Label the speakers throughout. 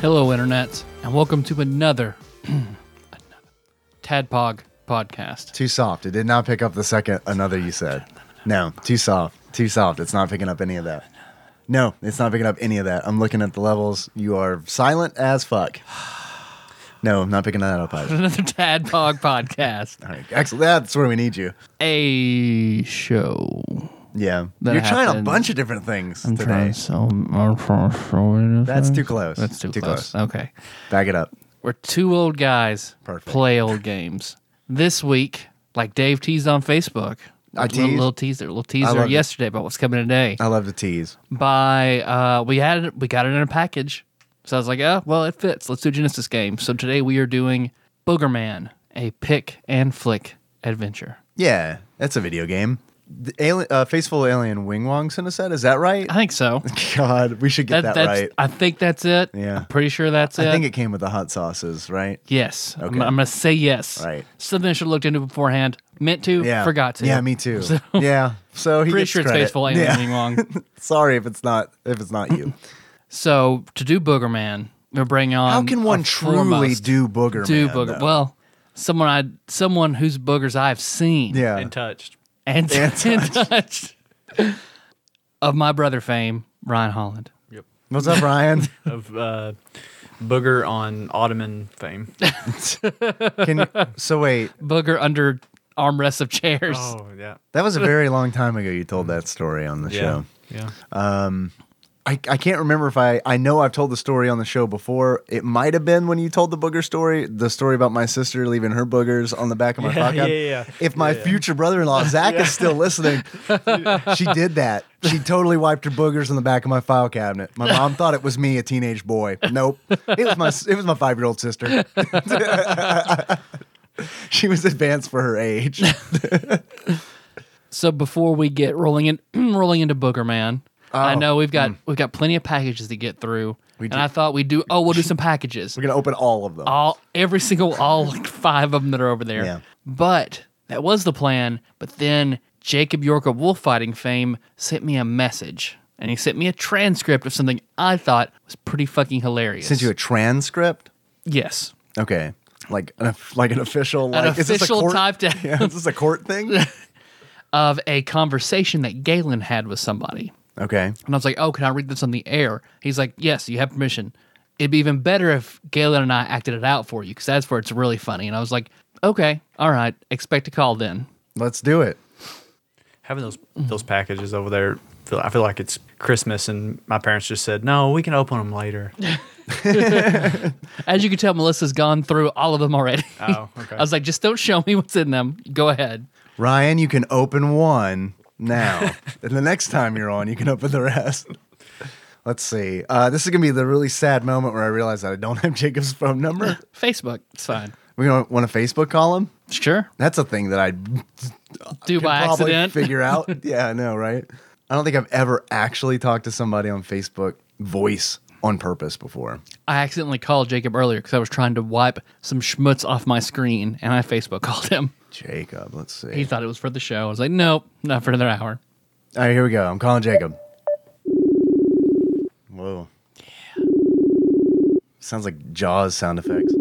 Speaker 1: Hello, Internet, and welcome to another, another Tadpog podcast.
Speaker 2: Too soft. It did not pick up the second another you said. No, too soft. Too soft. It's not picking up any of that. No, it's not picking up any of that. I'm looking at the levels. You are silent as fuck. No, I'm not picking that up either.
Speaker 1: Another Tadpog podcast.
Speaker 2: All right. Excellent. That's where we need you.
Speaker 1: A show.
Speaker 2: Yeah.
Speaker 1: That
Speaker 2: You're trying a
Speaker 1: happened.
Speaker 2: bunch of different things
Speaker 1: I'm
Speaker 2: today.
Speaker 1: trying so I'm trying to show you
Speaker 2: That's
Speaker 1: things.
Speaker 2: too close.
Speaker 1: That's too, close. Okay.
Speaker 2: Back it up.
Speaker 1: We're two old guys
Speaker 2: Perfect.
Speaker 1: play old games. This week, like Dave teased on Facebook.
Speaker 2: I
Speaker 1: little,
Speaker 2: teased.
Speaker 1: little teaser, little teaser
Speaker 2: love it.
Speaker 1: yesterday about what's coming today.
Speaker 2: I love the tease.
Speaker 1: by uh we had it we got it in a package. So I was like, oh well it fits. Let's do a Genesis game. So today we are doing Boogerman, a pick and flick adventure.
Speaker 2: Yeah, that's a video game. The alien, uh, Faceful Alien Wing Wong sent us that. Is that right?
Speaker 1: I think so.
Speaker 2: God, we should get that,
Speaker 1: that's
Speaker 2: right.
Speaker 1: I think that's it.
Speaker 2: Yeah.
Speaker 1: I'm pretty sure that's
Speaker 2: I
Speaker 1: it.
Speaker 2: think it came with the hot sauces, right?
Speaker 1: yes. I'm-
Speaker 2: Okay.
Speaker 1: I'm, gonna say yes.
Speaker 2: Right.
Speaker 1: Something I should have looked into beforehand. Meant to,
Speaker 2: Yeah.
Speaker 1: forgot to.
Speaker 2: Yeah, me too. yeah. So he
Speaker 1: Pretty
Speaker 2: gets
Speaker 1: sure it's
Speaker 2: credit.
Speaker 1: Faceful Alien
Speaker 2: Yeah.
Speaker 1: Wing Wong.
Speaker 2: Sorry if it's not if it's not you.
Speaker 1: So to do Boogerman, we bring on
Speaker 2: How can one
Speaker 1: our
Speaker 2: truly
Speaker 1: Um, foremost-
Speaker 2: do booger?
Speaker 1: do
Speaker 2: man,
Speaker 1: booger?
Speaker 2: though?
Speaker 1: Well, someone I someone whose boogers I've seen.
Speaker 2: yeah,
Speaker 3: and touched.
Speaker 1: and, and touched of my brother fame, Ryan Holland.
Speaker 2: what's up, Ryan?
Speaker 3: Of uh, booger on Ottoman fame.
Speaker 2: Can you, so wait,
Speaker 1: Booger under armrests of chairs.
Speaker 3: yeah.
Speaker 2: that was a very long time ago. You told that story on the show.
Speaker 3: Yeah.
Speaker 2: I, I can't remember if I I know I've told the story on the show before. It might have been when you told the booger story, the story about my sister leaving her boogers on the back of my
Speaker 3: Yeah,
Speaker 2: pocket.
Speaker 3: yeah, yeah.
Speaker 2: If my future brother-in-law Zach is still listening, she did that. She totally wiped her boogers on the back of my file cabinet. My mom thought it was me, a teenage boy. Nope, it was my it was my five-year-old sister. she was advanced for her age.
Speaker 1: So before we get rolling in rolling into Booger Man, I
Speaker 2: Oh.
Speaker 1: know we've
Speaker 2: Hmm.
Speaker 1: got we've got plenty of packages to get through. and I thought we'd do oh we'll do some packages.
Speaker 2: We're gonna open all of them.
Speaker 1: all every single all like five of them that are over there.
Speaker 2: Yeah.
Speaker 1: But that was the plan. But then Jacob York of Wolf Fighting fame sent me a message. And he sent me a transcript of something I thought was pretty fucking hilarious.
Speaker 2: Sent you a transcript.
Speaker 1: Yes.
Speaker 2: Okay. Like an, like an official like
Speaker 1: An
Speaker 2: is this a
Speaker 1: official
Speaker 2: court-
Speaker 1: typed out-
Speaker 2: Yeah, is this a court thing?
Speaker 1: Of a conversation that Galen had with somebody.
Speaker 2: okay.
Speaker 1: And I was like, oh, can I read this on the air? He's like, yes, you have permission. It'd be even better if Galen and I acted it out for you because that's where it's really funny. And I was like, okay, all right, expect a call then.
Speaker 2: Let's do it.
Speaker 3: Having those those packages over there, feel, I feel like it's Christmas, and my parents just said, "No, we can open them later."
Speaker 1: As you can tell, Melissa's gone through all of them already.
Speaker 2: Ah,
Speaker 3: Oh, okay.
Speaker 1: I was like, just don't show me what's in them. Go ahead.
Speaker 2: Ryan, you can open one now. and the next time you're on, you can open the rest. Let's see. Uh, this is gonna be the really sad moment where I realize that I don't have Jacob's phone number.
Speaker 1: Facebook, it's fine.
Speaker 2: We're gonna want to Facebook call him.
Speaker 1: Sure.
Speaker 2: That's a thing that I can
Speaker 1: Do by
Speaker 2: probably
Speaker 1: accident.
Speaker 2: figure out. yeah, I know, right? I don't think I've ever actually talked to somebody on Facebook voice on purpose before.
Speaker 1: I accidentally called Jacob earlier because I was trying to wipe some schmutz off my screen and I Facebook called him.
Speaker 2: Jacob, let's see.
Speaker 1: He thought it was for the show. I was like, nope, not for another hour.
Speaker 2: All right, here we go. I'm calling Jacob. Whoa. Yeah. Sounds like Jaws sound effects.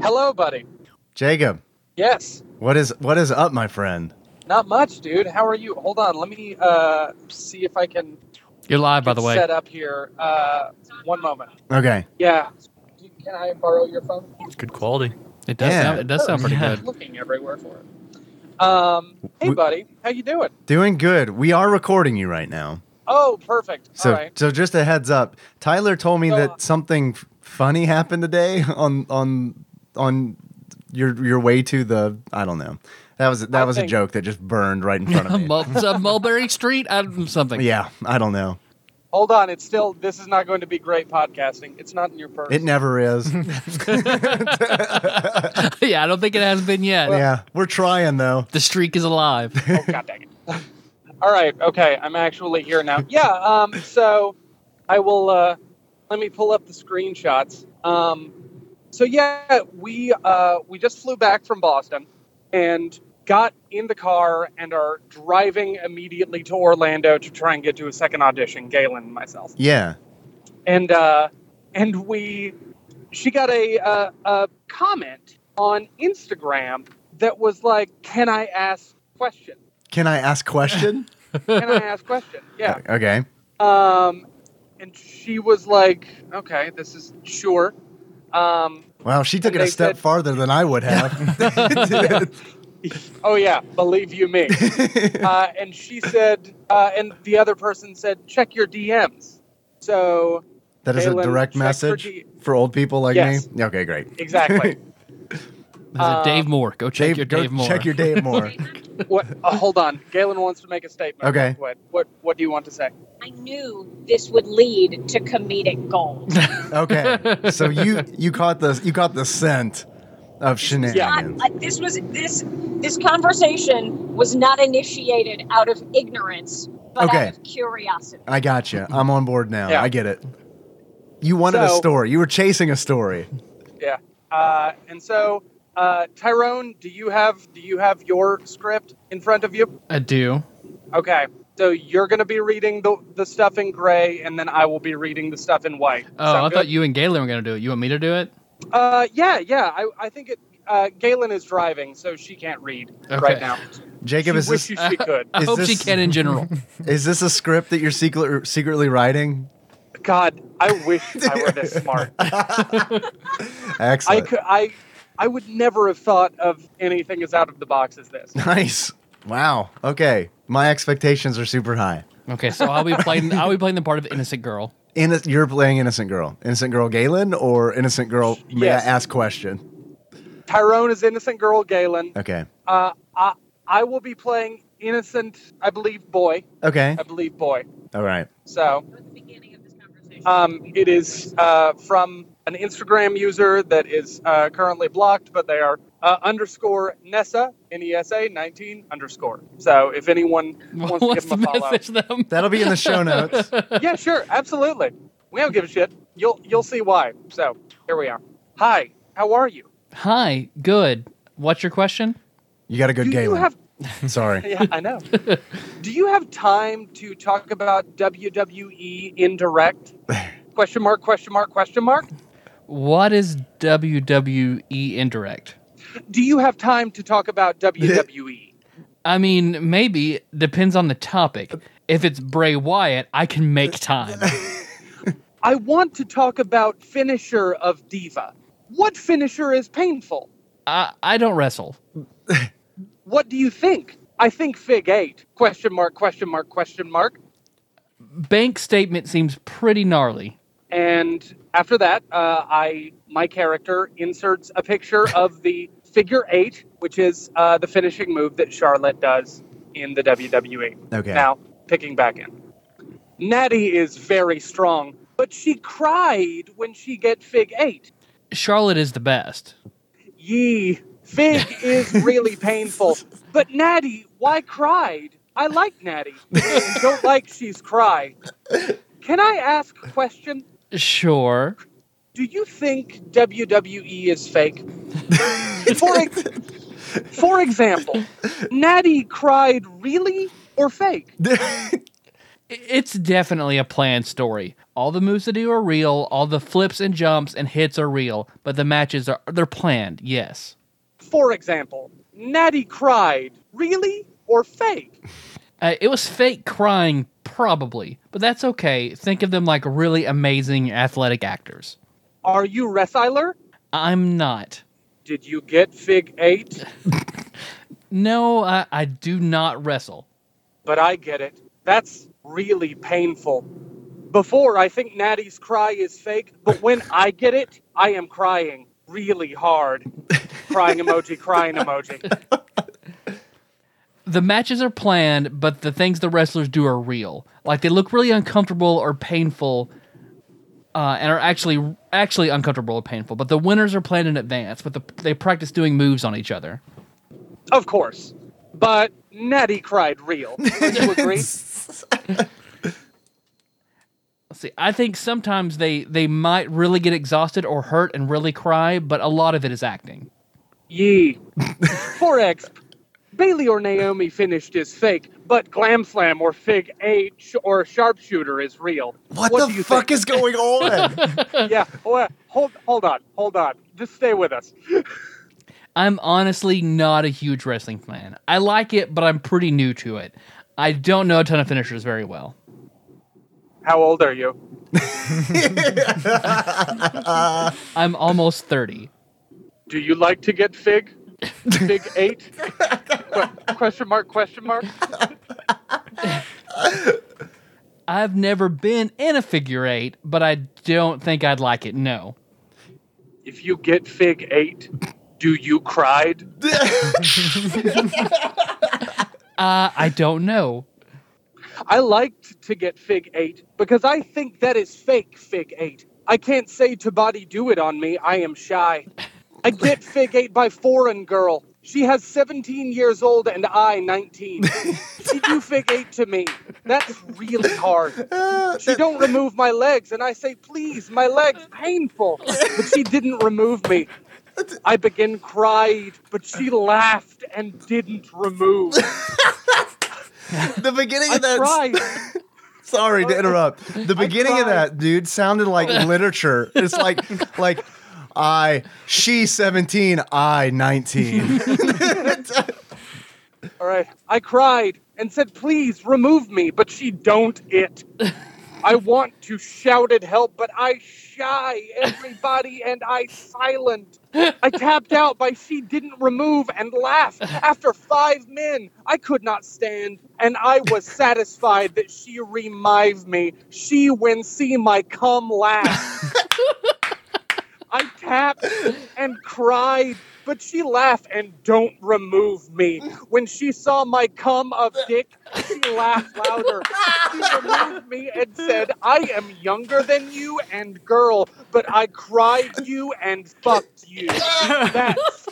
Speaker 4: Hello, buddy.
Speaker 2: Jacob,
Speaker 4: Yes.
Speaker 2: what is what is up, my friend?
Speaker 4: Not much, dude. How are you? Hold on. Let me uh, see if I can
Speaker 1: You're live, by the
Speaker 4: get
Speaker 1: way.
Speaker 4: set up here. Uh, one moment.
Speaker 2: Okay.
Speaker 4: Yeah. Can I borrow your phone?
Speaker 3: It's good quality.
Speaker 1: It does
Speaker 2: Yeah.
Speaker 1: sound it does sound pretty
Speaker 3: Yeah.
Speaker 1: good.
Speaker 4: Looking everywhere for it. Um, hey,
Speaker 2: We-
Speaker 4: buddy. How you doing?
Speaker 2: Doing good. We are recording you right now.
Speaker 4: Oh, perfect.
Speaker 2: So
Speaker 4: All right.
Speaker 2: so just a heads up. Tyler told me
Speaker 4: Go
Speaker 2: that
Speaker 4: on.
Speaker 2: something f- funny happened today on on on your your way to the I don't know. That was that
Speaker 4: I
Speaker 2: was
Speaker 4: think-
Speaker 2: a joke that just burned right in front of me.
Speaker 1: Mul- uh, Mulberry Street, I, something.
Speaker 2: yeah, I don't know.
Speaker 4: Hold on, it's still. This is not going to be great podcasting. It's not in your purse.
Speaker 2: It never is.
Speaker 1: yeah, I don't think it has been yet.
Speaker 2: yeah, we're trying though.
Speaker 1: The streak is alive.
Speaker 4: oh god dang it all right okay i'm actually here now yeah um so i will uh let me pull up the screenshots um so yeah we uh we just flew back from boston and got in the car and are driving immediately to orlando to try and get to a second audition galen and myself
Speaker 2: Yeah,
Speaker 4: and uh, and we she got a, a a comment on Instagram that was like, "Can I ask question?
Speaker 2: can I ask question?
Speaker 4: Can I ask question?" Yeah.
Speaker 2: okay,
Speaker 4: Um, and she was like, "Okay, this is sure." Um,
Speaker 2: well, she took
Speaker 4: And
Speaker 2: it a
Speaker 4: they
Speaker 2: step
Speaker 4: said-
Speaker 2: farther than I would have.
Speaker 4: oh yeah, believe you me. uh, and she said, uh, and the other person said, "Check your DMs." So
Speaker 2: that is a
Speaker 4: Galen,
Speaker 2: direct
Speaker 4: check for
Speaker 2: message
Speaker 4: D-
Speaker 2: for old people like
Speaker 4: Yes.
Speaker 2: me. Okay, great.
Speaker 4: exactly.
Speaker 1: There's a Dave Moore. Go check
Speaker 2: Dave,
Speaker 1: your
Speaker 2: go
Speaker 1: Dave Moore.
Speaker 2: Check your Dave Moore.
Speaker 4: what? Uh, hold on, Galen wants to make a statement.
Speaker 2: Okay.
Speaker 4: What? What? What do you want to say?
Speaker 5: I knew this would lead to comedic gold.
Speaker 2: okay, so you you caught the you caught the scent of
Speaker 5: Not,
Speaker 2: shenanigans.
Speaker 5: uh, this was this this conversation was not initiated out of ignorance, but
Speaker 2: Okay.
Speaker 5: out of curiosity.
Speaker 2: I got you. I'm on board now.
Speaker 4: Yeah.
Speaker 2: I get it. You wanted a
Speaker 4: So-
Speaker 2: story. You were chasing a story.
Speaker 4: Yeah. Uh, and so, uh, Tyrone, do you have do you have your script in front of you?
Speaker 1: I do.
Speaker 4: Okay. So you're going to be reading the the stuff in gray, and then I will be reading the stuff in white.
Speaker 1: Oh, I
Speaker 4: Sound
Speaker 1: thought
Speaker 4: good?
Speaker 1: you and Galen were going to do it. You want me to do it?
Speaker 4: Uh, yeah, yeah. I, I think it. Uh, Galen is driving, so she can't read
Speaker 1: Okay.
Speaker 4: right now.
Speaker 2: Jacob,
Speaker 4: she
Speaker 2: is
Speaker 4: wishes
Speaker 2: this
Speaker 4: she could.
Speaker 1: I
Speaker 2: Is
Speaker 1: hope she
Speaker 2: this-
Speaker 1: can in general.
Speaker 2: is this a script that you're secret, secretly writing?
Speaker 4: God, I wish I were this smart. I
Speaker 2: Excellent.
Speaker 4: could. I. I would never have thought of anything as out of the box as this.
Speaker 2: nice. Wow. Okay. My expectations are super high.
Speaker 1: okay, so I'll be playing. I'll be playing the part of innocent girl.
Speaker 2: Inno- you're playing innocent girl, innocent girl Galen, or innocent girl may I
Speaker 4: Yes.
Speaker 2: ask question?
Speaker 4: Tyrone is innocent girl Galen.
Speaker 2: Okay.
Speaker 4: Uh, I, I will be playing innocent, I believe, boy.
Speaker 2: Okay.
Speaker 4: I believe boy.
Speaker 2: All right.
Speaker 4: So um, it is uh, from an Instagram user that is uh, currently blocked, but they are uh, underscore Nessa, N E S A 19 underscore. So if anyone wants to
Speaker 1: What's
Speaker 4: give
Speaker 1: the
Speaker 4: them a follow.
Speaker 1: message them?
Speaker 2: That'll be in the show notes.
Speaker 4: yeah, sure. Absolutely. We don't give a shit. You'll, you'll see why. So here we are. Hi, how are you?
Speaker 1: Hi, good. What's your question?
Speaker 2: You got a good
Speaker 4: Do you
Speaker 2: Galen.
Speaker 4: have
Speaker 2: Sorry.
Speaker 4: yeah, I know. Do you have time to talk about WWE indirect? Question mark, question mark, question mark.
Speaker 1: What is WWE indirect?
Speaker 4: Do you have time to talk about E? WWE?
Speaker 1: I mean, maybe depends on the topic. If it's Bray Wyatt, I can make time.
Speaker 4: I want to talk about finisher of Diva. What finisher is painful?
Speaker 1: I, I don't wrestle.
Speaker 4: What do you think? I think Fig Eight. Question mark, question mark, question mark.
Speaker 1: Bank statement seems pretty gnarly.
Speaker 4: And after that, uh, I my character inserts a picture of the figure eight, which is uh, the finishing move that Charlotte does in the WWE.
Speaker 2: Okay.
Speaker 4: Now picking back in, Natty is very strong, but she cried when she get Fig eight.
Speaker 1: Charlotte is the best.
Speaker 4: Yee, Fig is really painful, but Natty, why cried? I like Natty. I don't like she's cried. Can I ask a question?
Speaker 1: Sure.
Speaker 4: Do you think WWE is fake? for, ex- for example, Natty cried really or fake?
Speaker 1: It's definitely a planned story. All the moves they do are real. All the flips and jumps and hits are real. But the matches are they're planned. Yes.
Speaker 4: For example, Natty cried really or fake?
Speaker 1: Uh, it was fake crying, probably, but that's okay. Think of them like really amazing athletic actors.
Speaker 4: Are you wrestler?
Speaker 1: I'm not.
Speaker 4: Did you get Fig 8?
Speaker 1: No, I, I do not wrestle.
Speaker 4: But I get it. That's really painful. Before, I think Natty's cry is fake, but when I get it, I am crying really hard. crying emoji, crying emoji.
Speaker 1: the matches are planned, but the things the wrestlers do are real. Like they look really uncomfortable or painful, uh, and are actually actually uncomfortable or painful. But the winners are planned in advance. But the, they practice doing moves on each other.
Speaker 4: Of course. But Natty cried real. Would you agree?
Speaker 1: Let's see. I think sometimes they they might really get exhausted or hurt and really cry, but a lot of it is acting.
Speaker 4: Yee. Forex. Bailey or Naomi finished is fake, but Glam Slam or Fig Eight sh- or Sharpshooter is real.
Speaker 2: What,
Speaker 4: do
Speaker 2: the
Speaker 4: you
Speaker 2: fuck
Speaker 4: think?
Speaker 2: is going on?
Speaker 4: yeah, well, hold hold on, hold on. Just stay with us.
Speaker 1: I'm honestly not a huge wrestling fan. I like it, but I'm pretty new to it. I don't know a ton of finishers very well.
Speaker 4: How old are you?
Speaker 1: I'm almost 30.
Speaker 4: Do you like to get fig? Fig eight? Que- question mark? Question mark?
Speaker 1: I've never been in a figure eight, but I don't think I'd like it. No.
Speaker 4: If you get fig eight, do you cried?
Speaker 1: Uh, I don't know.
Speaker 4: I liked to get fig eight because I think that is fake fig eight. I can't say to body do it on me. I am shy. I get fig eight by foreign girl. She has 17 years old and I 19. she do fig eight to me. That's really hard. She don't remove my legs and I say, please, my legs painful. But she didn't remove me. I begin cried, but she laughed and didn't remove.
Speaker 2: the beginning
Speaker 4: I
Speaker 2: of that.
Speaker 4: cried.
Speaker 2: Sorry to interrupt. The beginning of
Speaker 4: cried.
Speaker 2: that, dude, sounded like literature. It's like, like, I, she 17, I 19.
Speaker 4: All right. I cried and said, please remove me, but she don't it. I want to shout at help, but I shy everybody and I silent. I tapped out by she didn't remove and laughed. After five men, I could not stand, and I was satisfied that she remive me. She when see my come laugh. I tapped and cried, but she laughed and don't remove me. When she saw my cum of dick, she laughed louder. She removed me and said, I am younger than you and girl, but I cried you and fucked you. That's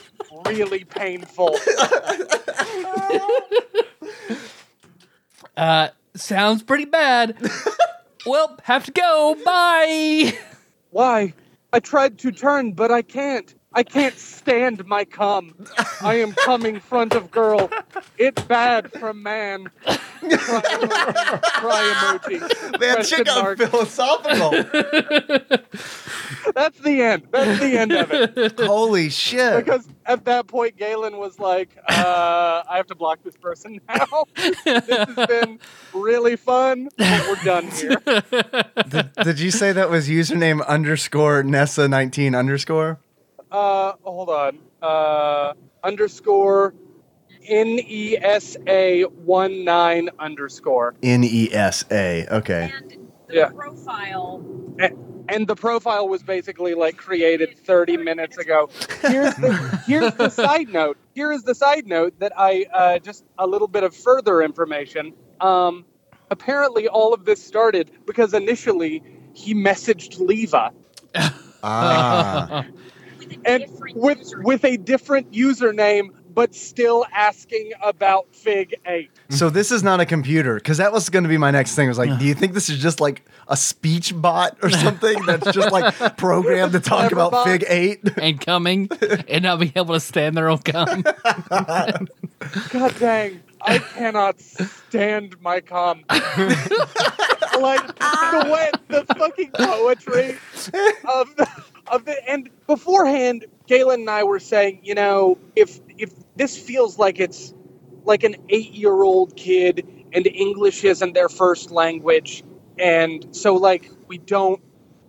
Speaker 4: really painful.
Speaker 1: Uh, sounds pretty bad. well, have to go. Bye.
Speaker 4: Why? I tried to turn, but I can't. I can't stand my cum. I am coming front of girl. It bad from man. Cry emoji. Cry emoji.
Speaker 2: Man,
Speaker 4: Question
Speaker 2: shit got
Speaker 4: mark.
Speaker 2: philosophical.
Speaker 4: That's the end. That's the end of it.
Speaker 2: Holy shit.
Speaker 4: Because at that point, Galen was like, uh, "I have to block this person now. this has been really fun, but we're done here."
Speaker 2: did, did you say that was username underscore Nessa 19 underscore?
Speaker 4: Uh, hold on. Uh, underscore N E S A one nine underscore.
Speaker 2: N E S A. Okay.
Speaker 5: And the
Speaker 4: Yeah.
Speaker 5: profile
Speaker 4: And the profile was basically like created 30 minutes ago. Here's the, here's the side note. Here is the side note that I uh, just a little bit of further information. Um, apparently, all of this started because initially he messaged Leva
Speaker 2: Ah.
Speaker 5: with a
Speaker 4: and
Speaker 5: different
Speaker 4: with
Speaker 5: user.
Speaker 4: with a different username, but still asking about Fig Eight.
Speaker 2: so this is not a computer because that was going to be my next thing. was like, do you think this is just like a speech bot or something that's just like programmed to talk about
Speaker 4: Cyberbot.
Speaker 2: Fig 8?
Speaker 1: and coming and not being able to stand their own gum.
Speaker 4: God dang, I cannot stand my cum. like the way the fucking poetry of the, of the and beforehand, Galen and I were saying, you know, if if this feels like it's like an eight year old kid and English isn't their first language, and so like we don't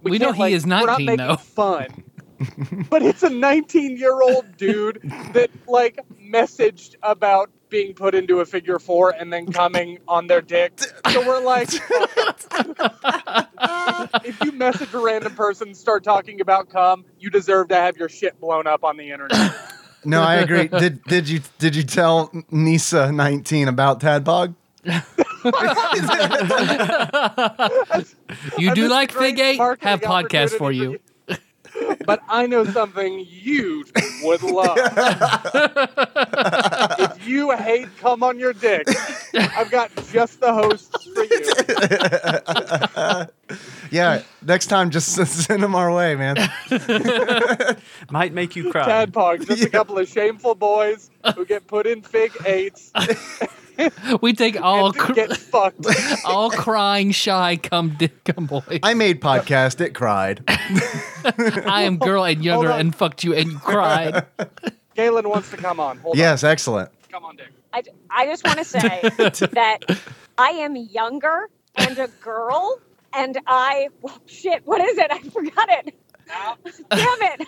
Speaker 1: We know
Speaker 4: can't,
Speaker 1: he
Speaker 4: like,
Speaker 1: is
Speaker 4: we're not
Speaker 1: 19,
Speaker 4: making
Speaker 1: though.
Speaker 4: fun. but it's a 19 year old dude that like messaged about being put into a figure four and then coming on their dick. So we're like, if you message a random person, and start talking about cum, you deserve to have your shit blown up on the internet.
Speaker 2: No, I agree. Did did you did you tell Nisa nineteen about Tadpog?
Speaker 1: You
Speaker 4: I'm
Speaker 1: do
Speaker 4: just
Speaker 1: like
Speaker 4: great
Speaker 1: Fig Eight?
Speaker 4: marketing
Speaker 1: Have podcasts for
Speaker 4: opportunity
Speaker 1: you.
Speaker 4: for you. but I know something you would love. if you hate come on your dick, I've got just the hosts for you.
Speaker 2: Yeah, next time just s- send them our way, man.
Speaker 3: Might make you cry.
Speaker 4: Tadpogs, just a couple of shameful boys who get put in fig eights
Speaker 1: We take all
Speaker 4: and
Speaker 1: cr-
Speaker 4: get fucked.
Speaker 1: all crying shy come di- come boys.
Speaker 2: I made podcast. It cried.
Speaker 1: I am girl and younger
Speaker 4: on.
Speaker 1: and fucked you and you cried.
Speaker 4: Galen wants to come on. Hold
Speaker 2: Yes, excellent.
Speaker 4: on. Come on, Dick.
Speaker 5: I, I just want to say that I am younger and a girl, and I well, shit. What is it? I forgot it. Damn it!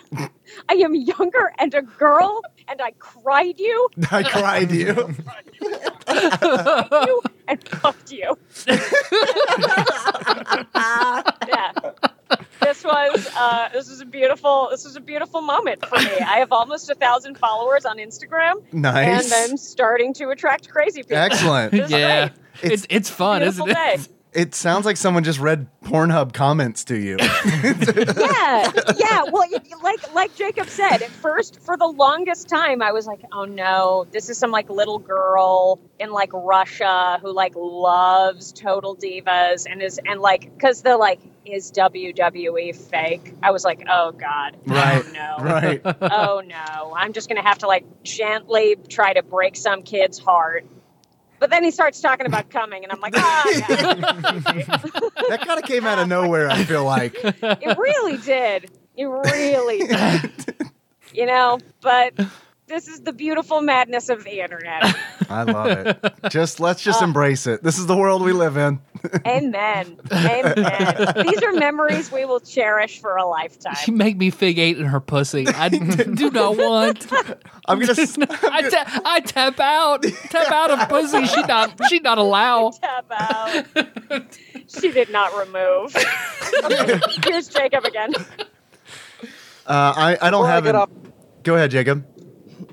Speaker 5: I am younger and a girl, and I cried you,
Speaker 2: I cried you.
Speaker 5: you and fucked you. yeah. This was uh, this was a beautiful this was a beautiful moment for me. I have almost a thousand followers on Instagram,
Speaker 2: Nice.
Speaker 5: and I'm starting to attract crazy people.
Speaker 2: Excellent.
Speaker 5: This is
Speaker 1: yeah.
Speaker 5: great.
Speaker 1: It's, it's fun, isn't
Speaker 5: Beautiful
Speaker 1: it?
Speaker 5: day.
Speaker 2: It sounds like someone just read Pornhub comments to you.
Speaker 5: yeah, yeah. Well, y- y- like like Jacob said, at first, for the longest time, I was like, "Oh no, this is some like little girl in like Russia who like loves total divas and is and like because the like is WWE fake." I was like, "Oh god,
Speaker 2: Right.
Speaker 5: oh no,
Speaker 2: right.
Speaker 5: oh no, I'm just gonna have to like gently try to break some kid's heart." But then he starts talking about coming, and I'm like, "Ah, yeah."
Speaker 2: That kind of came out of nowhere, I feel like.
Speaker 5: it really did. It really did. you know, but this is the beautiful madness of the internet.
Speaker 2: I love it. Just let's
Speaker 4: Uh,
Speaker 2: just embrace it. This is the world we live in.
Speaker 5: Amen. Amen. These are memories we will cherish for a
Speaker 1: She
Speaker 5: lifetime.
Speaker 1: make me fig eight in her pussy. I do not want.
Speaker 2: I'm gonna s-
Speaker 1: I, ta- I tap out. Tap out of pussy. She not. She not allow.
Speaker 5: Tab out. She did not remove. Okay, here's Jacob again.
Speaker 2: uh, I, I don't
Speaker 4: Before I
Speaker 2: have
Speaker 4: get
Speaker 2: it.
Speaker 4: off,
Speaker 2: Go ahead, Jacob.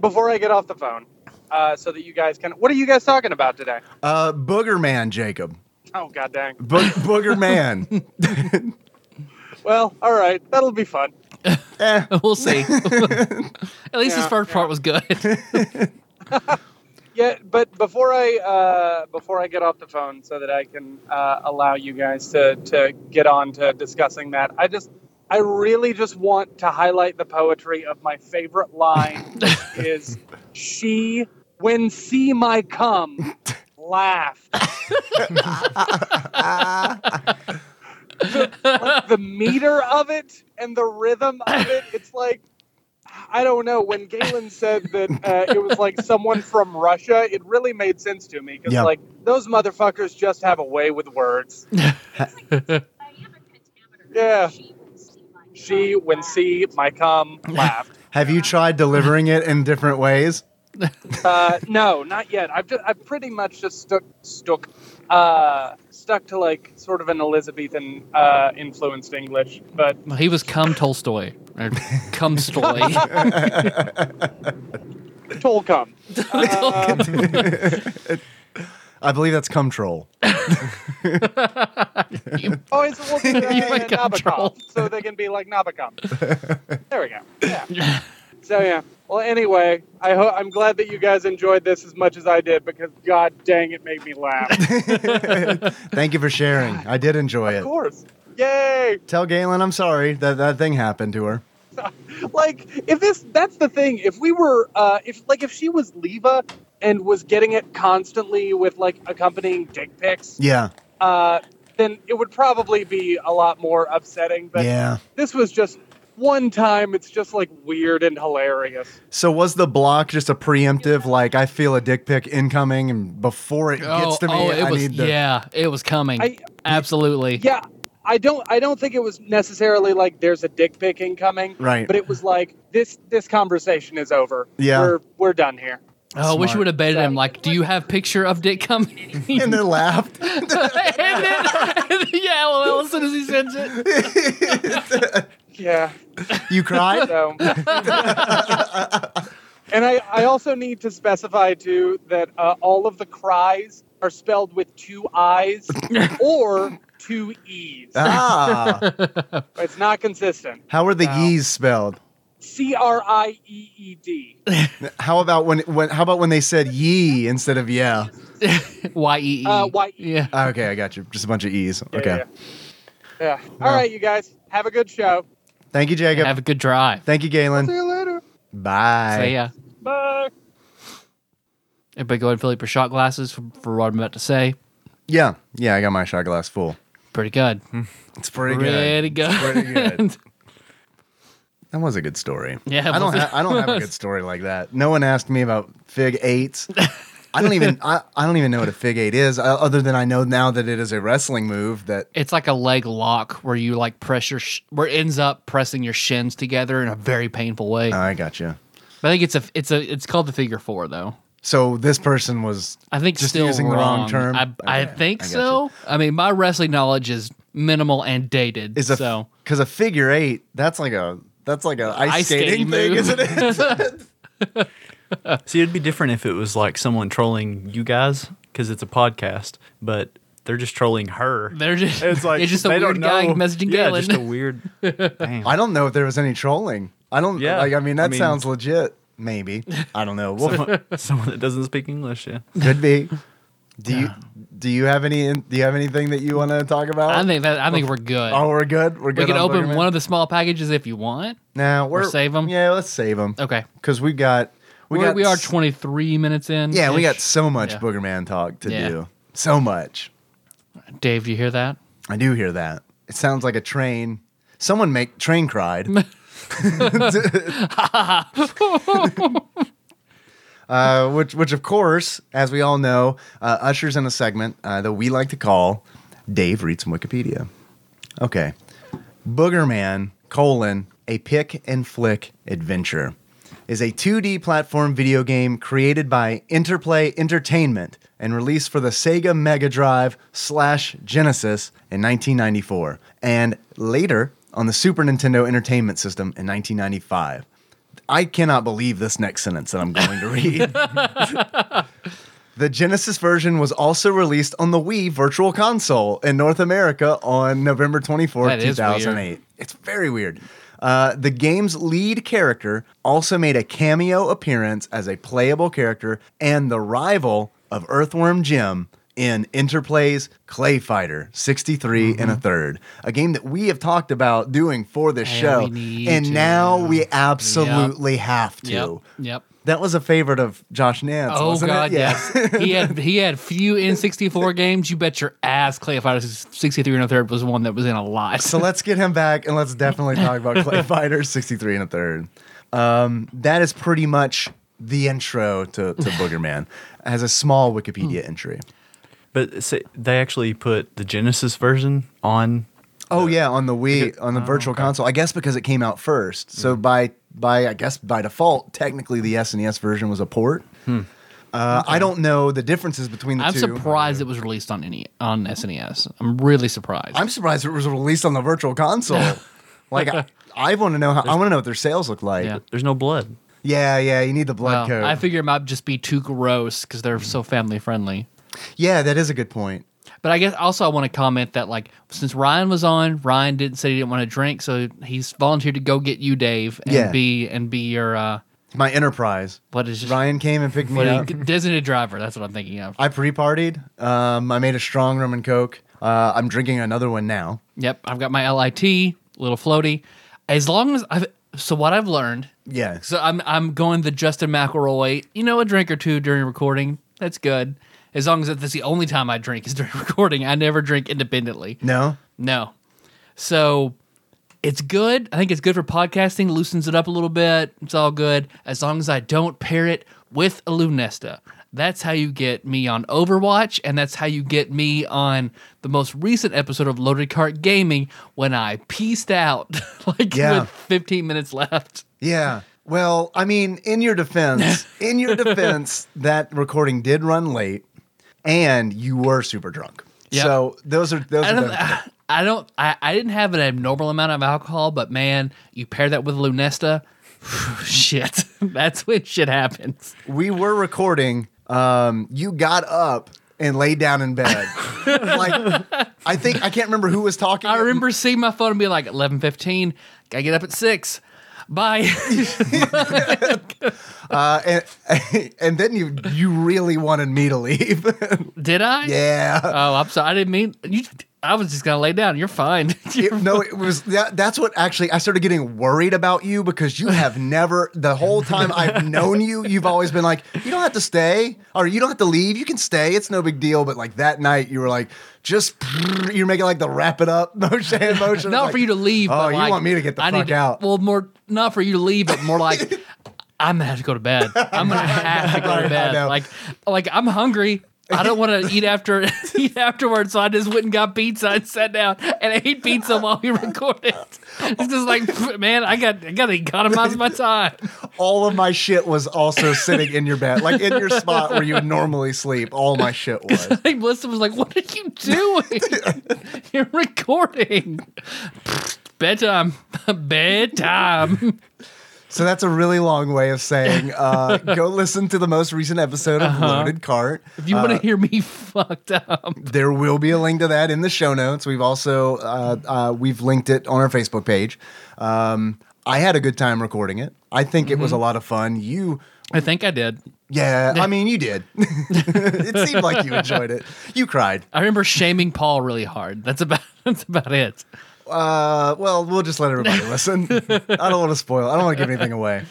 Speaker 4: before I get off the phone, uh, so that you guys can. What are you guys talking about today?
Speaker 2: Uh, Booger Man, Jacob.
Speaker 4: Oh god dang.
Speaker 2: Bo- Booger Man.
Speaker 4: Well, all right, that'll be fun.
Speaker 2: Eh,
Speaker 1: We'll see. At least this
Speaker 4: Yeah,
Speaker 1: first part
Speaker 4: yeah.
Speaker 1: was good.
Speaker 4: Yeah, but before I uh, before I get off the phone, so that I can uh, allow you guys to to get on to discussing that, I just I really just want to highlight the poetry of my favorite line which is she when see my come laughed.
Speaker 2: ah.
Speaker 4: the, like, the meter of it and the rhythm of it, it's like I don't know. When Galen said that uh, it was like someone from Russia, it really made sense to me because
Speaker 2: Yeah.
Speaker 4: like those motherfuckers just have a way with words. Yeah. She, when see my cum, laughed.
Speaker 2: have you tried delivering it in different ways?
Speaker 4: Uh, no, not yet. I've just, I've pretty much just stuck stuck uh, stuck to like sort of an Elizabethan uh, influenced English, but
Speaker 1: He was cum Tolstoy or cum Stoy.
Speaker 4: toll cum. Uh,
Speaker 2: I believe that's cum troll.
Speaker 4: Oh, it's a little bit
Speaker 1: You
Speaker 4: uh,
Speaker 1: might got
Speaker 4: Nabokov,
Speaker 1: trolled.
Speaker 4: so they can be like Nabokov. there we go. Yeah. So yeah. Well, anyway, I ho- I'm glad that you guys enjoyed this as much as I did because God dang, it made me laugh. of
Speaker 2: Thank you for sharing. I did enjoy it.
Speaker 4: course. Yay!
Speaker 2: Tell Galen I'm sorry that that thing happened to her.
Speaker 4: Like if this that's the thing. If we were uh if like if she was Leva and was getting it constantly with like accompanying dick pics,
Speaker 2: Yeah.
Speaker 4: uh then it would probably be a lot more upsetting, but
Speaker 2: yeah.
Speaker 4: this was just one time it's just like weird and hilarious.
Speaker 2: So was the block just a preemptive, like I feel a dick pic incoming, and before it
Speaker 1: oh,
Speaker 2: gets to me,
Speaker 1: oh, it
Speaker 2: I
Speaker 1: was.
Speaker 2: need to.
Speaker 1: Yeah, it was coming.
Speaker 4: I-
Speaker 1: Absolutely.
Speaker 4: Yeah, I don't. I don't think it was necessarily like there's a dick pic incoming.
Speaker 2: Right.
Speaker 4: But it was like this. This conversation is over.
Speaker 2: Yeah.
Speaker 4: We're we're done here.
Speaker 1: oh, I wish
Speaker 2: Smart.
Speaker 1: you would have baited him. Like, do you have picture of dick coming?
Speaker 2: And then laughed.
Speaker 1: and then, yeah, well, as soon as he sends it,
Speaker 4: Yeah.
Speaker 2: You cried.
Speaker 4: So And I, I also need to specify too that uh, all of the cries are spelled with two I's or two E's.
Speaker 2: Ah,
Speaker 4: It's not consistent.
Speaker 2: how are the
Speaker 1: Wow.
Speaker 2: yees spelled?
Speaker 4: C R I E E D.
Speaker 2: How about when, when? How about when they said ye instead of yeah?
Speaker 1: Y E E.
Speaker 4: Uh, Y E.
Speaker 1: Yeah.
Speaker 2: Ah, Okay, I got you. Just a bunch of e's.
Speaker 4: Yeah,
Speaker 2: Okay.
Speaker 4: Yeah. yeah. Yeah.
Speaker 2: Well.
Speaker 4: All right, you guys. Have a good show.
Speaker 2: Thank you, Jacob.
Speaker 1: Have a good drive.
Speaker 2: Thank you,
Speaker 4: See
Speaker 2: Galen.
Speaker 4: you later.
Speaker 2: Bye.
Speaker 1: So yeah,
Speaker 4: Bye.
Speaker 1: everybody go ahead and fill up your shot glasses for, for what I'm about to say.
Speaker 2: Yeah, yeah, I got my shot glass full.
Speaker 1: Pretty good.
Speaker 2: It's pretty good.
Speaker 1: Pretty good.
Speaker 2: Pretty good. That was a good story.
Speaker 1: Yeah, it
Speaker 2: I don't.
Speaker 1: was-
Speaker 2: Ha- I don't have a good story like that. No one asked me about fig eights. I don't even. I, I don't even know what a fig eight is, o- other than I know now that it is a wrestling move. That
Speaker 1: it's like a leg lock where you like press your sh- where it ends up pressing your shins together in a very painful way.
Speaker 2: oh, I got you.
Speaker 1: but I think it's a it's a it's called the figure four though.
Speaker 2: So this person was.
Speaker 1: I think
Speaker 2: Just
Speaker 1: still
Speaker 2: using the
Speaker 1: wrong.
Speaker 2: wrong term?
Speaker 1: I, I
Speaker 2: Okay,
Speaker 1: think
Speaker 2: I got
Speaker 1: so. I mean, my wrestling knowledge is minimal and dated.
Speaker 2: Is a
Speaker 1: so
Speaker 2: because a figure eight. That's like a. That's like a ice,
Speaker 1: Ice
Speaker 2: skating,
Speaker 1: skating
Speaker 2: thing,
Speaker 1: move.
Speaker 2: isn't it?
Speaker 3: See, it'd be different if it was like someone trolling you guys because it's a podcast, but they're just trolling her.
Speaker 1: they're just
Speaker 3: it's like
Speaker 1: it's just a
Speaker 3: they
Speaker 1: weird
Speaker 3: don't
Speaker 1: guy
Speaker 3: know.
Speaker 1: messaging
Speaker 3: yeah,
Speaker 1: Galen.
Speaker 3: just a weird. Damn.
Speaker 2: I don't know if there was any trolling. I don't.
Speaker 3: Yeah,
Speaker 2: Like I mean, that
Speaker 3: I mean-
Speaker 2: sounds legit. Maybe I don't know. We'll
Speaker 3: someone, someone that doesn't speak English. Yeah.
Speaker 2: Could be. Do you do you have any do you have anything that you want to talk about?
Speaker 1: I think that I think we're good.
Speaker 2: oh, we're good. We're
Speaker 1: we
Speaker 2: good.
Speaker 1: can
Speaker 2: on
Speaker 1: open
Speaker 2: Boogerman?
Speaker 1: one of the small packages if you want.
Speaker 2: Now we're
Speaker 1: save 'em?
Speaker 2: Yeah, let's save them.
Speaker 1: Okay,
Speaker 2: Because we got we
Speaker 1: we are
Speaker 2: got
Speaker 1: we are
Speaker 2: s-
Speaker 1: 23 minutes in.
Speaker 2: Yeah, we got so much
Speaker 1: Yeah.
Speaker 2: Boogerman talk to
Speaker 1: Yeah.
Speaker 2: do. So much.
Speaker 1: Dave. Do you hear that?
Speaker 2: I do hear that. It sounds like a train. Someone make train cried. uh, which, which of course, as we all know, uh, ushers in a segment uh, that we like to call Dave reads from Wikipedia. Okay, Boogerman colon a pick and flick adventure is a 2D platform video game created by Interplay Entertainment and released for the Sega Mega Drive slash Genesis in 1994 and later on the Super Nintendo Entertainment System in 1995. I cannot believe this next sentence that I'm going to read. The Genesis version was also released on the Wii Virtual Console in North America on November 24th,
Speaker 1: That is
Speaker 2: 2008. It's very weird. Uh, the game's lead character also made a cameo appearance as a playable character and the rival of Earthworm Jim in Interplay's Clay Fighter 63 and a third, a game that we have talked about doing for this
Speaker 1: Mm-hmm. Yeah,
Speaker 2: show.
Speaker 1: we need
Speaker 2: And
Speaker 1: to.
Speaker 2: now we absolutely have to.
Speaker 1: Yep. Yep.
Speaker 2: That was a favorite of Josh Nance.
Speaker 1: Oh
Speaker 2: wasn't
Speaker 1: God,
Speaker 2: it? Yeah.
Speaker 1: yes. he had he had few N64 games. You bet your ass, Clay Fighter 63 and a third was one that was in a lot.
Speaker 2: So let's get him back and let's definitely talk about Clay Fighter 63 and a third. Um, that is pretty much the intro to, to Booger Man. It has a small Wikipedia entry.
Speaker 3: But say, they actually put the Genesis version on.
Speaker 2: Oh yeah, oh, on the Wii, on the Virtual Console. I guess because it came out first. So by by I guess by default, technically the SNES version was a port. Uh, I don't know the differences between the
Speaker 1: I'm
Speaker 2: two.
Speaker 1: surprised it was released on any on SNES. I'm really surprised.
Speaker 2: I'm surprised it was released on the Virtual Console. like I, I want to know how I want to know what their sales look like.
Speaker 1: Yeah.
Speaker 2: Yeah,
Speaker 3: There's no blood.
Speaker 2: yeah, you need the blood
Speaker 1: Well,
Speaker 2: code.
Speaker 1: I figure it might just be too gross because they're so family friendly.
Speaker 2: Yeah, that is a good point.
Speaker 1: But I guess also I want to comment that like since Ryan was on, Ryan didn't say he didn't want to drink, so he's volunteered to go get you, Dave, and
Speaker 2: Yeah.
Speaker 1: be and be your uh
Speaker 2: My enterprise.
Speaker 1: what is just
Speaker 2: Ryan came and picked me
Speaker 1: what
Speaker 2: up.
Speaker 1: is- designated driver. That's what I'm thinking of.
Speaker 2: I pre-partied. Um, I made a strong rum and coke. Uh, I'm drinking another one now.
Speaker 1: Yep, I've got my LIT, little floaty. As long as I've so what I've learned,
Speaker 2: Yeah.
Speaker 1: so I'm I'm going the Justin McElroy, you know, a drink or two during recording. That's good. As long as that's the only time I drink is during recording. I never drink independently.
Speaker 2: No.
Speaker 1: No. So it's good. I think it's good for podcasting, loosens it up a little bit. It's all good. As long as I don't pair it with a Lunesta. That's how you get me on Overwatch, and that's how you get me on the most recent episode of Loaded Cart Gaming when I pieced out like
Speaker 2: Yeah.
Speaker 1: with 15 minutes left.
Speaker 2: Yeah. Well, I mean, in your defense, in your defense, that recording did run late, and you were super drunk.
Speaker 1: Yeah.
Speaker 2: So those are those
Speaker 1: I
Speaker 2: are
Speaker 1: don't,
Speaker 2: the,
Speaker 1: I, I don't, I, I didn't have an abnormal amount of alcohol, but man, you pair that with Lunesta, shit. That's when shit happens.
Speaker 2: we were recording. Um, you got up and laid down in bed. like I think I can't remember who was talking.
Speaker 1: I remember seeing my phone and be like, eleven fifteen. Gotta get up at six. Bye.
Speaker 2: uh, and, and then you you really wanted me to leave.
Speaker 1: Did I?
Speaker 2: yeah.
Speaker 1: Oh, I'm sorry. I didn't mean you. I was just gonna lay down. You're fine.
Speaker 2: It- no, it was that, that's what actually I started getting worried about you because you have never the whole time I've known you, you've always been like, you don't have to stay or you don't have to leave. You can stay. It's no big deal. But like that night, you were like, just you're making like the wrap it up motion. hand motion.
Speaker 1: not
Speaker 2: Like,
Speaker 1: for you to leave.
Speaker 2: Oh,
Speaker 1: but
Speaker 2: you
Speaker 1: like,
Speaker 2: want me to get the
Speaker 1: I
Speaker 2: fuck
Speaker 1: need to-
Speaker 2: out?
Speaker 1: Well, more not for you to leave, but more like I'm gonna have to go to bed. I'm gonna have to go
Speaker 2: Right, I
Speaker 1: to bed.
Speaker 2: know.
Speaker 1: Like, like I'm hungry. I don't want to eat after eat afterwards, so I just went and got pizza and sat down and ate pizza while we recorded. It's just like, man, I got I gotta economize my time.
Speaker 2: all of my shit was also sitting in your bed, like in your spot where you would normally sleep. All my shit was.
Speaker 1: Like Melissa was like, "What are you doing? You're recording." Bedtime, bedtime.
Speaker 2: So that's a really long way of saying uh, go listen to the most recent episode of Loaded Cart.
Speaker 1: Uh-huh.
Speaker 2: Uh,
Speaker 1: If you want to hear me fucked up,
Speaker 2: There will be a link to that in the show notes. We've also uh, uh, we've linked it on our Facebook page. Um, I had a good time recording it. I think it
Speaker 1: Mm-hmm.
Speaker 2: was a lot of fun. You,
Speaker 1: I think I did.
Speaker 2: yeah, I mean, you did. it seemed like you enjoyed it. You cried.
Speaker 1: I remember shaming Paul really hard. That's about that's about it.
Speaker 2: Uh, well, we'll just let everybody listen. I don't want to spoil. I don't want to give anything away.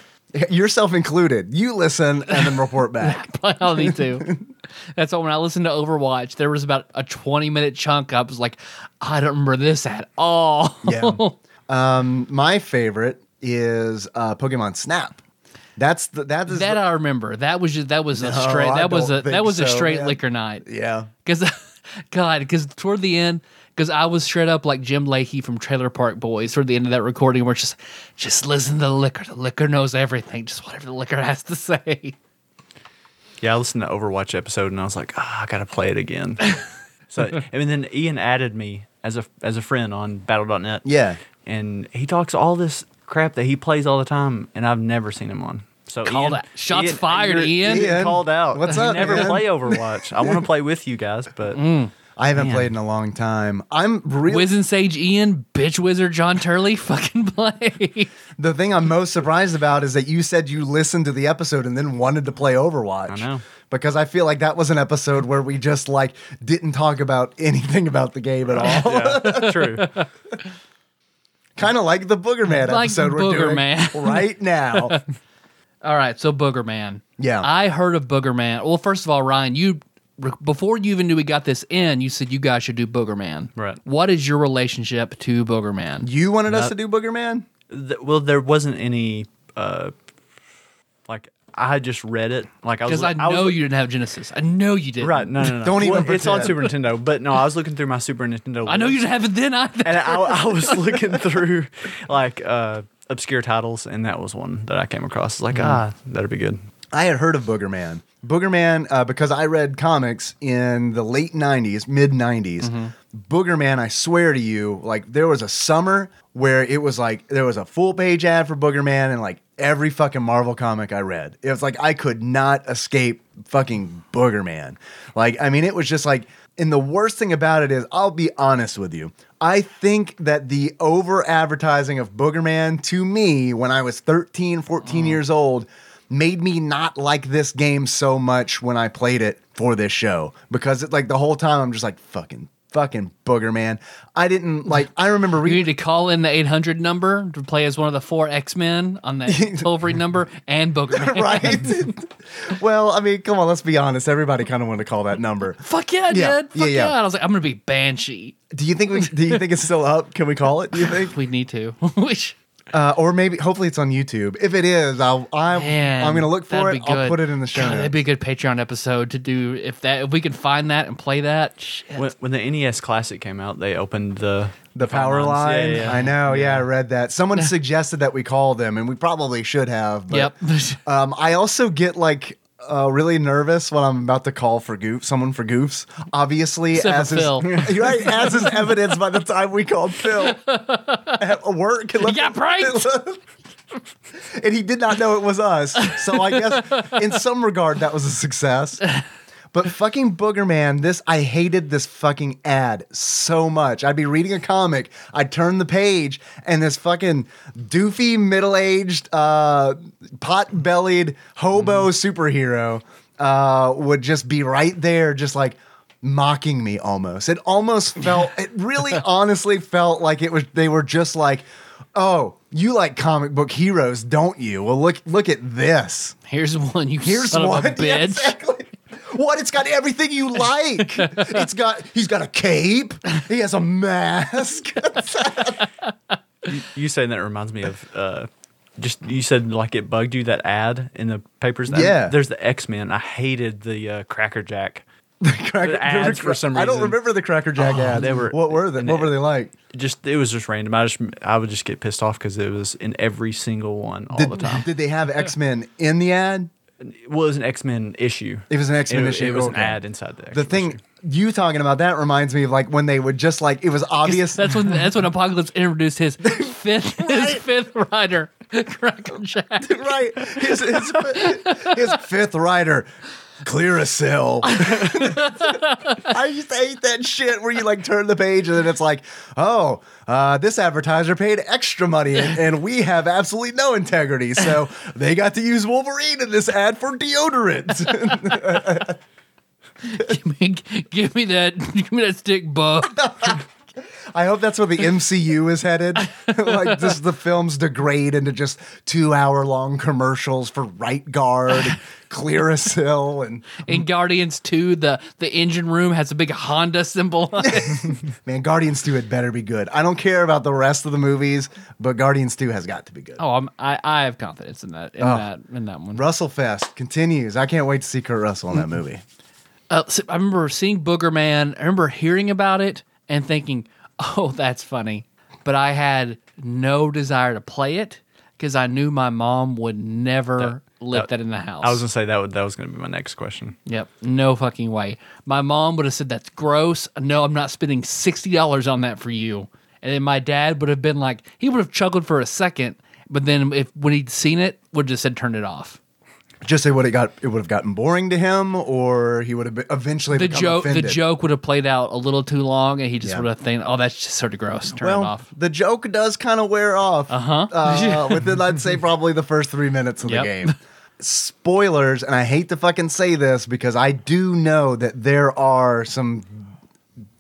Speaker 2: Yourself included. You listen and then report back.
Speaker 1: I'll need to. That's why when I listened to Overwatch, there was about a twenty minute chunk. I was like, I don't remember this at all.
Speaker 2: Yeah.
Speaker 3: Oh.
Speaker 2: Um, my favorite is uh, Pokemon Snap. That's the that is
Speaker 1: that
Speaker 2: the-
Speaker 1: I remember. That was just, that was a
Speaker 2: No,
Speaker 1: straight.
Speaker 2: I
Speaker 1: That was
Speaker 2: don't
Speaker 1: a
Speaker 2: think
Speaker 1: that was a
Speaker 2: so,
Speaker 1: straight
Speaker 2: man.
Speaker 1: liquor night.
Speaker 2: yeah.
Speaker 1: Because, God, because toward the end, because I was straight up like Jim Leahy from Trailer Park Boys toward the end of that recording. We're just, just listen to the liquor. The liquor knows everything. Just whatever the liquor has to say.
Speaker 3: Yeah, I listened to Overwatch episode and I was like, ah, I gotta play it again. so and then Ian added me as a as a friend on Battle.net.
Speaker 2: Yeah.
Speaker 3: and he talks all this crap that he plays all the time, and I've never seen him on. So
Speaker 1: Called
Speaker 3: Ian,
Speaker 1: out. Shots fired,
Speaker 3: you're-
Speaker 1: Ian.
Speaker 2: Ian,
Speaker 3: called out.
Speaker 2: what's
Speaker 3: You
Speaker 2: up,
Speaker 3: Never
Speaker 2: man?
Speaker 3: play Overwatch. I want to play with you guys, but
Speaker 1: Mm.
Speaker 2: I haven't
Speaker 3: Man.
Speaker 2: played in a long time. I'm really
Speaker 1: Wiz and Sage Ian, bitch wizard John Turley, fucking play.
Speaker 2: the thing I'm most surprised about is that you said you listened to the episode and then wanted to play Overwatch.
Speaker 3: I know.
Speaker 2: Because I feel like that was an episode where we just like didn't talk about anything about the game at all.
Speaker 3: yeah, true.
Speaker 2: kind of like the Booger Man
Speaker 1: Like
Speaker 2: episode we're
Speaker 1: Booger
Speaker 2: doing
Speaker 1: Man.
Speaker 2: right now.
Speaker 1: all right, so Booger Man.
Speaker 2: Yeah.
Speaker 1: I heard of Booger Man. Well, first of all, Ryan, you re- before you even knew we got this in, you said you guys should do Booger Man.
Speaker 3: Right.
Speaker 1: What is your relationship to Booger Man?
Speaker 2: you wanted us to do Booger Man?
Speaker 3: Th- well, there wasn't any. Uh, like I had just read it. Like I was.
Speaker 1: Because I
Speaker 3: I was
Speaker 1: know you didn't have Genesis. I know you didn't.
Speaker 3: Right? No, no, no.
Speaker 2: Don't even
Speaker 3: Well, It's on Super
Speaker 2: pretend.
Speaker 3: Nintendo, but no, I was looking through my Super Nintendo.
Speaker 1: I know you
Speaker 3: list.
Speaker 1: didn't have it then either.
Speaker 3: and I, I was looking through like uh, obscure titles, and that was one that I came across. It's like,
Speaker 2: Mm.
Speaker 3: ah, that'd be good.
Speaker 2: I had heard of Booger Man. Booger Man, uh, because I read comics in the late 90s, mid 90s. Booger Man, I swear to you, like there was a summer where it was like there was a full page ad for Booger Man and like every fucking Marvel comic I read. It was like I could not escape fucking Booger Man. Like, I mean, it was just like, and the worst thing about it is, I'll be honest with you. I think that the over advertising of Booger Man to me when I was 13, 14 years old made me not like this game so much when I played it for this show because it like the whole time I'm just like fucking fucking booger man. I didn't like I remember
Speaker 1: You
Speaker 2: reading
Speaker 1: need to call in the 800 number to play as one of the four X Men on that toll free number and Booger Man.
Speaker 2: right. well, I mean, come on, let's be honest. Everybody kind of wanted to call that number.
Speaker 1: Fuck yeah,
Speaker 2: Yeah,
Speaker 1: dude. Fuck
Speaker 2: yeah,
Speaker 1: yeah,
Speaker 2: yeah.
Speaker 1: And I was like, I'm going to be Banshee.
Speaker 2: Do you think we do you think it's still up? Can we call it? Do you think?
Speaker 1: We need to. We should-
Speaker 2: Uh, or maybe hopefully it's on YouTube. If it is, I'll I
Speaker 1: Man,
Speaker 2: I'm going to look for
Speaker 1: that'd
Speaker 2: it.
Speaker 1: be
Speaker 2: I'll
Speaker 1: good.
Speaker 2: put it in the show
Speaker 1: God,
Speaker 2: notes.
Speaker 1: That'd be a good Patreon episode to do if that if we could find that and play that. Shit.
Speaker 3: When, when the NES Classic came out, they opened the
Speaker 2: The power
Speaker 3: lines.
Speaker 2: line.
Speaker 3: Yeah, yeah, yeah.
Speaker 2: I know. Yeah. I read that. Someone suggested that we call them, and we probably should have. But,
Speaker 1: Yep.
Speaker 2: um, I also get like uh, really nervous when I'm about to call for goof someone for goofs. Obviously,
Speaker 1: Except for
Speaker 2: as is,
Speaker 1: Phil.
Speaker 2: right as is evidenced by the time we called Phil at work.
Speaker 1: You got pranked.
Speaker 2: and he did not know it was us. So I guess in some regard that was a success. But fucking Booger Man, this I hated this fucking ad so much. I'd be reading a comic, I'd turn the page, and this fucking doofy middle-aged, uh, pot-bellied hobo superhero uh, would just be right there, just like mocking me almost. It almost felt, it really honestly felt like it was. They were just like, "Oh, you like comic book heroes, don't you? Well, look, look at this.
Speaker 1: Here's one. You
Speaker 2: Here's
Speaker 1: son
Speaker 2: one,
Speaker 1: of a bitch.
Speaker 2: Yeah, exactly. What? It's got everything you like. it's got. He's got a cape. He has a mask.
Speaker 3: You saying that reminds me of uh, just you said like it bugged you that ad in the papers.
Speaker 2: Yeah.
Speaker 3: there's the X Men. I hated the uh, Cracker Jack.
Speaker 2: Cracker,
Speaker 3: ads for some
Speaker 2: I don't
Speaker 3: reason.
Speaker 2: remember the Cracker Jack
Speaker 3: Oh,
Speaker 2: ads.
Speaker 3: they were-
Speaker 2: what were they?
Speaker 3: and
Speaker 2: What
Speaker 3: it-
Speaker 2: were they like?
Speaker 3: Just it was just random. I just I would just get pissed off because it was in every single one all
Speaker 2: Did,
Speaker 3: the time.
Speaker 2: did they have X Men in the ad?
Speaker 3: well, it was an X Men issue.
Speaker 2: It was an X-Men
Speaker 3: It-
Speaker 2: issue,
Speaker 3: It was
Speaker 2: okay.
Speaker 3: an ad inside the.
Speaker 2: The
Speaker 3: X-Men
Speaker 2: thing
Speaker 3: issue.
Speaker 2: you talking about that reminds me of like when they would just like it was obvious.
Speaker 1: That's when that's when Apocalypse introduced his fifth his fifth rider, Crackerjack.
Speaker 2: right. His, his, his fifth rider, clear a cell. I used to hate that shit where you like turn the page and then it's like, oh, uh, this advertiser paid extra money and, and we have absolutely no integrity. So they got to use Wolverine in this ad for deodorant.
Speaker 1: give, me, give me that give me that stick, bub.
Speaker 2: I hope that's where the MCU is headed. like, just the films degrade into just two hour long commercials for Right Guard, and Clearasil, and
Speaker 3: Mm-hmm.
Speaker 1: In Guardians Two, the the engine room has a big Honda symbol. on it.
Speaker 2: Man, Guardians 2 had better be good. I don't care about the rest of the movies, but Guardians 2 has got to be good.
Speaker 1: oh, I'm, I I have confidence in that in that in that one.
Speaker 2: Russell Fest continues. I can't wait to see Kurt Russell in that movie.
Speaker 1: uh, so I remember seeing Booger Man. I remember hearing about it and thinking, "Oh, that's funny," but I had no desire to play it because I knew my mom would never let that in the house.
Speaker 3: I was gonna say that would, that was gonna be my next question.
Speaker 1: Yep. No fucking way. My mom would have said, That's gross. No, I'm not spending $60 on that for you. And then my dad would have been like, he would have chuckled for a second, but then if when he'd seen it, would have just said, Turn it off.
Speaker 2: Just say what it got. It would have gotten boring to him, or he would have been, eventually
Speaker 1: The
Speaker 2: become
Speaker 1: joke
Speaker 2: offended.
Speaker 1: the joke would have played out a little too long and he just
Speaker 2: Yeah.
Speaker 1: would have think, Oh, that's just sort of gross. Turn
Speaker 2: Well,
Speaker 1: it off.
Speaker 2: the joke does kind of wear off. Uh-huh. within, I'd say, probably the first three minutes of
Speaker 1: Yep.
Speaker 2: the game. Spoilers, and I hate to fucking say this because I do know that there are some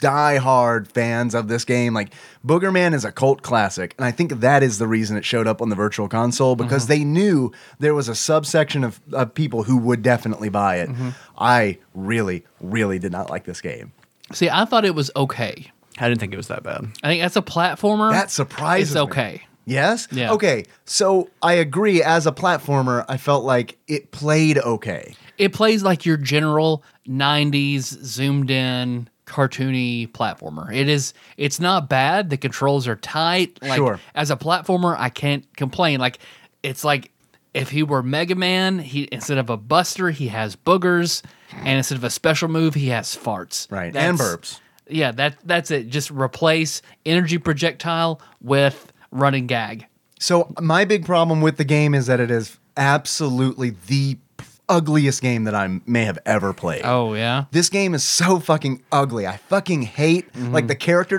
Speaker 2: diehard fans of this game. Like Booger Man is a cult classic, and I think that is the reason it showed up on the virtual console because
Speaker 1: Uh-huh.
Speaker 2: they knew there was a subsection of, of people who would definitely buy it.
Speaker 1: Mm-hmm.
Speaker 2: I really, really did not like this game.
Speaker 1: See, I thought it was okay.
Speaker 3: I didn't think it was that bad.
Speaker 1: I think that's a platformer.
Speaker 2: That surprises
Speaker 1: Um, It's
Speaker 2: me.
Speaker 1: okay.
Speaker 2: Yes?
Speaker 1: Yeah.
Speaker 2: Okay. So I agree. As a platformer, I felt like it played okay.
Speaker 1: It plays like your general 90s zoomed in cartoony platformer. It is it's not bad. The controls are tight. Like
Speaker 2: Sure.
Speaker 1: as a platformer, I can't complain. Like it's like if he were Mega Man, he instead of a buster, he has boogers, and instead of a special move, he has farts.
Speaker 2: Right.
Speaker 1: That's-
Speaker 2: and burps.
Speaker 1: Yeah, that that's it. Just replace energy projectile with running gag.
Speaker 2: So my big problem with the game is that it is absolutely the ugliest game that I may have ever played.
Speaker 1: Oh yeah.
Speaker 2: This game is so fucking ugly. I fucking hate like
Speaker 1: Mm-hmm.
Speaker 2: the character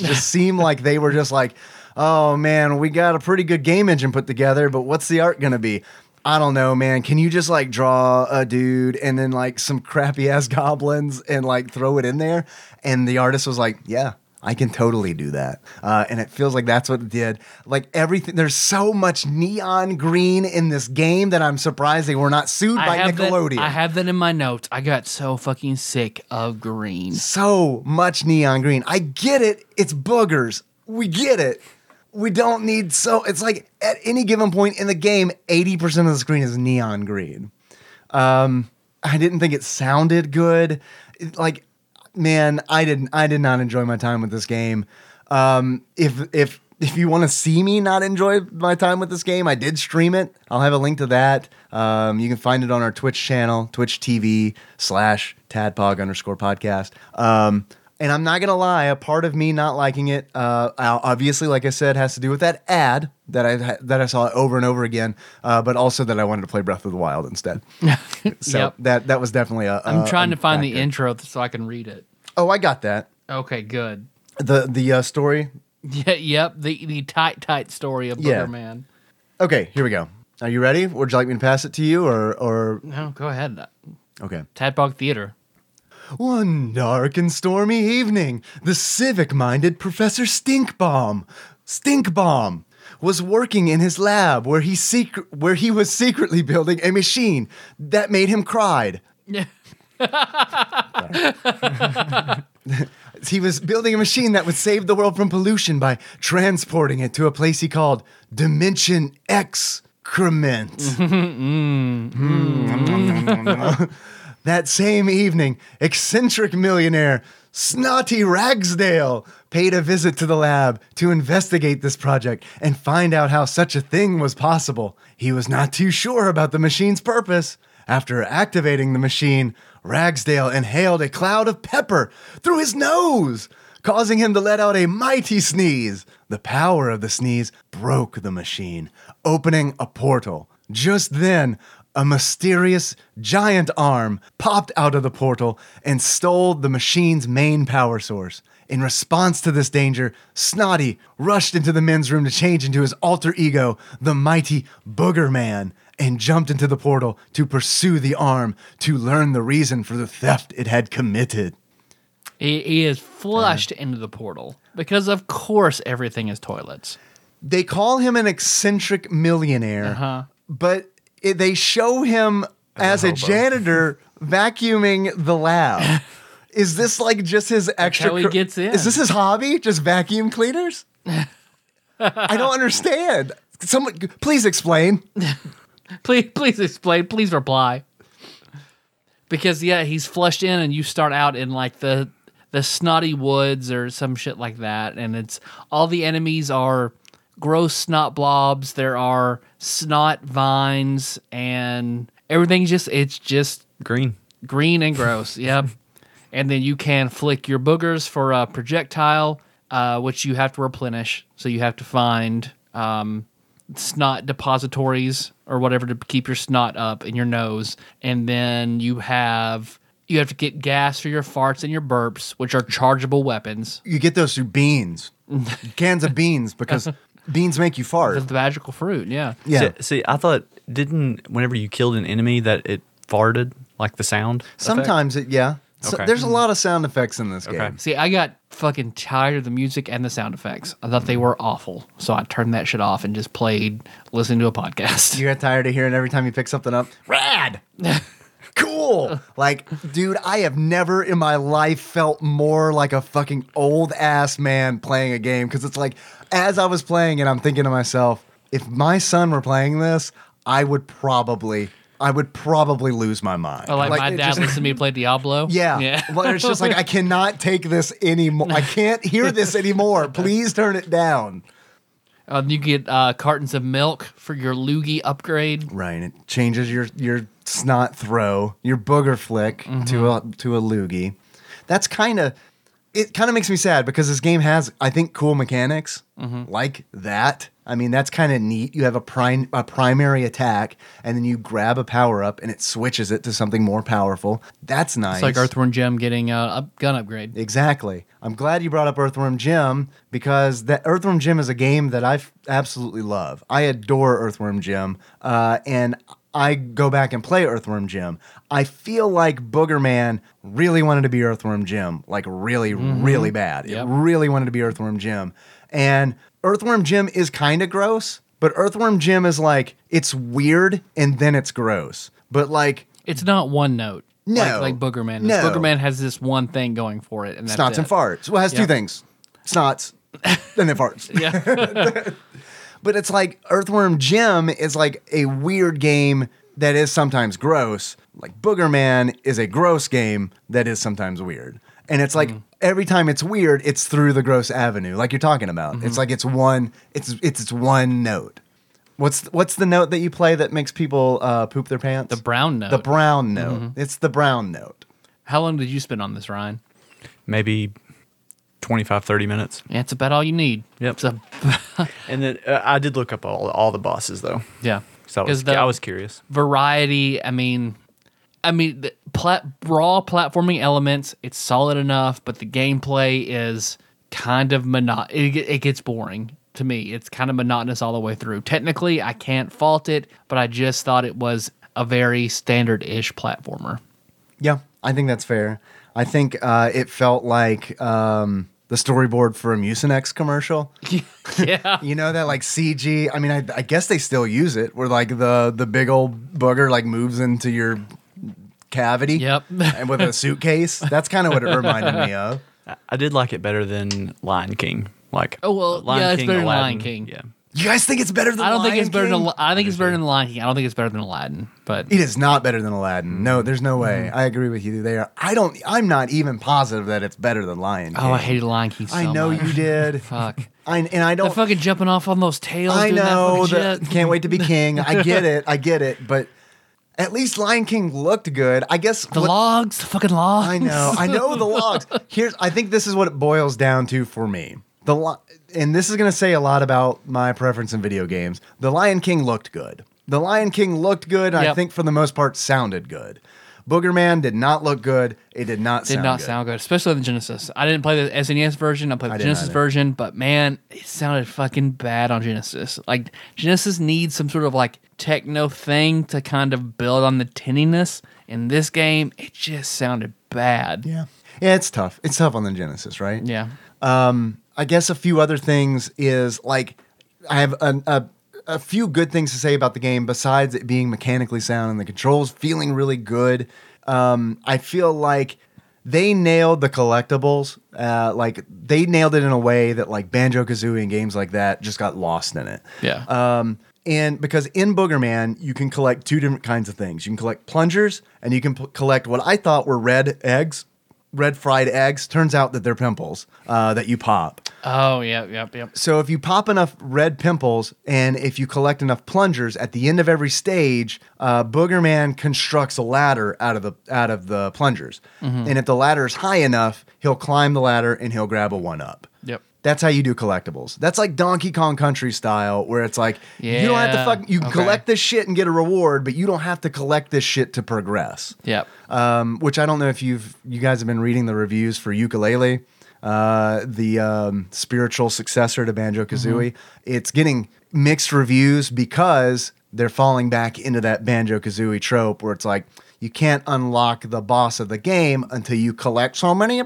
Speaker 2: just seem like they were just like, "Oh man, we got a pretty good game engine put together, but what's the art going to be?" I don't know, man. Can you just like draw a dude and then like some crappy ass goblins and like throw it in there? And the artist was like, "Yeah, I can totally do that. Uh, and it feels like that's what it did. Like everything, there's so much neon green in this game that I'm surprised they were not sued by Nickelodeon.
Speaker 1: That, I have that in my notes. I got so fucking sick of green.
Speaker 2: so much neon green. I get it. It's boogers. We get it. We don't need so. It's like at any given point in the game, 80% of the screen is neon green. Um, I didn't think it sounded good. It- like, man, I didn't. I did not enjoy my time with this game. Um, if if if you want to see me not enjoy my time with this game, I did stream it. I'll have a link to that. Um, you can find it on our Twitch channel, Twitch TV slash Tadpog underscore podcast. Um, And I'm not gonna lie, a part of me not liking it, uh, o- obviously, like I said, has to do with that ad that I ha- that I saw over and over again, uh, but also that I wanted to play Breath of the Wild instead. So uh,
Speaker 1: Yep.
Speaker 2: that that was definitely a.
Speaker 1: I'm
Speaker 2: a-
Speaker 1: trying
Speaker 2: a
Speaker 1: to find the
Speaker 2: factor.
Speaker 1: intro so I can read it.
Speaker 2: Oh, I got that.
Speaker 1: Okay, good.
Speaker 2: The the uh, story.
Speaker 1: Yeah, yep. The the tight tight story of Booger
Speaker 2: Yeah.
Speaker 1: Man.
Speaker 2: Okay, here we go. Are you ready? Would you like me to pass it to you, or or
Speaker 1: No, go ahead.
Speaker 2: okay?
Speaker 1: Tadpog Theater.
Speaker 2: One dark and stormy evening, the civic minded Professor Stinkbomb, Stinkbomb, was working in his lab where he, secre- where he was secretly building a machine that made him cried. He was building a machine that would save the world from pollution by transporting it to a place he called Dimension Excrement. That same evening, eccentric millionaire Snotty Ragsdale paid a visit to the lab to investigate this project and find out how such a thing was possible. He was not too sure about the machine's purpose. After activating the machine, Ragsdale inhaled a cloud of pepper through his nose, causing him to let out a mighty sneeze. The power of the sneeze broke the machine, opening a portal. Just then, a mysterious giant arm popped out of the portal and stole the machine's main power source. In response to this danger, Snotty rushed into the men's room to change into his alter ego, the mighty Booger Man, and jumped into the portal to pursue the arm to learn the reason for the theft it had committed.
Speaker 1: He, he is flushed into the portal because, of course, everything is toilets.
Speaker 2: They call him an eccentric millionaire, but it, they show him as, a,
Speaker 3: hobo.
Speaker 2: janitor vacuuming the lab. Is this like just his extra?
Speaker 1: how he
Speaker 2: cur-
Speaker 1: gets in.
Speaker 2: Is this his hobby? Just vacuum cleaners? I don't understand. Someone, please explain.
Speaker 1: Please, please explain. Please reply. Because yeah, he's flushed in, and you start out in like the the snotty woods or some shit like that, and it's all the enemies are gross snot blobs. There are snot vines, and everything's just it's just
Speaker 3: Green.
Speaker 1: green and gross. yep. And then you can flick your boogers for a projectile, uh, which you have to replenish. So you have to find um, snot depositories or whatever to keep your snot up in your nose. And then you have you have to get gas for your farts and your burps, which are chargeable weapons.
Speaker 2: You get those through beans, cans of beans, because beans make you fart.
Speaker 1: That's the magical fruit. Yeah.
Speaker 2: Yeah.
Speaker 3: See, see, I thought didn't whenever you killed an enemy that it farted like the sound.
Speaker 2: Sometimes it, yeah. So
Speaker 3: Okay.
Speaker 2: There's a lot of sound effects in this
Speaker 3: Okay.
Speaker 2: game.
Speaker 1: See, I got fucking tired of the music and the sound effects. I thought they were awful, so I turned that shit off and just played listening to a podcast.
Speaker 2: You got tired of hearing every time you pick something up? Rad! cool! Like, dude, I have never in my life felt more like a fucking old ass man playing a game because it's like, as I was playing it, I'm thinking to myself, if my son were playing this, I would probably. I would probably lose my mind.
Speaker 1: Oh, like, my
Speaker 2: it
Speaker 1: dad
Speaker 2: just-
Speaker 1: listened to me play Diablo.
Speaker 2: Yeah.
Speaker 1: yeah.
Speaker 2: Well, it's just like I cannot take this anymore. I can't hear this anymore. Please turn it down.
Speaker 1: Um, you get uh, cartons of milk for your loogie upgrade.
Speaker 2: Right. It changes your your snot throw, your booger flick to a
Speaker 1: Mm-hmm.
Speaker 2: to a loogie. That's kind of it. Kind of makes me sad because this game has, I think, cool mechanics
Speaker 1: Mm-hmm.
Speaker 2: like that. I mean, that's kind of neat. You have a prime a primary attack, and then you grab a power up, and it switches it to something more powerful. That's nice.
Speaker 1: It's like Earthworm Jim getting a up- gun upgrade.
Speaker 2: Exactly. I'm glad you brought up Earthworm Jim because that Earthworm Jim is a game that I f- absolutely love. I adore Earthworm Jim, uh, and I go back and play Earthworm Jim. I feel like Booger Man really wanted to be Earthworm Jim, like really, really bad. It
Speaker 1: Mm-hmm. Yep.
Speaker 2: really wanted to be Earthworm Jim, and Earthworm Jim is kind of gross, but Earthworm Jim is like it's weird and then it's gross, but like.
Speaker 1: It's not one note.
Speaker 2: No.
Speaker 1: Like, like Boogerman.
Speaker 2: No.
Speaker 1: Boogerman has this one thing going for it. And that's
Speaker 2: snots and
Speaker 1: it.
Speaker 2: farts. Well, it has two
Speaker 1: Yeah.
Speaker 2: things: snots, then it farts.
Speaker 1: Yeah.
Speaker 2: But it's like Earthworm Jim is like a weird game that is sometimes gross. Like Booger Man is a gross game that is sometimes weird. And it's
Speaker 1: Mm.
Speaker 2: like every time it's weird, it's through the gross avenue, like you're talking about.
Speaker 1: Mm-hmm.
Speaker 2: It's like it's one, it's it's it's one note. What's what's the note that you play that makes people uh, poop their pants?
Speaker 1: the brown note. Mm-hmm.
Speaker 2: The brown note. It's the brown note.
Speaker 1: How long did you spend on this, Ryan?
Speaker 3: Maybe 25, 30 minutes.
Speaker 1: Yeah, it's about all you need.
Speaker 3: Yep.
Speaker 1: It's a,
Speaker 3: And then uh, I did look up all all the bosses though,
Speaker 1: yeah.
Speaker 3: so I
Speaker 1: 'Cause
Speaker 3: was,
Speaker 1: the
Speaker 3: I was curious.
Speaker 1: variety. I mean, I mean, the plat- raw platforming elements. It's solid enough, but the gameplay is kind of mono. It, ge- it gets boring to me. It's kind of monotonous all the way through. Technically, I can't fault it, but I just thought it was a very standard-ish platformer.
Speaker 2: Yeah, I think that's fair. I think uh, it felt like um, the storyboard for a Mucinex commercial.
Speaker 1: yeah.
Speaker 2: You know that like CG. I mean, I, I guess they still use it. Where like the the big old bugger like moves into your cavity.
Speaker 1: Yep.
Speaker 2: and with a suitcase. That's kind of what it reminded me of.
Speaker 3: I, I did like it better than Lion King. Like
Speaker 1: Oh, well, yeah, it's better than Lion King.
Speaker 3: Yeah,
Speaker 2: You guys think it's better than?
Speaker 1: I don't think
Speaker 2: Lion
Speaker 1: it's better than.
Speaker 2: King?
Speaker 1: Li- I think it's better than Lion King. I don't think it's better than Aladdin. But
Speaker 2: It is not better than Aladdin.
Speaker 1: Mm.
Speaker 2: No, there's no way. I agree with you there. I don't. I'm not even positive that it's better than Lion. King.
Speaker 1: oh, I hated Lion King. So
Speaker 2: I know
Speaker 1: much.
Speaker 2: you did.
Speaker 1: Fuck.
Speaker 2: I, and I
Speaker 1: The
Speaker 2: don't.
Speaker 1: fucking jumping off on those tails.
Speaker 2: I
Speaker 1: doing that
Speaker 2: know.
Speaker 1: fucking
Speaker 2: The,
Speaker 1: shit.
Speaker 2: can't wait to be king. I get it. I get it. But at least Lion King looked good. I guess
Speaker 1: The
Speaker 2: what-
Speaker 1: logs, the fucking logs.
Speaker 2: I know. I know the logs. Here's. I think this is what it boils down to for me. The li- and this is going to say a lot about my preference in video games. The Lion King looked good. The Lion King looked good. And I
Speaker 1: Yep.
Speaker 2: think for the most part sounded good. Booger Man did not look good. It did not.
Speaker 1: Did
Speaker 2: sound
Speaker 1: not
Speaker 2: good.
Speaker 1: sound good, especially on the Genesis. I didn't play the SNES version. I played the
Speaker 2: I didn't
Speaker 1: Genesis
Speaker 2: either.
Speaker 1: version, but man, it sounded fucking bad on Genesis. Like Genesis needs some sort of like techno thing to kind of build on the tinniness. In this game, it just sounded bad.
Speaker 2: Yeah. Yeah, it's tough. It's tough on the Genesis, right?
Speaker 1: Yeah.
Speaker 2: I guess a few other things is like I have an, a a few good things to say about the game besides it being mechanically sound and the controls feeling really good. Um, I feel like they nailed the collectibles. Uh, like they nailed it in a way that like Banjo Kazooie and games like that just got lost in it.
Speaker 1: Yeah.
Speaker 2: Um, and because in Booger Man, you can collect two different kinds of things. You can collect plungers and you can p- collect what I thought were red eggs, red fried eggs. Turns out that they're pimples uh, that you pop.
Speaker 1: oh, yeah, yep, yep.
Speaker 2: So if you pop enough red pimples and if you collect enough plungers, at the end of every stage, uh, Booger Man constructs a ladder out of the out of the plungers.
Speaker 1: Mm-hmm.
Speaker 2: And if the ladder is high enough, he'll climb the ladder and he'll grab a one up.
Speaker 1: Yep.
Speaker 2: That's how you do collectibles. That's like Donkey Kong Country style, where it's like you don't have to
Speaker 1: Yeah,
Speaker 2: fuck. You
Speaker 1: okay.
Speaker 2: collect this shit and get a reward, but you don't have to collect this shit to progress.
Speaker 1: Yep.
Speaker 2: Um, which I don't know if you've you guys have been reading the reviews for Ukulele, uh, the um, spiritual successor to Banjo Kazooie.
Speaker 1: Mm-hmm.
Speaker 2: It's getting mixed reviews because they're falling back into that Banjo Kazooie trope, where it's like. You can't unlock the boss of the game until you collect so many. You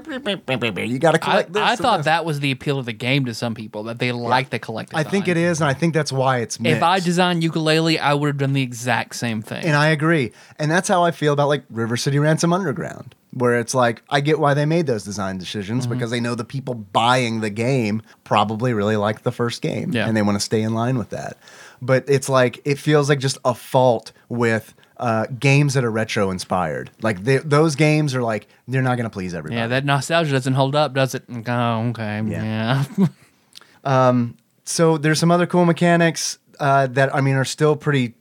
Speaker 2: got to
Speaker 1: I,
Speaker 2: collect this.
Speaker 1: I
Speaker 2: and
Speaker 1: thought
Speaker 2: this.
Speaker 1: that was the appeal of the game to some people that they like the collective.
Speaker 2: I think it is, and I think that's why it's mixed.
Speaker 1: If I designed ukulele, I would have done the exact same thing.
Speaker 2: and I agree, and that's how I feel about like River City Ransom Underground, where it's like I get why they made those design decisions
Speaker 1: Mm-hmm.
Speaker 2: because they know the people buying the game probably really like the first game,
Speaker 1: Yeah.
Speaker 2: and they want to stay in line with that. But it's like it feels like just a fault with. Uh, games that are retro inspired, like they, those games are like they're not going to please everybody.
Speaker 1: yeah, that nostalgia doesn't hold up, does it? Oh, okay.
Speaker 2: Yeah.
Speaker 1: yeah.
Speaker 2: so there's some other cool mechanics uh, that I mean are still pretty.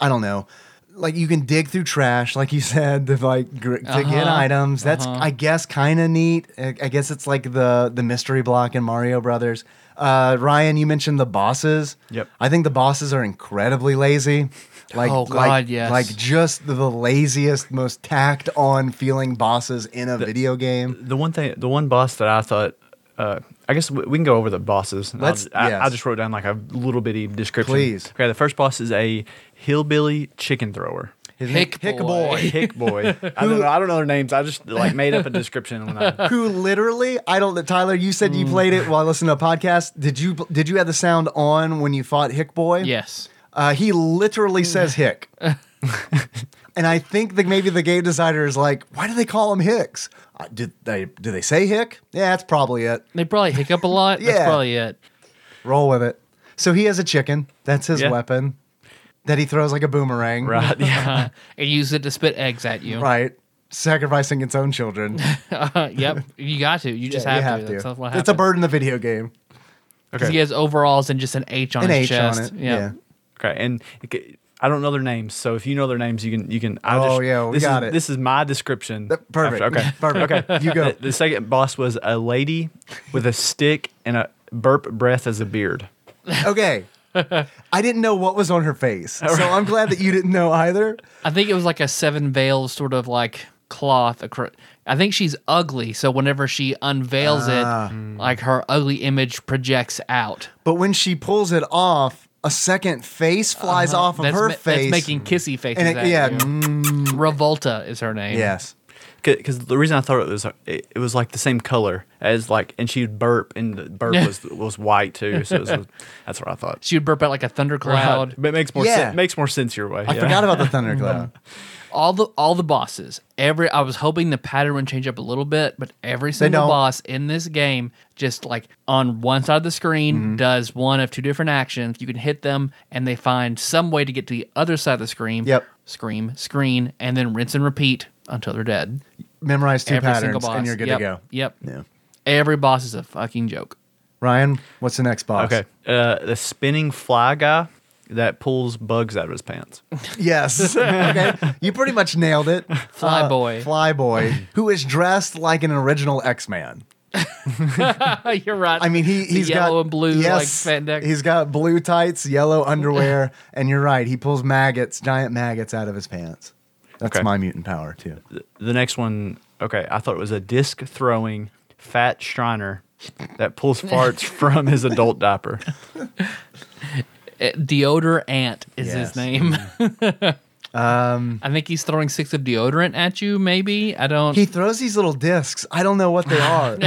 Speaker 2: I don't know. Like you can dig through trash, like you said, to like gr- to get
Speaker 1: Uh-huh,
Speaker 2: items. That's I guess kind of neat. I I guess it's like the the mystery block in Mario Brothers. Uh, Ryan, you mentioned the bosses.
Speaker 3: Yep.
Speaker 2: I think the bosses are incredibly lazy. Like
Speaker 1: Oh,
Speaker 2: like,
Speaker 1: God, yes.
Speaker 2: Like just the, the laziest, most tacked on feeling bosses in a video game.
Speaker 3: the one thing, the one boss that I thought, uh, I guess we, we can go over the bosses. And I'll
Speaker 2: Let's-
Speaker 3: ju- I,
Speaker 2: yes.
Speaker 3: I just wrote down like a little bitty description.
Speaker 2: Please.
Speaker 3: Okay, the first boss is a hillbilly chicken thrower.
Speaker 2: His
Speaker 1: Hick
Speaker 2: name-
Speaker 1: boy.
Speaker 3: Hick boy. I don't know. I don't know their names. I just like made up a description when I
Speaker 2: who literally I don't Tyler you said you played it while listening to a podcast did you did you have the sound on when you fought Hick Boy
Speaker 1: yes.
Speaker 2: uh, he literally says Hick and I think that maybe the game designer is like why do they call him Hicks Uh, did they do they say Hick yeah that's probably it
Speaker 1: They probably hiccup a lot.
Speaker 2: Yeah.
Speaker 1: That's probably it.
Speaker 2: roll with it so he has a chicken that's his
Speaker 3: Yeah.
Speaker 2: weapon that he throws like a boomerang
Speaker 3: right. Yeah.
Speaker 1: Uh-huh. And use it to spit eggs at you.
Speaker 2: right sacrificing its own children
Speaker 1: yep. You got to. You just
Speaker 2: Yeah, you
Speaker 1: have, to. That's what
Speaker 2: it's a
Speaker 1: happens.
Speaker 2: bird in the video game
Speaker 1: 'Cause He has overalls and just an H on
Speaker 2: an
Speaker 1: his
Speaker 2: H
Speaker 1: chest.
Speaker 2: on it
Speaker 1: Yeah.
Speaker 3: Okay, and it ca- I don't know their names, so if you know their names, you can you can. I
Speaker 2: Oh,
Speaker 3: just,
Speaker 2: yeah, we
Speaker 3: this
Speaker 2: got
Speaker 3: is,
Speaker 2: it.
Speaker 3: This is my description.
Speaker 2: That- perfect.
Speaker 3: After- okay,
Speaker 2: Perfect.
Speaker 3: Okay,
Speaker 2: You go.
Speaker 3: The, the second boss was a lady with a stick and a burp breath as a beard.
Speaker 2: Okay. I didn't know what was on her face, so I'm glad that you didn't know either.
Speaker 1: I think it was like a seven veil sort of like cloth. acro- I think she's ugly, so whenever she unveils
Speaker 2: Ah.
Speaker 1: it, like her ugly image projects out.
Speaker 2: But when she pulls it off, a second face flies off of
Speaker 1: Uh-huh. that's
Speaker 2: her
Speaker 1: ma- That's
Speaker 2: face.
Speaker 1: making kissy faces.
Speaker 2: and it,
Speaker 1: at
Speaker 2: yeah,
Speaker 1: you.
Speaker 2: mm,
Speaker 1: Revolta is her name.
Speaker 2: yes.
Speaker 3: Because the reason I thought it was it, it was like the same color as like, and she would burp, and the burp was was white too. So it was, that's what I thought.
Speaker 1: She would burp out like a thundercloud.
Speaker 3: But it makes more
Speaker 2: Yeah.
Speaker 3: sen- makes more sense your way.
Speaker 2: I forgot about the
Speaker 1: Mm-hmm.
Speaker 2: thundercloud.
Speaker 1: All the all the bosses. Every I was hoping the pattern would change up a little bit, but every single
Speaker 2: don't.
Speaker 1: boss in this game just like on one side of the screen
Speaker 2: Mm-hmm.
Speaker 1: does one of two different actions. You can hit them and they find some way to get to the other side of the screen.
Speaker 2: Yep.
Speaker 1: Scream, screen, and then rinse and repeat until they're dead.
Speaker 2: Memorize two
Speaker 1: every single
Speaker 2: patterns,
Speaker 1: boss.
Speaker 2: and you're good
Speaker 1: Yep,
Speaker 2: to go.
Speaker 1: Yep.
Speaker 2: Yeah.
Speaker 1: Every boss is a fucking joke.
Speaker 2: Ryan, what's the next boss?
Speaker 3: Okay, uh, the spinning fly guy that pulls bugs out of his pants.
Speaker 2: Yes. okay. You pretty much nailed it. Uh,
Speaker 1: Flyboy.
Speaker 2: Flyboy, who is dressed like an original X-Man.
Speaker 1: You're right.
Speaker 2: I mean, he
Speaker 1: The
Speaker 2: he's
Speaker 1: yellow
Speaker 2: got
Speaker 1: and blue
Speaker 2: yes,
Speaker 1: like fandex.
Speaker 2: He's got blue tights, yellow underwear, and you're right. He pulls maggots, giant maggots, out of his pants. That's
Speaker 3: Okay.
Speaker 2: my mutant power too.
Speaker 3: The next one, okay, I thought it was a disc throwing fat Shriner that pulls farts from his adult diaper.
Speaker 1: Uh, Deodor Ant is
Speaker 2: Yes.
Speaker 1: his name. um, I think he's throwing sticks of deodorant at you. Maybe I don't.
Speaker 2: He throws these little discs. I don't know what they are.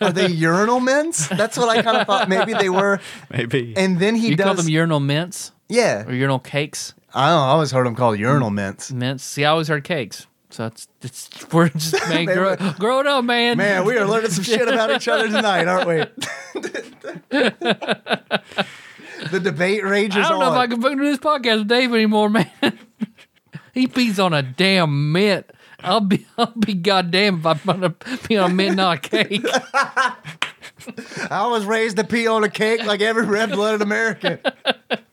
Speaker 2: are they urinal mints? That's what I kind of thought maybe they were.
Speaker 3: Maybe.
Speaker 2: And then he
Speaker 1: you
Speaker 2: does.
Speaker 1: call them urinal mints
Speaker 2: yeah,
Speaker 1: or urinal cakes?
Speaker 2: I don't know. I always heard them called urinal mints.
Speaker 1: Mints. See, I always heard cakes. So it's, it's we're just man, grow,
Speaker 2: were-
Speaker 1: grow it up, man.
Speaker 2: Man, we are learning some shit about each other tonight, aren't we? the debate rages
Speaker 1: I don't know
Speaker 2: on.
Speaker 1: if I can fucking do this podcast with Dave anymore, man. he pees on a damn mint. I'll be I'll be goddamn if I'm gonna pee on a mint, not a cake.
Speaker 2: I was raised to pee on a cake like every red blooded American.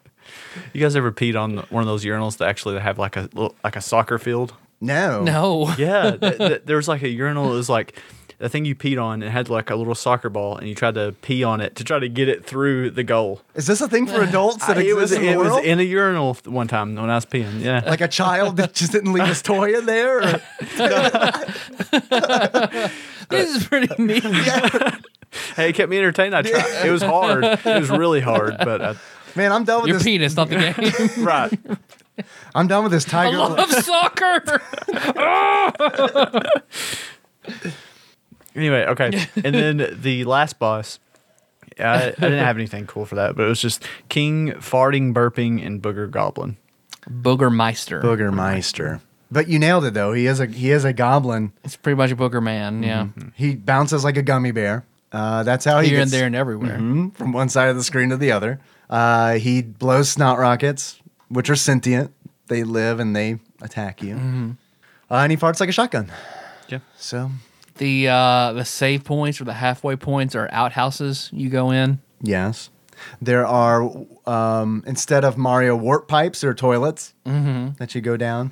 Speaker 3: you guys ever peed on one of those urinals that actually have like a little- like a soccer field?
Speaker 2: No.
Speaker 1: No.
Speaker 3: Yeah, th- th- there was like a urinal. It was like the thing you peed on. It had like a little soccer ball, and you tried to pee on it to try to get it through the goal.
Speaker 2: Is this a thing for adults that
Speaker 3: I- it
Speaker 2: exists
Speaker 3: was
Speaker 2: in the
Speaker 3: it was
Speaker 2: world?
Speaker 3: in a urinal one time when I was peeing. Yeah,
Speaker 2: like a child that just didn't leave his toy in there? Or,
Speaker 1: This is pretty neat.
Speaker 3: hey, it kept me entertained. I tried. It was hard. It was really hard, but I,
Speaker 2: man, I'm done with
Speaker 1: Your
Speaker 2: this.
Speaker 1: penis, not the game.
Speaker 3: right.
Speaker 2: I'm done with this
Speaker 1: I
Speaker 2: tiger.
Speaker 1: love soccer.
Speaker 3: Anyway, okay. And then the last boss, I, I didn't have anything cool for that, but it was just King farting, burping, and booger goblin.
Speaker 1: Boogermeister.
Speaker 2: Boogermeister. But you nailed it though. He is a he is a goblin.
Speaker 1: It's pretty much a booger man. Yeah.
Speaker 2: He bounces like a gummy bear. Uh, that's how he
Speaker 1: Here
Speaker 2: gets
Speaker 1: and there and
Speaker 2: Mm-hmm.
Speaker 1: everywhere.
Speaker 2: from one side of the screen to the other. Uh, he blows snot rockets, which are sentient. They live and they attack you.
Speaker 1: Mm-hmm.
Speaker 2: Uh, and he farts like a shotgun.
Speaker 3: Yeah.
Speaker 2: So
Speaker 1: The uh, the save points or the halfway points are outhouses you go in.
Speaker 2: Yes. There are, um, instead of Mario warp pipes or toilets
Speaker 1: Mm-hmm.
Speaker 2: that you go down.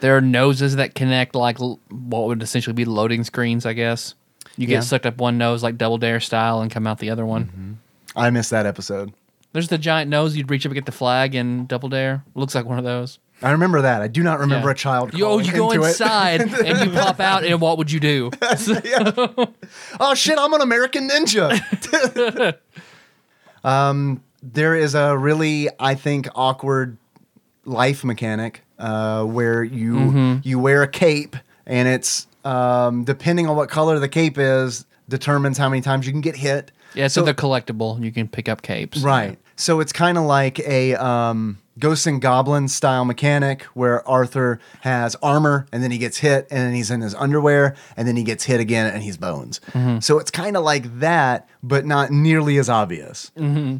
Speaker 1: There are noses that connect like l- what would essentially be loading screens, I guess. You get
Speaker 2: Yeah. Mm-hmm.
Speaker 1: sucked up one nose like Double Dare style and come out the other one.
Speaker 2: I missed that episode.
Speaker 1: There's the giant nose you'd reach up and get the flag in Double Dare. Looks like one of those.
Speaker 2: I remember that. I do not remember
Speaker 1: Yeah.
Speaker 2: a child.
Speaker 1: You, oh,
Speaker 2: crawling
Speaker 1: you go
Speaker 2: into it.
Speaker 1: inside and you pop out, and what would you do?
Speaker 2: oh shit! I'm an American ninja. um, there is a really, I think, awkward life mechanic uh, where you
Speaker 1: Mm-hmm.
Speaker 2: you wear a cape, and it's um, depending on what color the cape is determines how many times you can get hit.
Speaker 1: Yeah, so,
Speaker 2: So-
Speaker 1: they're collectible. You can pick up capes.
Speaker 2: Right. So it's kind of like a um, Ghosts and Goblins style mechanic where Arthur has armor and then he gets hit and then he's in his underwear and then he gets hit again and he's bones. So it's kind of like that, but not nearly as obvious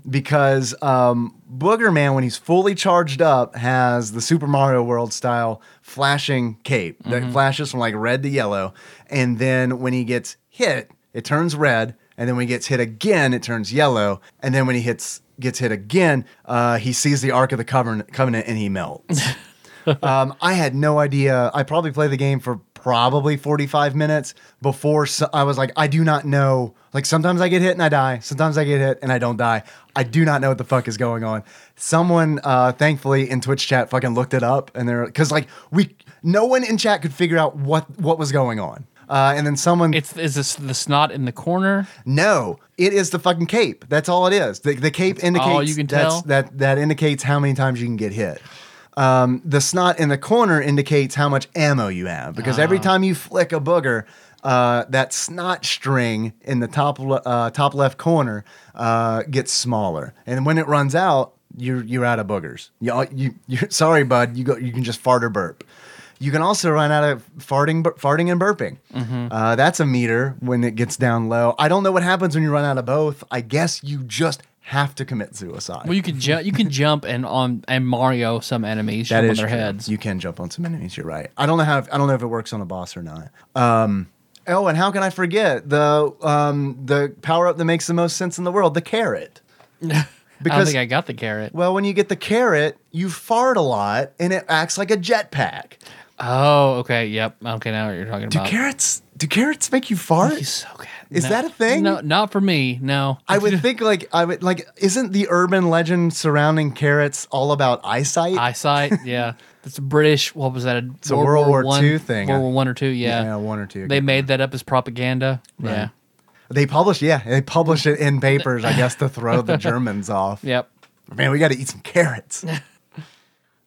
Speaker 2: because um, Booger Man, when he's fully charged up, has the Super Mario World style flashing cape that flashes from like red to yellow. And then when he gets hit, it turns red and then when he gets hit again, it turns yellow, and then when he hits gets hit again, uh, he sees the Ark of the Covenant, Covenant and he melts. um, I had no idea. I probably played the game for probably 45 minutes before so- I was like, I do not know. Like sometimes I get hit and I die. Sometimes I get hit and I don't die. I do not know what the fuck is going on. Someone, uh, thankfully, in Twitch chat, fucking looked it up, and they're because like we, no one in chat could figure out what what was going on. Uh, and then someone
Speaker 1: It's is this the snot in the corner?
Speaker 2: no, it is the fucking cape. That's all it is. The, the cape indicates
Speaker 1: all you can
Speaker 2: that's-
Speaker 1: tell?
Speaker 2: that that indicates how many times you can get hit. Um, the snot in the corner indicates how much ammo you have because every time you flick a booger, uh, that snot string in the top le- uh, top left corner uh, gets smaller, and when it runs out, you're you're out of boogers. You you you're, sorry, bud. You go. You can just fart or burp. You can also run out of farting, bur- farting and burping. Uh, that's a meter when it gets down low. I don't know what happens when you run out of both. I guess you just have to commit suicide.
Speaker 1: Well, you can jump. You can jump and on and Mario some enemies
Speaker 2: That
Speaker 1: jump
Speaker 2: is
Speaker 1: on their
Speaker 2: true.
Speaker 1: heads.
Speaker 2: You can jump on some enemies. You're right. I don't know how. I don't know if it works on a boss or not. Um, oh, and how can I forget the um, the power up that makes the most sense in the world? The carrot.
Speaker 1: I don't
Speaker 2: Because
Speaker 1: think I got the carrot.
Speaker 2: well, when you get the carrot, you fart a lot, and it acts like a jetpack.
Speaker 1: Oh, okay. Yep. Okay, now I know what you're talking
Speaker 2: Do
Speaker 1: about.
Speaker 2: carrots? Do carrots make you fart?
Speaker 1: He's Uh, so good.
Speaker 2: Is that a thing?
Speaker 1: No, not for me. No.
Speaker 2: I would think like I would like isn't the urban legend surrounding carrots all about eyesight?
Speaker 1: eyesight. Yeah, that's a British. What was that? A it's
Speaker 2: a World War II thing.
Speaker 1: World War One or two. Yeah.
Speaker 2: Yeah, one or two.
Speaker 1: They made that up as propaganda. Yeah.
Speaker 2: They publish yeah, they publish it in papers, I guess, to throw the Germans off.
Speaker 1: Yep.
Speaker 2: Man, we got to eat some carrots.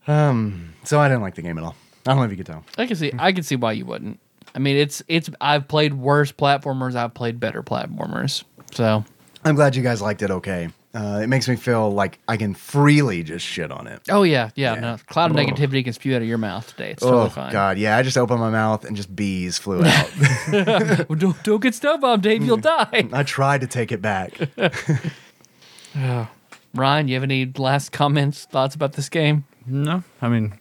Speaker 2: um, so I didn't like the game at all. I don't know if you could tell.
Speaker 1: I can see. I can see why you wouldn't. I mean, it's it's. I've played worse platformers. I've played better platformers. So
Speaker 2: I'm glad you guys liked it. Okay, uh, it makes me feel like I can freely just shit on it.
Speaker 1: Oh yeah, yeah. No, cloud of negativity can spew out of your mouth today. It's totally
Speaker 2: oh
Speaker 1: fine.
Speaker 2: God, yeah! I just opened my mouth and just bees flew out.
Speaker 1: Well, don't don't get snow bombed, Dave. You'll die.
Speaker 2: I tried to take it back.
Speaker 1: Ryan, you have any last comments, thoughts about this game?
Speaker 3: No, I mean,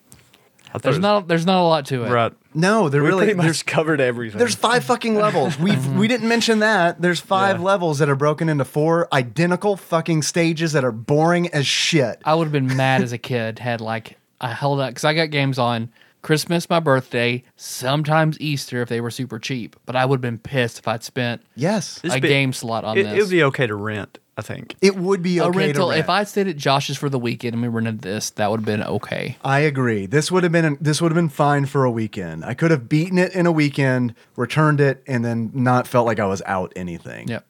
Speaker 3: I thought
Speaker 1: There's
Speaker 3: it was-
Speaker 1: not there's not a lot to it.
Speaker 3: right.
Speaker 2: No, they're
Speaker 6: We
Speaker 2: really
Speaker 6: pretty
Speaker 2: there's
Speaker 6: much covered everything.
Speaker 2: There's five fucking levels. We we didn't mention that. There's five
Speaker 3: Yeah.
Speaker 2: levels that are broken into four identical fucking stages that are boring as shit.
Speaker 1: I would have been mad as a kid had like I held out because I got games on Christmas, my birthday, sometimes Easter if they were super cheap. But I would have been pissed if I'd spent
Speaker 2: Yes,
Speaker 3: This
Speaker 1: a
Speaker 3: bit-
Speaker 1: game slot on
Speaker 3: It,
Speaker 1: this.
Speaker 3: it would be okay to rent, I think.
Speaker 2: it would be
Speaker 1: a
Speaker 2: okay
Speaker 1: rental.
Speaker 2: To rent.
Speaker 1: If I stayed at Josh's for the weekend and we rented this, that would have been okay.
Speaker 2: I agree. This would have been this would have been fine for a weekend. I could have beaten it in a weekend, returned it, and then not felt like I was out anything.
Speaker 1: Yep.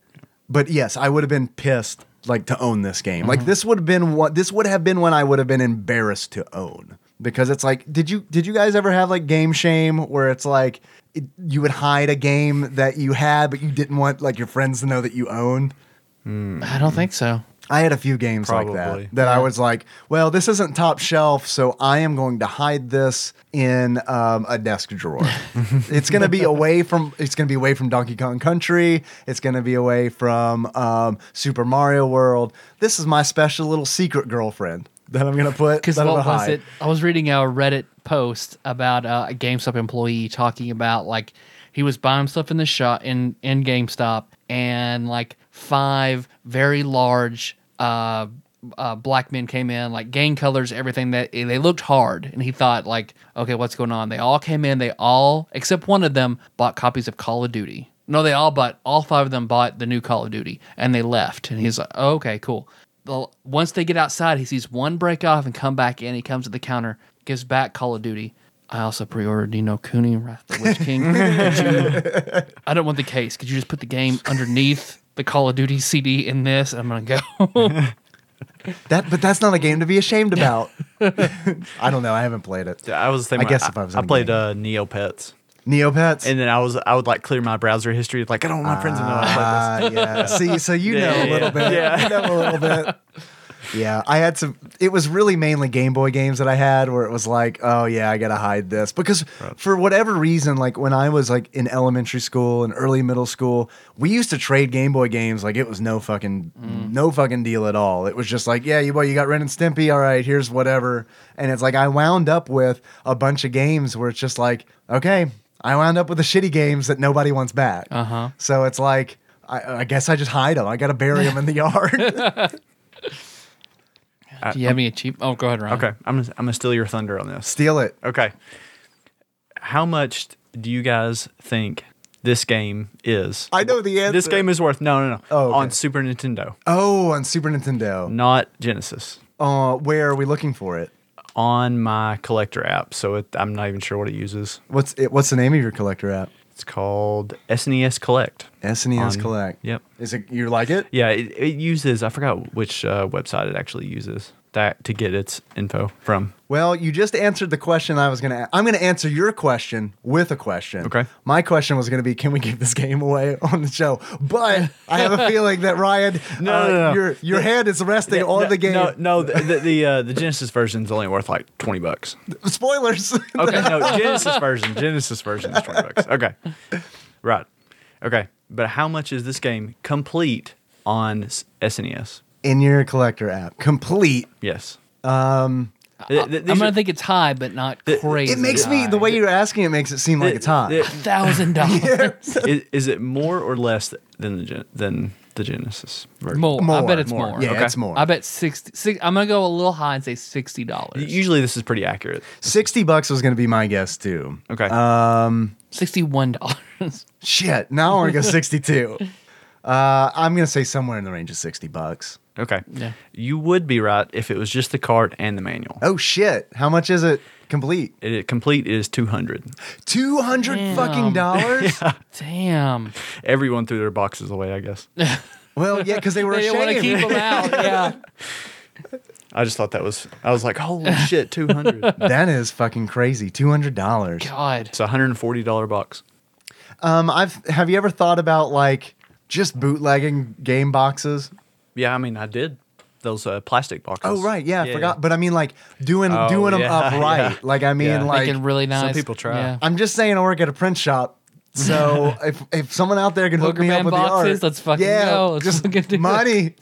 Speaker 2: But yes, I would have been pissed like to own this game. Like this would have been what this would have been when I would have been embarrassed to own because it's like did you did you guys ever have like game shame where it's like it, you would hide a game that you had but you didn't want like your friends to know that you owned?
Speaker 3: Hmm.
Speaker 1: I don't think so.
Speaker 2: I had a few games like
Speaker 3: Probably.
Speaker 2: that that I was like, well, this isn't top shelf, so I am going to hide this in um, a desk drawer. it's going to be away from it's going to be away from Donkey Kong Country. It's going to be away from um, Super Mario World. This is my special little secret girlfriend that I'm going to put.
Speaker 1: Because
Speaker 2: that
Speaker 1: what
Speaker 2: I'm
Speaker 1: was
Speaker 2: gonna hide.
Speaker 1: it? I was reading a Reddit post about uh, a GameStop employee talking about like he was buying stuff in the shop in in GameStop, and like five very large uh, uh, black men came in, like gang colors, everything that and they looked hard, and he thought like, okay, what's going on? They all came in, they all except one of them bought copies of Call of Duty. No, they all bought all five of them bought the new Call of Duty, and they left. And he's like, oh, okay, cool the, once they get outside, he sees one break off and come back in. He comes to the counter, gives back Call of Duty. I also pre-ordered Nino Cooney, Wrath of the Witch King. Could you- I don't want the case. Could you just put the game underneath the Call of Duty CD in this? I'm gonna
Speaker 3: Uh,
Speaker 1: go.
Speaker 2: That, but that's not a game to be ashamed about. I don't know. I haven't played it.
Speaker 3: I was thinking.
Speaker 2: I guess
Speaker 3: I,
Speaker 2: if I was in
Speaker 3: I
Speaker 2: a
Speaker 3: played
Speaker 2: game.
Speaker 3: uh, Neopets,
Speaker 2: Neopets.
Speaker 3: and then I was I would like clear my browser history. Like I don't want my friends to know I played this.
Speaker 2: Ah, yeah. See, so you know
Speaker 3: Yeah,
Speaker 2: a little
Speaker 3: yeah,
Speaker 2: bit. You know a little bit. Yeah, I had some. It was really mainly Game Boy games that I had, where it was like, oh yeah, I gotta hide this because for whatever reason, like when I was like in elementary school and early middle school, we used to trade Game Boy games like it was no fucking no fucking deal at all. It was just like, yeah, you boy, you got Ren and Stimpy. All right, here's whatever. And it's like I wound up with a bunch of games where it's just like, okay, I wound up with the shitty games that nobody wants back.
Speaker 1: Uh-huh.
Speaker 2: So it's like, I, I guess I just hide them. I got to bury them in the yard.
Speaker 1: Do you have any cheap? Oh, go ahead, Ryan.
Speaker 3: Okay, I'm gonna, I'm gonna steal your thunder on this.
Speaker 2: Steal it.
Speaker 3: Okay, how much do you guys think this game is?
Speaker 2: I know the answer.
Speaker 3: This game is worth no, no, no.
Speaker 2: Oh, okay.
Speaker 3: on Super Nintendo,
Speaker 2: Oh, on Super Nintendo.
Speaker 3: not Genesis.
Speaker 2: Uh, where are we looking for it?
Speaker 3: On my collector app, so it, I'm not even sure what it uses.
Speaker 2: What's it? What's the name of your collector app?
Speaker 3: It's called SNES Collect.
Speaker 2: SNES
Speaker 3: On-
Speaker 2: Collect.
Speaker 3: Um, yep.
Speaker 2: Is it you like it?
Speaker 3: Yeah, it, it uses. I forgot which uh, website it actually uses that to get its info from.
Speaker 2: Well, you just answered the question I was going to. I'm going to answer your question with a question.
Speaker 3: Okay.
Speaker 2: My question was going to be, can we give this game away on the show? But I have a feeling that Ryan, uh,
Speaker 3: No, no, no.
Speaker 2: your your hand is resting on
Speaker 3: no,
Speaker 2: the game.
Speaker 3: No, no, the the, the, uh, the Genesis version's only worth like twenty bucks.
Speaker 2: Spoilers.
Speaker 3: Okay, no, Genesis version. Genesis version is twenty bucks. Okay, right. Okay, but how much is this game complete on s- SNES?
Speaker 2: In your collector app, complete.
Speaker 3: Yes.
Speaker 2: Um,
Speaker 3: Th- th-
Speaker 1: I'm
Speaker 3: these
Speaker 1: gonna
Speaker 3: are-
Speaker 1: think it's high, but not
Speaker 3: Th-
Speaker 1: crazy.
Speaker 2: it makes me the way you're asking it makes it seem like it's hot.
Speaker 3: th-
Speaker 1: thousand dollars
Speaker 3: is, is it more or less than the Gen- than the Genesis version?
Speaker 1: more. I
Speaker 2: More,
Speaker 1: bet it's
Speaker 3: more.
Speaker 1: more.
Speaker 2: yeah,
Speaker 3: okay.
Speaker 2: it's more.
Speaker 1: I bet 60 six, I'm gonna go a little high and say sixty dollars.
Speaker 3: Usually, this is pretty accurate.
Speaker 2: Sixty bucks was going to be my guess too.
Speaker 3: Okay.
Speaker 1: Sixty-one dollars.
Speaker 2: Shit, now I want to go sixty-two. Uh, I'm going to say somewhere in the range of sixty bucks.
Speaker 3: okay.
Speaker 1: Yeah.
Speaker 3: You would be right if it was just the cart and the manual.
Speaker 2: Oh shit! How much is it complete?
Speaker 3: It, it complete is two hundred.
Speaker 2: Two hundred fucking dollars.
Speaker 1: Damn.
Speaker 3: Everyone threw their boxes away. I guess.
Speaker 2: Well, yeah, because they were
Speaker 1: They didn't want to
Speaker 2: ashamed.
Speaker 1: keep them out. Yeah.
Speaker 3: I just thought that was. I was like, holy shit, two hundred.
Speaker 2: that is fucking crazy. Two hundred dollars.
Speaker 1: God.
Speaker 3: It's a hundred and forty dollar box.
Speaker 2: Um, I've have you ever thought about like just bootlegging game boxes?
Speaker 3: Yeah, I mean, I did those uh, plastic boxes.
Speaker 2: Oh right, yeah, I forgot. But I mean, like doing
Speaker 3: Oh,
Speaker 2: doing them
Speaker 3: yeah,
Speaker 2: up right.
Speaker 3: yeah.
Speaker 2: Like I mean,
Speaker 3: Yeah.
Speaker 2: like
Speaker 1: Making really nice.
Speaker 3: people try.
Speaker 1: Yeah.
Speaker 2: I'm just saying, I work at a print shop. So if if someone out there can hook
Speaker 1: Booger
Speaker 2: me up
Speaker 1: Man
Speaker 2: with the
Speaker 1: boxes,
Speaker 2: art,
Speaker 1: let's fucking
Speaker 2: yeah,
Speaker 1: go. Let's
Speaker 2: just
Speaker 1: fucking do it.
Speaker 2: money.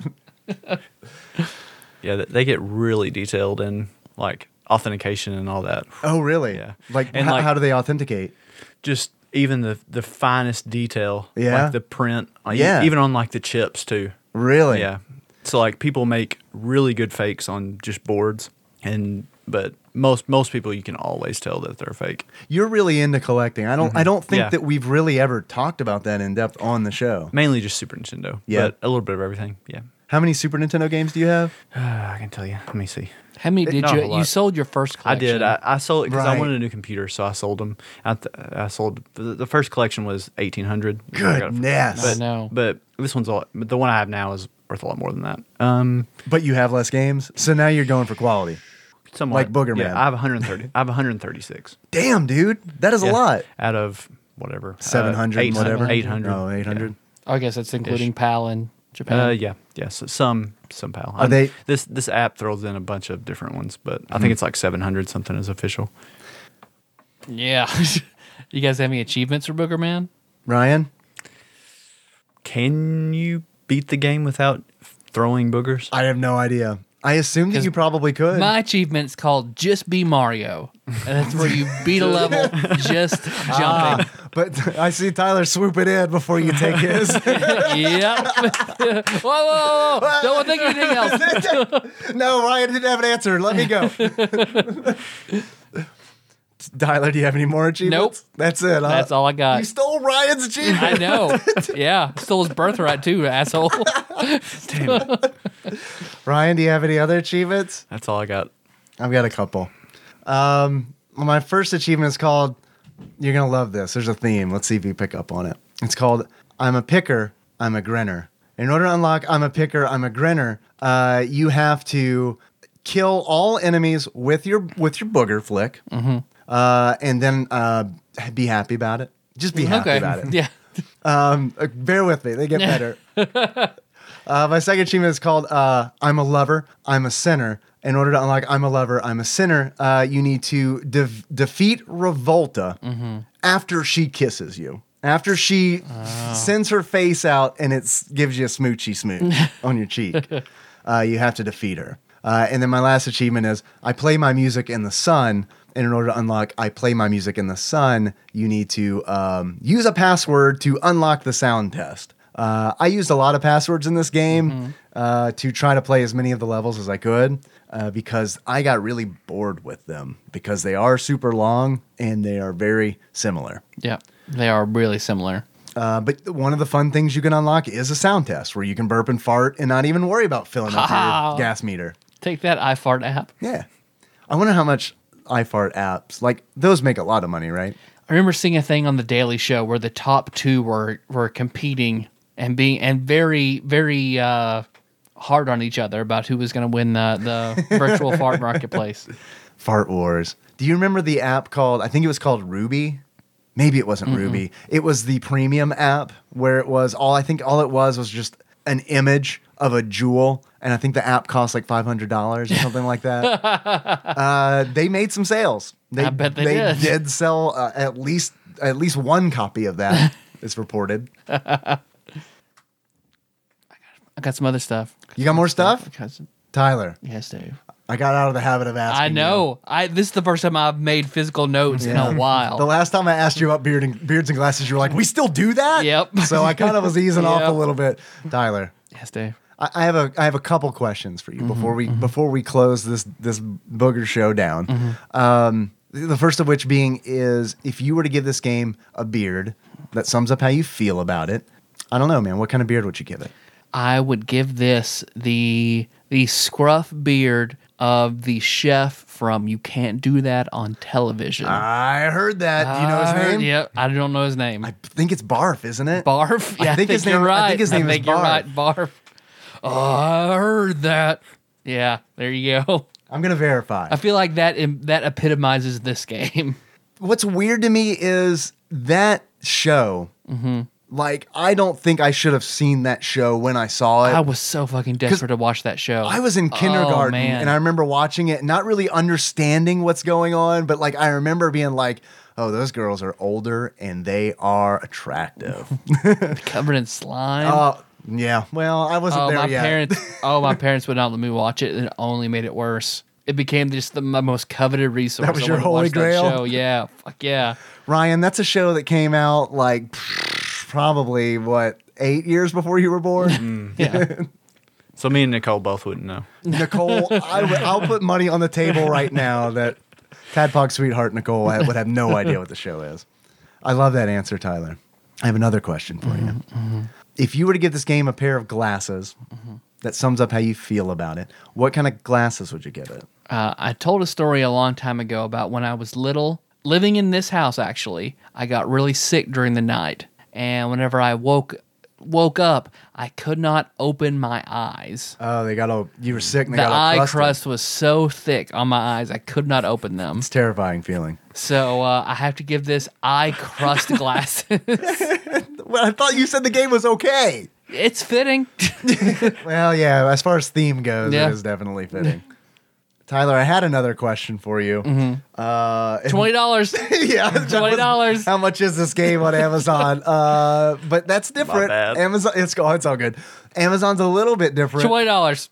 Speaker 3: Yeah, th- they get really detailed in like authentication and all that.
Speaker 2: Oh really?
Speaker 3: Yeah.
Speaker 2: Like,
Speaker 3: And,
Speaker 2: h-
Speaker 3: like-
Speaker 2: how do they authenticate?
Speaker 3: Just even the the finest detail.
Speaker 2: Yeah.
Speaker 3: Like the print. Like,
Speaker 2: Yeah.
Speaker 3: Even on like the chips too.
Speaker 2: Really?
Speaker 3: Yeah. So like people make really good fakes on just boards, and but most most people you can always tell that they're fake.
Speaker 2: You're really into collecting. I don't.
Speaker 1: Mm-hmm.
Speaker 2: I don't think
Speaker 3: Yeah.
Speaker 2: that we've really ever talked about that in depth on the show.
Speaker 3: Mainly just Super Nintendo.
Speaker 2: Yeah.
Speaker 3: But a little bit of everything. Yeah.
Speaker 2: How many Super Nintendo games do you have?
Speaker 3: Uh, I can tell you. Let me see.
Speaker 1: How many did
Speaker 3: not a
Speaker 1: you?
Speaker 3: lot.
Speaker 1: You sold your first
Speaker 3: I
Speaker 1: collection.
Speaker 3: did. I, I sold because
Speaker 2: Right.
Speaker 3: I wanted a new computer, so I sold them. I, th- I sold the, the first collection was eighteen hundred.
Speaker 2: Goodness.
Speaker 1: I
Speaker 2: But,
Speaker 1: know.
Speaker 3: But this one's a lot. But the one I have now is worth a lot more than that. Um,
Speaker 2: you have less games, so now you're going for quality.
Speaker 3: somewhat.
Speaker 2: Like Booger
Speaker 3: yeah,
Speaker 2: Man.
Speaker 3: I have one hundred thirty. I have one hundred thirty six.
Speaker 2: Damn, dude, that is a lot.
Speaker 3: out of whatever uh,
Speaker 2: 700 and whatever.
Speaker 3: eight hundred.
Speaker 2: Oh, 800.
Speaker 1: I guess that's including PAL in Japan.
Speaker 3: Uh, yeah, yeah. So some, some pal. Are
Speaker 2: they- Mm-hmm.
Speaker 3: This this app throws in a bunch of different ones, but I think it's like seven hundred something is official.
Speaker 1: yeah. you guys have any achievements for Booger Man?
Speaker 2: Ryan,
Speaker 3: Can you beat the game without throwing boogers?
Speaker 2: I have no idea. I assume that you probably could.
Speaker 1: My achievement's called Just Be Mario. And that's where you beat a level just jumping.
Speaker 2: but I see Tyler swoop it in before you take his.
Speaker 1: yep. whoa, whoa, whoa, whoa. Don't think of anything else.
Speaker 2: no, Ryan didn't have an answer. Let me go. Tyler, do you have any more achievements?
Speaker 1: Nope.
Speaker 2: That's it. huh?
Speaker 1: That's all I got.
Speaker 2: You stole Ryan's
Speaker 1: I
Speaker 2: achievement.
Speaker 1: know. Yeah. Stole his birthright too, asshole.
Speaker 3: Damn it.
Speaker 2: Ryan, do you have any other achievements?
Speaker 3: That's all I got.
Speaker 2: I've got a couple. Um, my first achievement is called. You're gonna love this. There's a theme. Let's see if you pick up on it. It's called "I'm a picker, I'm a grinner." In order to unlock "I'm a picker, I'm a grinner," uh, you have to kill all enemies with your with your booger flick, uh, and then uh, be happy about it. Just be happy
Speaker 1: Mm, okay.
Speaker 2: about it.
Speaker 1: Yeah.
Speaker 2: Um, uh, bear with me, they get better. uh, my second achievement is called uh, I'm a Lover, I'm a Sinner. In order to unlock I'm a Lover, I'm a Sinner, uh, you need to de- defeat Revolta after she kisses you. After she sends her face out and it gives you a smoochy smooch on your cheek, uh, you have to defeat her. Uh, and then my last achievement is I play my music in the sun. And in order to unlock I play my music in the sun, you need to um, use a password to unlock the sound test. Uh, I used a lot of passwords in this game uh, to try to play as many of the levels as I could uh, because I got really bored with them because they are super long and they are very similar.
Speaker 1: Yeah, they are really similar.
Speaker 2: Uh, but one of the fun things you can unlock is a sound test where you can burp and fart and not even worry about filling up your gas meter.
Speaker 1: Take that iFart app.
Speaker 2: Yeah. I wonder how much iFart apps, like those make a lot of money, right?
Speaker 1: I remember seeing a thing on the Daily Show where the top two were were competing and being and very very uh, hard on each other about who was going to win the the virtual fart marketplace.
Speaker 2: Fart Wars. Do you remember the app called, I think it was called Ruby? Maybe it wasn't Ruby. It was the premium app where it was all, I think all it was was just an image of a jewel. And I think the app cost like $500 or something like that. Uh, they made some sales. They,
Speaker 1: I bet they did.
Speaker 2: sell uh, at least at least one copy of that. is reported.
Speaker 1: I got some other stuff.
Speaker 2: You got more stuff,
Speaker 1: Because
Speaker 2: Tyler?
Speaker 1: yes, Dave.
Speaker 2: I got out of the habit of asking.
Speaker 1: I
Speaker 2: you.
Speaker 1: know. I this is the first time I've made physical notes in a while.
Speaker 2: The last time I asked you about beard and, beards and glasses, you were like, "We still do that."
Speaker 1: Yep.
Speaker 2: So I kind of was easing off a
Speaker 1: Yep.
Speaker 2: little bit, Tyler.
Speaker 1: yes, Dave.
Speaker 2: I, I have a I have a couple questions for you
Speaker 1: Mm-hmm,
Speaker 2: before we before we close this this booger show down.
Speaker 1: Mm-hmm.
Speaker 2: Um, th- the first of which being is if you were to give this game a beard that sums up how you feel about it. I don't know, man. What kind of beard would you give it?
Speaker 1: I would give this the the scruff beard of the chef from You Can't Do That on Television.
Speaker 2: I heard that. Do you know his
Speaker 1: I heard-
Speaker 2: name?
Speaker 1: Yeah, I don't know his name.
Speaker 2: I think it's Barf, isn't it?
Speaker 1: Barf. Yeah, I think,
Speaker 2: his
Speaker 1: you're
Speaker 2: name- I
Speaker 1: right.
Speaker 2: think his name is
Speaker 1: you're
Speaker 2: Barf.
Speaker 1: right. Barf. Oh, I heard that. Yeah, there you go.
Speaker 2: I'm gonna verify.
Speaker 1: I feel like that em- that epitomizes this game.
Speaker 2: what's weird to me is that show. Like, I don't think I should have seen that show when I saw it.
Speaker 1: I was so fucking desperate to watch that show. Oh,
Speaker 2: I was in kindergarten
Speaker 1: man.
Speaker 2: and I remember watching it, not really understanding what's going on, but like I remember being like, "Oh, those girls are older and they are attractive."
Speaker 1: covered in slime.
Speaker 2: uh, yeah. Well, I wasn't
Speaker 1: oh,
Speaker 2: there
Speaker 1: my
Speaker 2: yet.
Speaker 1: parents! oh, my parents would not let me watch it, and it only made it worse. It became just the, my most coveted resource.
Speaker 2: That was
Speaker 1: I
Speaker 2: your
Speaker 1: wanted to watch
Speaker 2: holy
Speaker 1: that
Speaker 2: grail?
Speaker 1: show. Yeah, fuck yeah.
Speaker 2: Ryan, that's a show that came out like probably what eight years before you were born.
Speaker 1: Yeah.
Speaker 3: So me and Nicole both wouldn't know.
Speaker 2: Nicole, I w- I'll put money on the table right now that Tadpog sweetheart Nicole ha- would have no idea what the show is. I love that answer, Tyler. I have another question for you.
Speaker 1: Mm-hmm,
Speaker 2: If you were to give this game a pair of glasses that sums up how you feel about it, what kind of glasses would you give it?
Speaker 1: Uh, I told a story a long time ago about when I was little, living in this house. Actually, I got really sick during the night, and whenever I woke woke up, I could not open my eyes.
Speaker 2: Oh, they got all you were sick. And they
Speaker 1: the
Speaker 2: got all
Speaker 1: eye
Speaker 2: crusty.
Speaker 1: crust was so thick on my eyes, I could not open them.
Speaker 2: It's a terrifying feeling.
Speaker 1: So uh, I have to give this eye crust glasses.
Speaker 2: Well, I thought you said the game was okay.
Speaker 1: it's fitting.
Speaker 2: Well, yeah, as far as theme goes,
Speaker 1: Yeah.
Speaker 2: it is definitely fitting. Tyler, I had another question for you.
Speaker 1: Mm-hmm.
Speaker 2: Uh, and-
Speaker 1: Twenty dollars.
Speaker 2: yeah, that was-
Speaker 1: $20.
Speaker 2: How much is this game on Amazon? uh, but that's different.
Speaker 3: bad.
Speaker 2: Amazon, it's oh, it's all good. Amazon's a little bit different.
Speaker 1: Twenty dollars.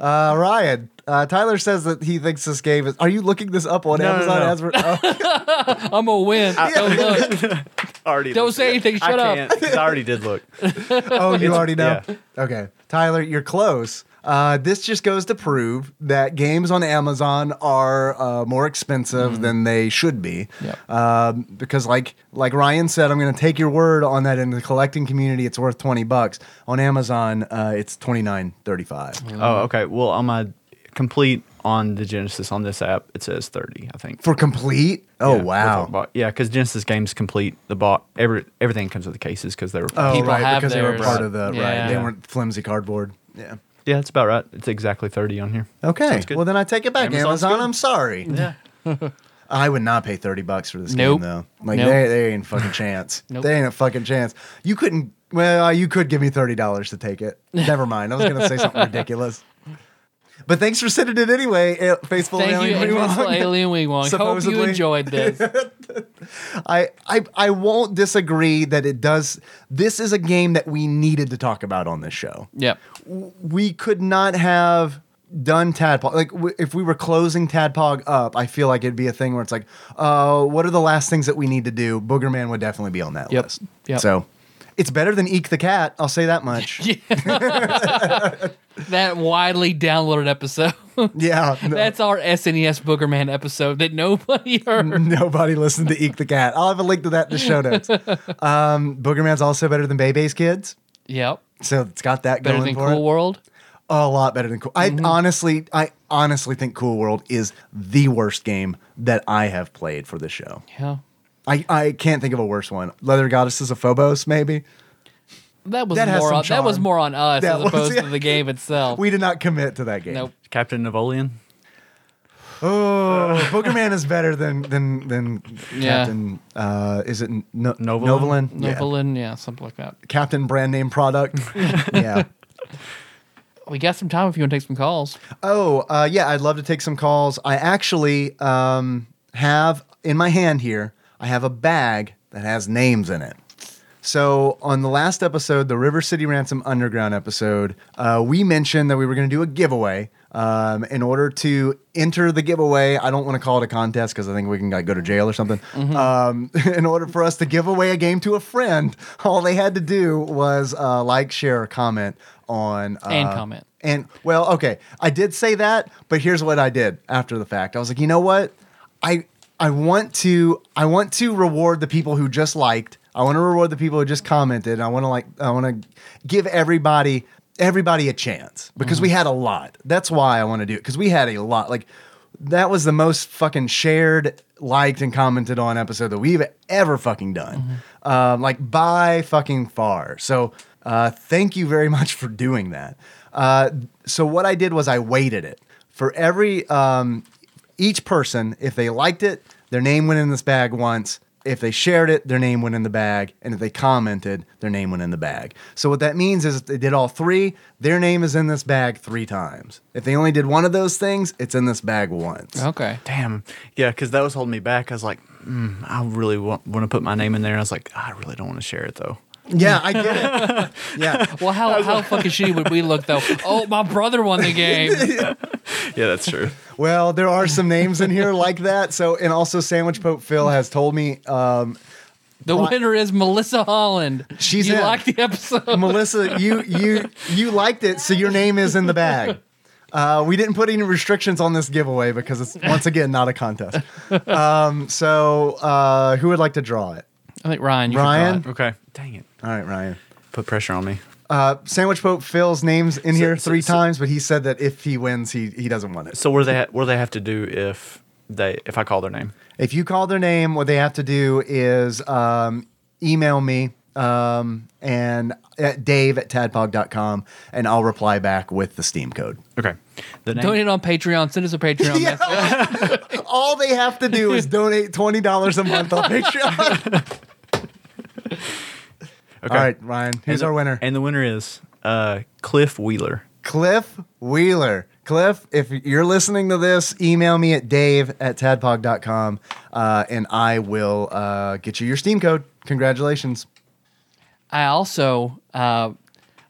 Speaker 2: Uh, Ryan, uh, Tyler says that he thinks this game is. Are you looking this up on
Speaker 3: No, no,
Speaker 2: Amazon?
Speaker 3: no.
Speaker 2: As we're, oh,
Speaker 1: I'm gonna win. Don't Oh, look.
Speaker 3: Already
Speaker 1: Don't
Speaker 3: looked
Speaker 1: say
Speaker 3: it.
Speaker 1: anything, shut
Speaker 3: I
Speaker 1: up.
Speaker 3: can't, 'cause I already did look.
Speaker 2: oh, you already know.
Speaker 3: yeah.
Speaker 2: Okay, Tyler, you're close. Uh, this just goes to prove that games on Amazon are uh, more expensive
Speaker 1: Mm.
Speaker 2: than they should be.
Speaker 1: Yep.
Speaker 2: um, because like like Ryan said, I'm going to take your word on that. In the collecting community, it's worth twenty bucks. On Amazon, uh, it's twenty nine thirty five.
Speaker 3: Oh, okay. Well, on my complete on the Genesis on this app, it says thirty. I think.
Speaker 2: For complete, oh
Speaker 3: Yeah, with the
Speaker 2: wow,
Speaker 3: box- Yeah, because Genesis games complete the box. Every everything comes with the cases because they were.
Speaker 2: oh
Speaker 1: People
Speaker 2: right,
Speaker 1: have
Speaker 2: because they were
Speaker 1: theirs.
Speaker 2: part of the right. They
Speaker 1: Yeah.
Speaker 2: weren't flimsy cardboard. Yeah.
Speaker 3: Yeah, that's about right. It's exactly thirty on here.
Speaker 2: Okay.
Speaker 3: good.
Speaker 2: Well, then I take it back,
Speaker 3: Amazon's
Speaker 2: Amazon.
Speaker 3: good.
Speaker 2: I'm sorry. Yeah. I would not pay thirty bucks for this
Speaker 1: Nope.
Speaker 2: game though. Like
Speaker 1: Nope.
Speaker 2: they, they ain't fucking chance.
Speaker 1: Nope.
Speaker 2: They ain't a fucking chance. You couldn't. Well, uh, you could give me thirty dollars to take it. Never mind. I was gonna say something ridiculous. But thanks for sending it anyway, A- Faithful
Speaker 1: Thank you,
Speaker 2: Alien Green
Speaker 1: Invincible
Speaker 2: Wong.
Speaker 1: Alien Wing Wong. Hope you
Speaker 2: Supposedly.
Speaker 1: enjoyed this.
Speaker 2: I, I I won't disagree that it does. This is a game that we needed to talk about on this show.
Speaker 1: Yep.
Speaker 2: we could not have done tadpog like w- if we were closing tadpog up i feel like it'd be a thing where it's like uh what are the last things that we need to do boogerman would definitely be on that
Speaker 1: Yep.
Speaker 2: list
Speaker 1: Yep.
Speaker 2: so It's better than Eek the Cat. I'll say that much. yeah.
Speaker 1: that widely downloaded episode.
Speaker 2: no.
Speaker 1: That's our SNES Boogerman episode that nobody
Speaker 2: Mm.
Speaker 1: heard.
Speaker 2: Nobody listened to Eek the Cat. I'll have a link to that in the show notes. Um, Boogerman's also better than Bebe's kids,
Speaker 1: Yep.
Speaker 2: so it's got that
Speaker 1: Better than
Speaker 2: going for
Speaker 1: Cool
Speaker 2: it.
Speaker 1: World. Mm-hmm.
Speaker 2: A lot better than Cool. I honestly, I honestly think Cool World is the worst game that I have played for this show.
Speaker 1: Yeah.
Speaker 2: I, I can't think of a worse one. Leather Goddesses of Phobos, maybe.
Speaker 1: That was
Speaker 2: That has
Speaker 1: more
Speaker 2: some
Speaker 1: on, that was
Speaker 2: charm.
Speaker 1: more on us
Speaker 2: That
Speaker 1: as
Speaker 2: was-
Speaker 1: opposed to
Speaker 2: yeah.
Speaker 1: the game itself.
Speaker 2: We did not commit to that game.
Speaker 1: nope.
Speaker 3: Captain Navolian.
Speaker 2: Oh, Boogerman is better than than than
Speaker 1: Yeah.
Speaker 2: Captain. Uh, is it no-
Speaker 3: Novelin?
Speaker 2: Novelin? Yeah.
Speaker 1: Novelin, yeah. something like that.
Speaker 2: Captain brand name product. yeah.
Speaker 1: We got some time if you want to take some calls.
Speaker 2: Oh, uh, yeah, I'd love to take some calls. I actually um, have in my hand here, I have a bag that has names in it. So, on the last episode, the River City Ransom Underground episode, uh, we mentioned that we were going to do a giveaway. Um, in order to enter the giveaway, I don't want to call it a contest because I think we can like, go to jail or something. Um, in order for us to give away a game to a friend, all they had to do was uh, like, share, or comment on uh,
Speaker 1: And comment.
Speaker 2: and well, okay, I did say that, but here's what I did after the fact. I was like, you know what? I I want to I want to reward the people who just liked. I want to reward the people who just commented. I want to like I want to give everybody everybody a chance because we had a lot. That's why I want to do it because we had a lot. Like that was the most fucking shared, liked, and commented on episode that we've ever fucking done. Um, like by fucking far. So uh, thank you very much for doing that. Uh, so what I did was I weighted it for every um, each person. If they liked it, their name went in this bag once. If they shared it, their name went in the bag, and if they commented, their name went in the bag. So what that means is if they did all three, their name is in this bag three times. If they only did one of those things, it's in this bag once.
Speaker 1: Okay.
Speaker 3: Damn. Yeah, because that was holding me back. I was like, mm, I really want, want to put my name in there. I was like, "Ah, I really don't want to share it though.
Speaker 2: Yeah, I get it. yeah,
Speaker 1: Well, how, how fucking shitty would we look though? Oh, my brother won the game.
Speaker 3: Yeah, that's true.
Speaker 2: Well, there are some names in here like that. So, and also Sandwich Pope Phil has told me um,
Speaker 1: The winner is Melissa Holland.
Speaker 2: She's
Speaker 1: you
Speaker 2: in.
Speaker 1: liked the episode.
Speaker 2: Melissa, you you you liked it, so your name is in the bag. Uh, we didn't put any restrictions on this giveaway because it's once again not a contest. Um, so, uh, who would like to draw it?
Speaker 1: I think Ryan. You
Speaker 2: Ryan?
Speaker 1: Ryan.
Speaker 3: Okay. Dang it.
Speaker 2: All right, Ryan.
Speaker 3: Put pressure on me.
Speaker 2: Uh, Sandwich Pope Phil's name's in here
Speaker 3: so-
Speaker 2: three
Speaker 3: so-
Speaker 2: times, but he said that if he wins, he he doesn't want it.
Speaker 3: So what do they ha- what do they have to do if they if I call their name?
Speaker 2: If you call their name, what they have to do is um, email me um, and at dave at tadpog.com, and I'll reply back with the Steam code.
Speaker 3: Okay. The name.
Speaker 1: Donate on Patreon. Send us a Patreon
Speaker 2: Yeah.
Speaker 1: message.
Speaker 2: All they have to do is donate twenty dollars a month on Patreon.
Speaker 3: okay.
Speaker 2: All right, Ryan, who's
Speaker 3: And the-
Speaker 2: our winner?
Speaker 3: And the winner is uh, Cliff Wheeler.
Speaker 2: Cliff Wheeler. Cliff, if you're listening to this, email me at dave at tadpog.com uh, and I will uh, get you your Steam code. Congratulations.
Speaker 1: I also, uh,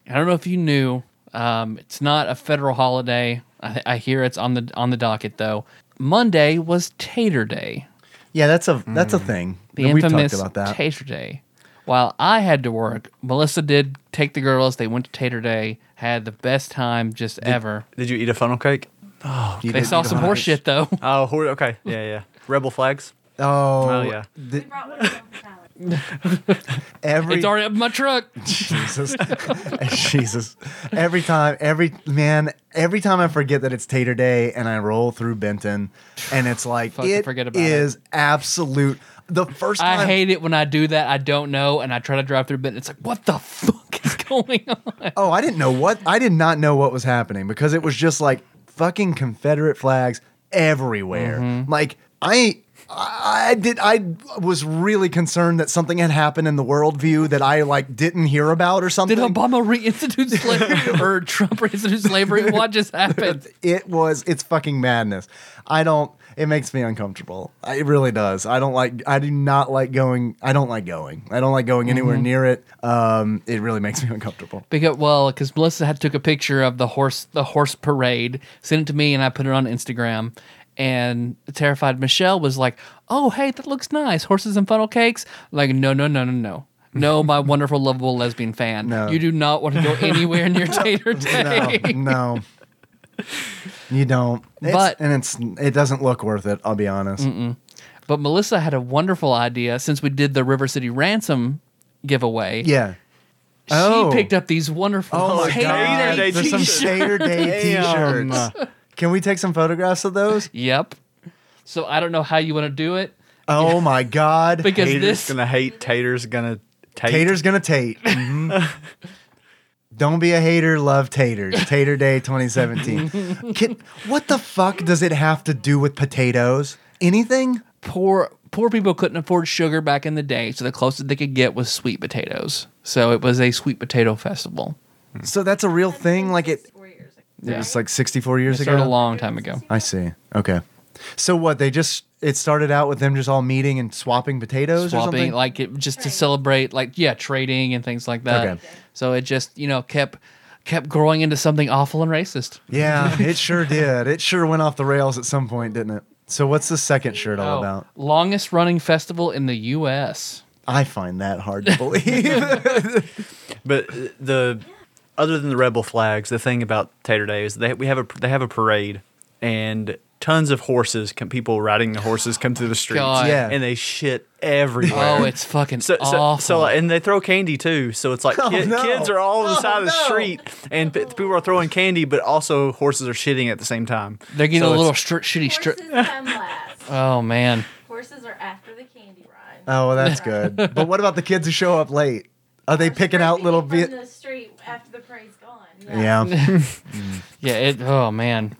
Speaker 1: I don't know if you knew, um, it's not a federal holiday. I, I hear it's on the on the docket though. Monday was Tater Day,
Speaker 2: Yeah, that's a that's a thing.
Speaker 1: the
Speaker 2: Mm. We've
Speaker 1: infamous
Speaker 2: talked about that.
Speaker 1: Tater Day. While I had to work, Melissa did take the girls. They went to Tater Day, had the best time just ever.
Speaker 3: Did you eat a funnel cake?
Speaker 2: You
Speaker 1: They
Speaker 2: did-
Speaker 1: saw
Speaker 2: you
Speaker 1: some
Speaker 2: got it.
Speaker 1: horse shit though.
Speaker 3: Oh, hor- okay. Yeah, yeah. Rebel flags.
Speaker 2: Oh,
Speaker 3: Oh, yeah.
Speaker 2: the- every
Speaker 1: It's already up in my truck.
Speaker 2: Jesus. Jesus. Every time, every man, every time I forget that it's Tater Day and I roll through Benton and it's like
Speaker 1: Fucking
Speaker 2: it
Speaker 1: forget about
Speaker 2: is absolute the first time
Speaker 1: I hate it when I do that. I don't know, and I try to drive through, but it's like, what the fuck is going on?
Speaker 2: Oh, I didn't know what I did not know what was happening because it was just like fucking Confederate flags everywhere.
Speaker 1: Mm-hmm.
Speaker 2: Like I I I did I was really concerned that something had happened in the worldview that I like didn't hear about or something.
Speaker 1: Did Obama reinstitute slavery or Trump reinstitute slavery? What just happened?
Speaker 2: it was it's fucking madness i don't it makes me uncomfortable it really does i don't like i do not like going i don't like going i don't like going anywhere near it um it really makes me uncomfortable
Speaker 1: Because well, because Melissa had took a picture of the horse the horse parade, sent it to me, and I put it on Instagram. And terrified Michelle was like, "Oh, hey, that looks nice. Horses and funnel cakes." Like, no, no, no, no, no. No, my wonderful, lovable lesbian fan.
Speaker 2: No.
Speaker 1: You do not want to go anywhere near Tater Day.
Speaker 2: No, no. You don't. It's-
Speaker 1: But-
Speaker 2: and it's it doesn't look worth it. I'll be honest.
Speaker 1: But Melissa had a wonderful idea since we did the River City Ransom giveaway.
Speaker 2: Yeah.
Speaker 1: She picked up these wonderful
Speaker 2: Oh my
Speaker 1: Tater
Speaker 2: god!
Speaker 1: Day
Speaker 2: There's some
Speaker 1: t-shirts.
Speaker 2: Tater Day
Speaker 3: Damn.
Speaker 2: T-shirts. Can we take some photographs of those?
Speaker 1: Yep. So I don't know how you want to do it
Speaker 2: Oh my god!
Speaker 1: because
Speaker 3: Tater's
Speaker 1: this
Speaker 3: gonna hate. Tater's gonna tate.
Speaker 2: Tater's gonna tate. Mhm. Don't be a hater. Love taters. Tater Day 2017. Can, what the fuck does it have to do with potatoes? Anything?
Speaker 1: poor poor people couldn't afford sugar back in the day, so the closest they could get was sweet potatoes. So it was a sweet potato festival.
Speaker 2: So that's a real thing. Like it.
Speaker 6: four years ago.
Speaker 2: It was like 64 years
Speaker 1: It
Speaker 2: ago.
Speaker 1: started a long time ago.
Speaker 2: I see. Okay. So what? They just it started out with them just all meeting and swapping potatoes or
Speaker 1: Swapping
Speaker 2: something.
Speaker 1: like it, just to celebrate like yeah, trading and things like that.
Speaker 2: Okay.
Speaker 1: So it just, you know, kept kept growing into something awful and racist.
Speaker 2: yeah, it sure did. It sure went off the rails at some point, didn't it? So what's the second shirt all
Speaker 1: Oh,
Speaker 2: about?
Speaker 1: Longest running festival in the US.
Speaker 2: I find that hard to believe.
Speaker 3: But uh, the other than the rebel flags, the thing about Tater Day is they we have a they have a parade and tons of horses, come, people riding the horses come through the streets,
Speaker 1: God.
Speaker 2: Yeah.
Speaker 3: and they shit everywhere.
Speaker 1: Oh, it's fucking
Speaker 3: So, so,
Speaker 1: awful.
Speaker 3: so, and they throw candy too. So it's like ki-
Speaker 2: Oh, no.
Speaker 3: kids are all on the
Speaker 2: Oh,
Speaker 3: side of the
Speaker 2: no.
Speaker 3: street, and p- people are throwing candy, but also horses are shitting at the same time.
Speaker 1: They're getting a
Speaker 3: So
Speaker 1: little
Speaker 3: it's-
Speaker 1: stri- shitty strip.
Speaker 6: Horses come last.
Speaker 1: Oh man.
Speaker 6: Horses are after the candy ride.
Speaker 2: oh, well, that's good. But what about the kids who show up late? Are they picking out little
Speaker 6: bits
Speaker 2: bit?
Speaker 6: from the street after the parade's gone.
Speaker 2: Yeah.
Speaker 1: Yeah, it oh man.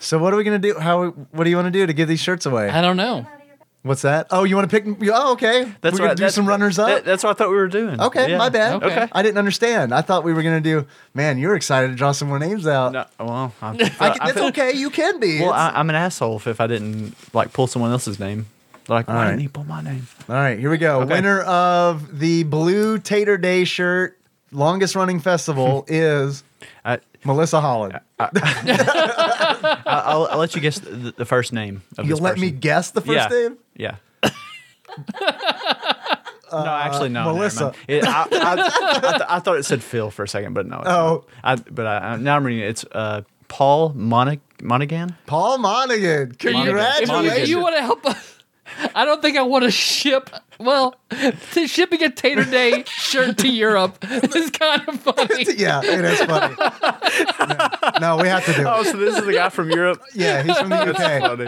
Speaker 2: So what are we gonna do? How? What do you want to do to give these shirts away?
Speaker 1: I don't know.
Speaker 2: What's that? Oh, you want to pick? Oh, okay.
Speaker 3: That's
Speaker 2: We're
Speaker 3: what
Speaker 2: gonna
Speaker 3: I-
Speaker 2: do
Speaker 3: that's-
Speaker 2: some runners up.
Speaker 3: that- that's what I thought we were doing.
Speaker 2: Okay,
Speaker 3: Yeah.
Speaker 2: my bad.
Speaker 1: Okay.
Speaker 2: I didn't understand. I thought we were gonna do. Man, you're excited to draw some more names out.
Speaker 3: No, well, I,
Speaker 2: I
Speaker 3: I
Speaker 2: can, it's
Speaker 3: feel-
Speaker 2: okay. You can be.
Speaker 3: Well,
Speaker 2: It's-
Speaker 3: I, I'm an asshole if, if I didn't like pull someone else's name. Like, why
Speaker 2: All right.
Speaker 3: didn't he pull my name?
Speaker 2: All right, here we go.
Speaker 3: Okay.
Speaker 2: Winner of the blue Tater Day shirt, longest running festival is
Speaker 3: I,
Speaker 2: Melissa Holland.
Speaker 3: I, I'll, I'll let you guess the, the first name. Of
Speaker 2: You'll
Speaker 3: this
Speaker 2: let me
Speaker 3: person.
Speaker 2: guess the first
Speaker 3: yeah.
Speaker 2: name.
Speaker 3: Yeah. no, actually, no. never
Speaker 2: Melissa.
Speaker 3: mind. It- I, I- I th- I thought it said Phil for a second, but no. it's
Speaker 2: Oh.
Speaker 3: not. I, but I, I- now I'm reading it. It's uh, Paul Monig- Monaghan.
Speaker 2: Paul Monaghan.
Speaker 1: If you-
Speaker 2: Congratulations.
Speaker 1: If you, want to help us, I don't think I want to ship. Well, t- shipping a Tater Day shirt to Europe is kind of funny.
Speaker 2: yeah, it is funny. no, no, we have to do
Speaker 3: Oh,
Speaker 2: it.
Speaker 3: so this is the guy from Europe.
Speaker 2: Yeah, he's from the UK.
Speaker 3: Funny.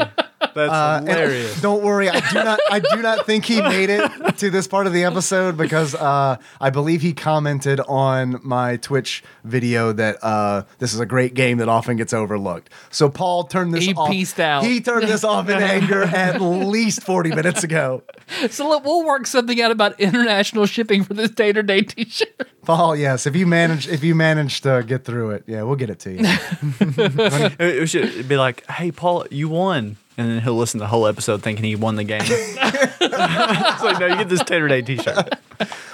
Speaker 3: That's
Speaker 2: Uh, and
Speaker 3: hilarious.
Speaker 2: don't worry, I do not. I do not think he made it to this part of the episode because uh, I believe he commented on my Twitch video that uh, this is a great game that often gets overlooked. So Paul turned this.
Speaker 1: He
Speaker 2: off.
Speaker 1: peaced out.
Speaker 2: He turned this off in anger at least forty minutes ago.
Speaker 1: So look, we'll work something out about international shipping for this Tater Day T-shirt.
Speaker 2: Paul, yes, if you manage, if you manage to get through it, yeah, we'll get it to you.
Speaker 3: It, it should be like, hey, Paul, you won. And then he'll listen to the whole episode thinking he won the game. it's like, no, you get this Tater Day t shirt.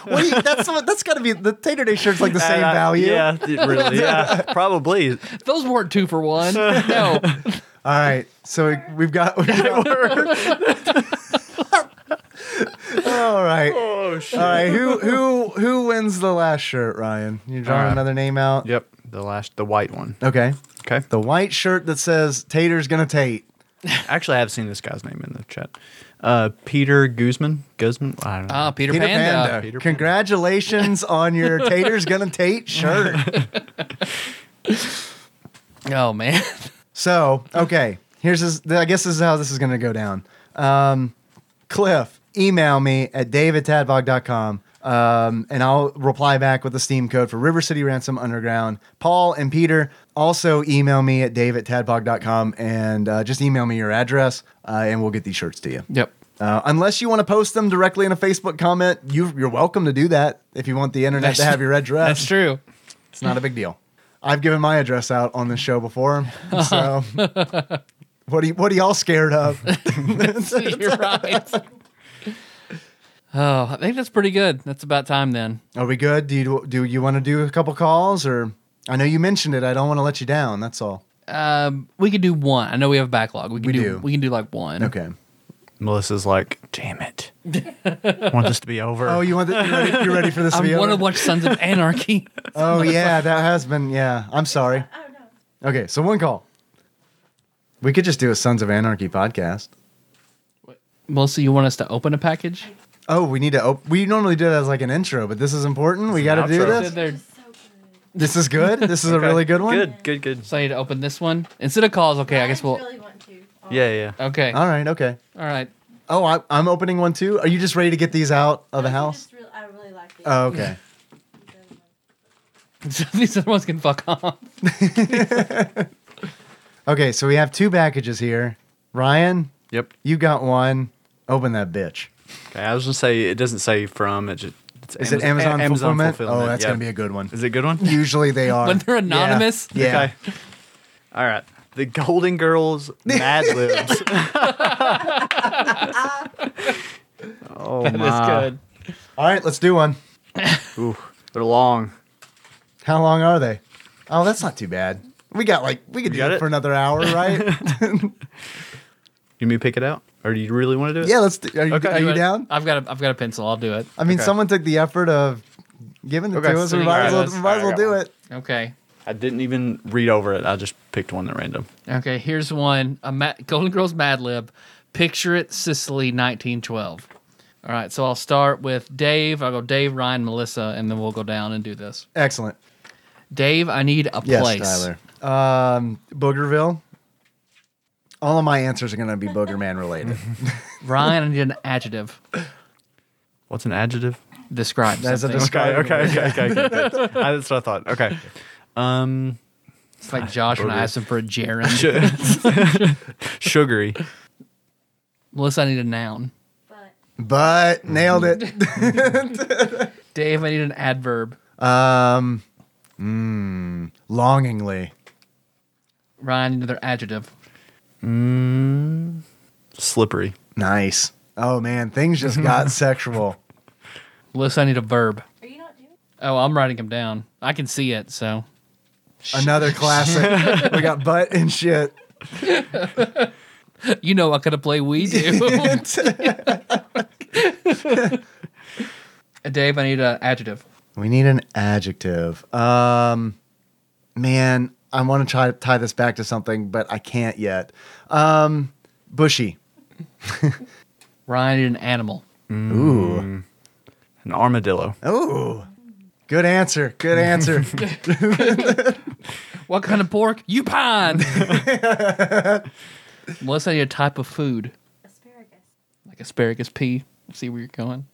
Speaker 2: What do you, that's that's got to be the Tater Day shirt's like the same value.
Speaker 3: Yeah, it really. Yeah, probably.
Speaker 1: Those weren't two for one. No,
Speaker 2: All right, so we've got. We've got all right.
Speaker 3: Oh, shit.
Speaker 2: All right, who who who wins the last shirt, Ryan? You drawing
Speaker 3: All right.
Speaker 2: another name out?
Speaker 3: Uh, Yep, the last, the white one.
Speaker 2: Okay.
Speaker 3: Okay.
Speaker 2: The white shirt that says Tater's gonna Tate.
Speaker 3: Actually, I have seen this guy's name in the chat. Uh, Peter Guzman. Guzman? I don't know.
Speaker 1: ah, Peter, Panda.
Speaker 3: Peter Panda.
Speaker 2: Congratulations on your Tater's gonna Tate shirt.
Speaker 1: Oh man,
Speaker 2: So, okay, here's this, I guess this is how this is going to go down. Um, Cliff, email me at davidtadbog.com. Um, and I'll reply back with the Steam code for River City Ransom Underground. Paul and Peter also email me at davidtadbog.com and uh, just email me your address uh, and we'll get these shirts to you.
Speaker 1: yep.
Speaker 2: Uh, unless you want to post them directly in a Facebook comment, you, you're welcome to do that if you want the internet to
Speaker 1: That's-
Speaker 2: have your address.
Speaker 1: That's true.
Speaker 2: It's not a big deal. I've given my address out on this show before, so what are you, what are y'all scared of?
Speaker 1: You're right. Oh, I think that's pretty good. That's about time then.
Speaker 2: Are we good? Do you do you want to do a couple calls or? I know you mentioned it. I don't want to let you down. That's all.
Speaker 1: Um, we could do one. I know we have a backlog. We can
Speaker 2: We
Speaker 1: do,
Speaker 2: do.
Speaker 1: We can do like one.
Speaker 2: Okay.
Speaker 3: Melissa's like, damn it. I want this to be over.
Speaker 2: Oh, you want the, you ready, you ready for this to be
Speaker 1: I want to
Speaker 2: over?
Speaker 1: watch Sons of Anarchy.
Speaker 2: Oh yeah, that has been yeah. I'm sorry.
Speaker 6: Oh no.
Speaker 2: Okay, so one call. We could just do a Sons of Anarchy podcast.
Speaker 1: Melissa, you want us to open a package?
Speaker 2: Oh, we need to. Op- we normally do that as like an intro, but this is important. We got to
Speaker 3: an
Speaker 2: do
Speaker 3: outro.
Speaker 2: this.
Speaker 1: They're-
Speaker 6: So good.
Speaker 2: This is good. This is a
Speaker 3: Okay.
Speaker 2: really good one.
Speaker 3: Good, good, good.
Speaker 1: So I need to open this one instead of calls. Okay, I guess we'll.
Speaker 6: really want to.
Speaker 3: Yeah, yeah.
Speaker 1: Okay, all
Speaker 2: All right. Okay.
Speaker 1: right.
Speaker 2: Oh, I, I'm opening one too. Are you just ready to get these out of the
Speaker 6: I
Speaker 2: house?
Speaker 6: just really- I really like these.
Speaker 2: Oh, okay.
Speaker 6: These other ones.
Speaker 1: These other ones can fuck off.
Speaker 2: Okay. So we have two packages here. Ryan,
Speaker 3: Yep.
Speaker 2: you got one. Open that bitch.
Speaker 3: Okay, I was gonna say it doesn't say from. It just it's
Speaker 2: Is it Amazon,
Speaker 3: A-
Speaker 2: fulfillment? Oh, that's
Speaker 3: yeah.
Speaker 2: gonna be a good one.
Speaker 3: Is it a good one?
Speaker 2: Usually they are.
Speaker 1: When they're anonymous?
Speaker 2: Yeah.
Speaker 3: Okay. All right. The Golden Girls Mad Libs. oh
Speaker 1: That is
Speaker 3: my.
Speaker 1: good.
Speaker 2: All right. Let's do one.
Speaker 3: Ooh, they're long.
Speaker 2: How long are they? Oh, that's not too bad. We got like we could do
Speaker 3: got
Speaker 2: it
Speaker 3: it?
Speaker 2: for another hour, right?
Speaker 3: You mean pick it out, or do you really want to do it?
Speaker 2: yeah, let's. Do, are you,
Speaker 3: Okay.
Speaker 2: are you down?
Speaker 1: I've got a, I've got a pencil. I'll do it.
Speaker 2: I mean,
Speaker 3: Okay.
Speaker 2: someone took the effort of giving it
Speaker 3: Okay,
Speaker 2: to us.
Speaker 3: so
Speaker 2: We
Speaker 1: you
Speaker 2: might as
Speaker 1: got
Speaker 2: well,
Speaker 1: this.
Speaker 2: might as well do it.
Speaker 1: Okay.
Speaker 3: I didn't even read over it. I just picked one at random.
Speaker 1: Okay. Here's one. A Ma- Golden Girls Mad Lib. Picture it, Sicily, 1912. All right. So I'll start with Dave. I'll go Dave, Ryan, Melissa, and then we'll go down and do this.
Speaker 2: Excellent.
Speaker 1: Dave, I need a
Speaker 2: Yes,
Speaker 1: place.
Speaker 2: Tyler. Um, Boogerville. All of my answers are going to be Boogerman related.
Speaker 1: Ryan, I need an adjective.
Speaker 3: What's an adjective?
Speaker 1: Describe.
Speaker 2: That's a
Speaker 1: something.
Speaker 2: descri-
Speaker 3: Okay, okay, okay, okay. good, good. Uh, that's what I thought. Okay. Um,
Speaker 1: It's like Josh and I asked him for a gerund.
Speaker 3: su- sugary.
Speaker 1: Melissa, I need a noun.
Speaker 6: But
Speaker 2: but nailed it.
Speaker 1: Dave, I need an adverb.
Speaker 2: Um, mm, longingly.
Speaker 1: Ryan, another adjective.
Speaker 3: Slippery.
Speaker 2: Nice. Oh, man. Things just got sexual.
Speaker 1: Melissa, I need a verb.
Speaker 6: are you not doing?
Speaker 1: Oh, I'm writing them down. I can see it, so.
Speaker 2: Another classic. we got butt and shit.
Speaker 1: You know I could have played We Do. Dave, I need an adjective.
Speaker 2: We need an adjective. Um, man, I want to try to tie this back to something, but I can't yet. Um, bushy.
Speaker 1: Ryan, I need an animal.
Speaker 2: Ooh.
Speaker 3: An armadillo.
Speaker 2: Ooh. Good answer. Good answer.
Speaker 1: What kind of pork? You pine. Melissa, I need a type of food,
Speaker 6: Asparagus.
Speaker 1: like asparagus pea. See where you're going.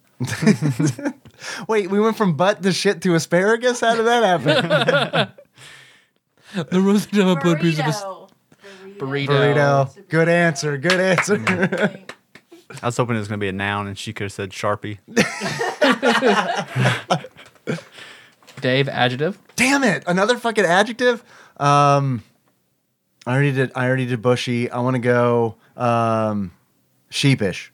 Speaker 2: Wait, we went from butt to shit to asparagus? How did that happen?
Speaker 1: The roasted of Oh, a
Speaker 6: Burrito.
Speaker 1: piece of a
Speaker 6: Burrito.
Speaker 1: Burrito.
Speaker 2: Burrito. Good answer. Good answer.
Speaker 3: I was hoping it was going to be a noun, and she could have said sharpie.
Speaker 1: Dave, adjective.
Speaker 2: Damn it. Another fucking adjective? Um, I already did I already did bushy. I want to go um, sheepish.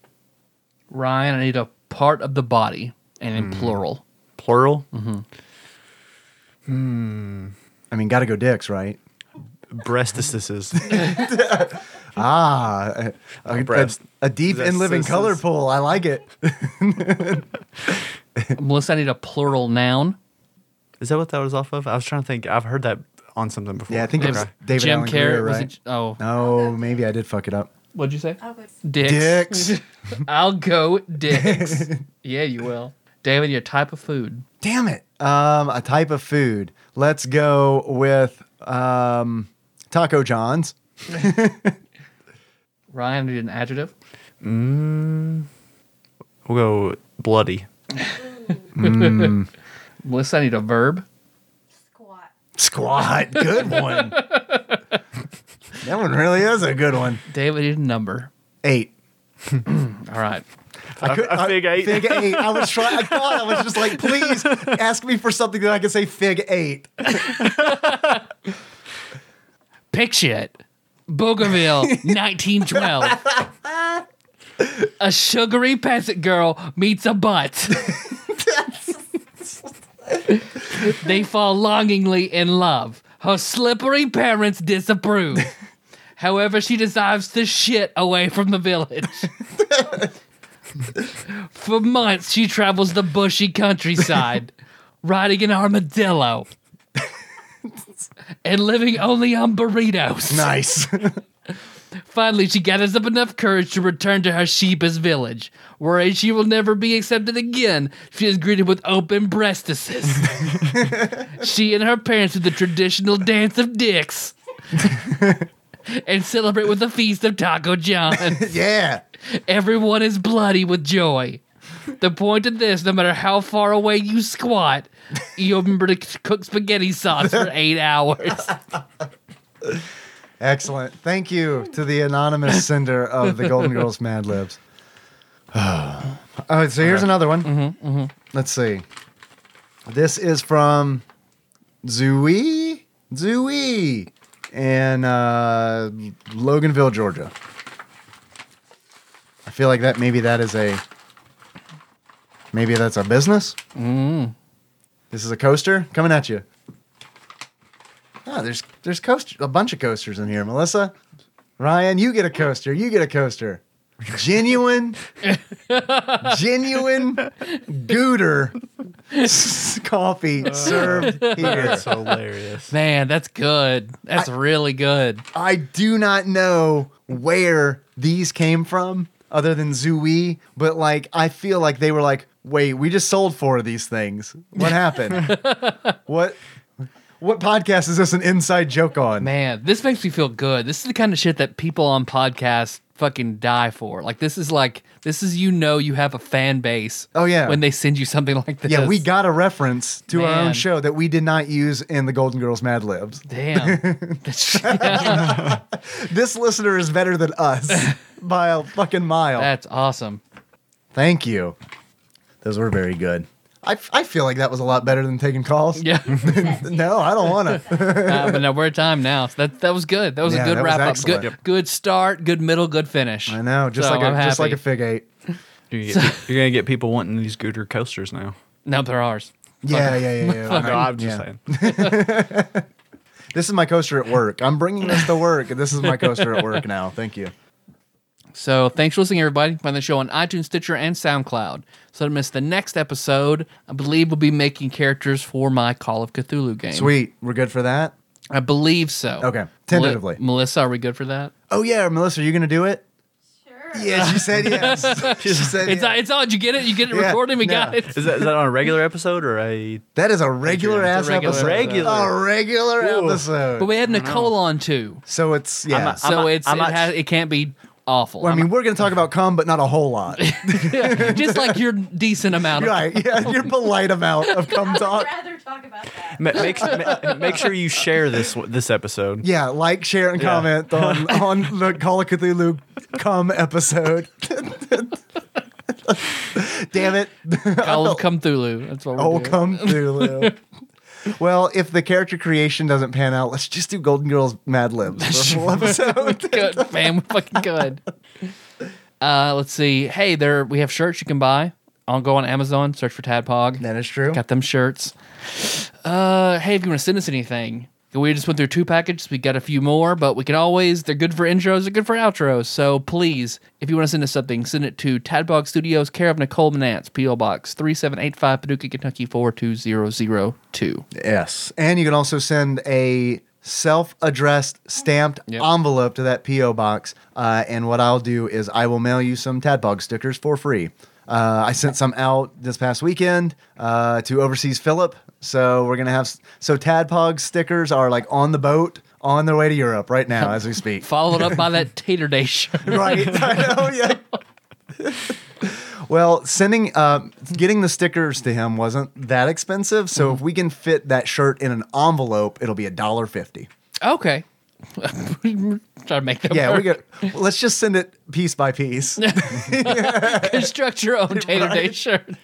Speaker 1: Ryan, I need a part of the body, and
Speaker 2: Hmm.
Speaker 1: in plural.
Speaker 3: Plural.
Speaker 2: I mean, got to go dicks, right?
Speaker 3: Mm-hmm. Breastises.
Speaker 2: Ah, a, a-
Speaker 3: breast.
Speaker 2: a deep
Speaker 3: That's-
Speaker 2: and living
Speaker 3: this
Speaker 2: color
Speaker 3: is-
Speaker 2: pool. I like it.
Speaker 1: Melissa, I need a plural noun.
Speaker 3: Is that what that was off of? I was trying to think. I've heard that on something before.
Speaker 2: Yeah, I think it was
Speaker 1: Jim-
Speaker 2: David
Speaker 1: Jim
Speaker 2: Allen
Speaker 1: Carrey
Speaker 2: Greer,
Speaker 1: was
Speaker 2: right?
Speaker 1: it- oh,
Speaker 2: No, maybe I did fuck it up.
Speaker 1: what'd you say?
Speaker 6: I'll go
Speaker 1: Dicks.
Speaker 2: Dicks.
Speaker 1: I'll go dicks. yeah, you will. David, your type of food.
Speaker 2: Damn it. Um, a type of food. Let's go with um, Taco John's.
Speaker 1: Ryan, I need an adjective.
Speaker 3: Mm. We'll go bloody.
Speaker 1: Melissa, I need a verb.
Speaker 6: squat.
Speaker 2: Squat. Good one. that one really is a good one.
Speaker 1: David, I need a number.
Speaker 2: Eight.
Speaker 1: All right.
Speaker 2: I could,
Speaker 3: a fig eight.
Speaker 2: Fig eight. I was trying. I thought I was just like, please ask me for something that I can say fig eight.
Speaker 1: Picture it. Bougainville, 1912. a sugary peasant girl meets a butt. they fall longingly in love. Her slippery parents disapprove. However, she decides to shit away from the village. For months, she travels the bushy countryside, riding an armadillo, and living only on burritos.
Speaker 2: nice.
Speaker 1: Finally, she gathers up enough courage to return to her sheepish village, where she will never be accepted again. She is greeted with open breastises. she and her parents do the traditional dance of dicks. and celebrate with a feast of Taco John.
Speaker 2: yeah.
Speaker 1: Everyone is bloody with joy. The point of this, no matter how far away you squat, you remember to c- cook spaghetti sauce for eight hours.
Speaker 2: Excellent. Thank you to the anonymous sender of the Golden Girls Mad Libs. oh, so here's another one. Let's see. This is from Zooey, Zooey, in uh, Loganville, Georgia. I feel like that maybe that is a maybe that's a business. This is a coaster coming at you. Oh, there's there's coaster, a bunch of coasters in here, Melissa. Ryan, you get a coaster. You get a coaster. Genuine, genuine gooder s- coffee served here.
Speaker 3: That's hilarious.
Speaker 1: Man, that's good. That's really good.
Speaker 2: I do not know where these came from other than Zooey, but like I feel like they were like, wait, we just sold four of these things. What happened? what what podcast is this an inside joke on?
Speaker 1: Man, this makes me feel good. This is the kind of shit that people on podcasts fucking die for. Like this is like this is you know you have a fan base.
Speaker 2: Oh, yeah.
Speaker 1: When they send you something like this.
Speaker 2: Yeah, we got a reference to our own
Speaker 1: Man.
Speaker 2: show that we did not use in the Golden Girls Mad Libs.
Speaker 1: Damn. That's,
Speaker 2: This listener is better than us by a fucking mile.
Speaker 1: that's awesome.
Speaker 2: Thank you. Those were very good. I, f- I feel like that was a lot better than taking calls.
Speaker 1: Yeah.
Speaker 2: no, I don't want to.
Speaker 1: Uh, but no, we're at time now. So that that was good. That was
Speaker 2: Yeah,
Speaker 1: a good
Speaker 2: that was
Speaker 1: wrap up.
Speaker 2: excellent.
Speaker 1: Good good start. Good middle. Good finish.
Speaker 2: I know, just
Speaker 1: So
Speaker 2: like a,
Speaker 1: I'm
Speaker 2: just like a
Speaker 1: happy.
Speaker 2: fig eight.
Speaker 3: You're gonna, get, you're gonna get people wanting these Gooder coasters now.
Speaker 1: No, they're ours.
Speaker 2: Yeah, yeah, yeah, yeah.
Speaker 3: No, I'm just
Speaker 2: Yeah.
Speaker 3: saying.
Speaker 2: This is my coaster at work. I'm bringing this to work. and This is my coaster at work now. Thank you.
Speaker 1: So thanks for listening, everybody. Find the show on iTunes, Stitcher, and SoundCloud. So to miss the next episode, I believe we'll be making characters for my Call of Cthulhu game.
Speaker 2: Sweet. We're good for that.
Speaker 1: I believe so.
Speaker 2: Okay.
Speaker 1: Mel-
Speaker 2: Tentatively.
Speaker 1: Melissa, are we good for that?
Speaker 2: Oh, yeah. Melissa, are you going to do it?
Speaker 6: Sure.
Speaker 2: Yeah, she said yes. she said
Speaker 1: It's
Speaker 2: yes.
Speaker 1: it's on. You get it. You get it
Speaker 2: Yeah,
Speaker 1: recorded. We
Speaker 2: no.
Speaker 1: got it.
Speaker 3: Is that, is that on a regular episode or a?
Speaker 2: That is a regular
Speaker 1: It's
Speaker 2: ass
Speaker 1: a regular
Speaker 2: episode.
Speaker 3: episode.
Speaker 2: A regular
Speaker 3: Ooh.
Speaker 2: episode.
Speaker 1: But we had Nicole on too,
Speaker 2: so it's yeah.
Speaker 3: not-
Speaker 1: so
Speaker 3: I'm
Speaker 1: it's
Speaker 3: I'm
Speaker 1: it,
Speaker 3: not-
Speaker 1: has, it can't be awful.
Speaker 2: well, I mean, we're gonna talk about cum, but not a whole lot.
Speaker 1: I'm- just like your decent amount. Of,
Speaker 2: right? Yeah, your polite amount of cum
Speaker 6: I would
Speaker 2: talk.
Speaker 6: rather talk about that.
Speaker 3: Ma- Make, ma- make sure you share this one- this episode.
Speaker 2: Yeah, like, share, and comment on on the Call of Cthulhu cum episode. Damn it,
Speaker 1: Call of Cthulhu. That's what we're
Speaker 2: old
Speaker 1: doing.
Speaker 2: cum Cthulhu. Well, if the character creation doesn't pan out, let's just do Golden Girls Mad Libs for a full episode.
Speaker 1: good, man. We're fucking good. Uh, let's see. Hey, there we have shirts you can buy. I'll go on Amazon, search for Tadpog.
Speaker 2: that is true.
Speaker 1: Got them shirts. Uh, hey, if you want to send us anything, we just went through two packages. We got a few more, but we can always, they're good for intros, they're good for outros. So please, if you want to send us something, send it to Tadbog Studios, care of Nicole Manance, P.O. Box 3785, Paducah, Kentucky 42002.
Speaker 2: Yes. And you can also send a self addressed stamped envelope to that P.O. box. Uh, and what I'll do is I will mail you some Tadbog stickers for free. Uh, I sent some out this past weekend uh, to Overseas Philip. So we're going to have. s- So Tadpog stickers are like on the boat on their way to Europe right now as we speak.
Speaker 1: Followed up by that Tater Day shirt.
Speaker 2: right. I know. Yeah. Well, sending, uh, getting the stickers to him wasn't that expensive. So
Speaker 1: Mm-hmm.
Speaker 2: if we can fit that shirt in an envelope, it'll be a dollar fifty.
Speaker 1: Okay. Try to make that
Speaker 2: Yeah,
Speaker 1: work.
Speaker 2: we get. well, let's just send it piece by piece.
Speaker 1: Construct your own Tater Day shirt.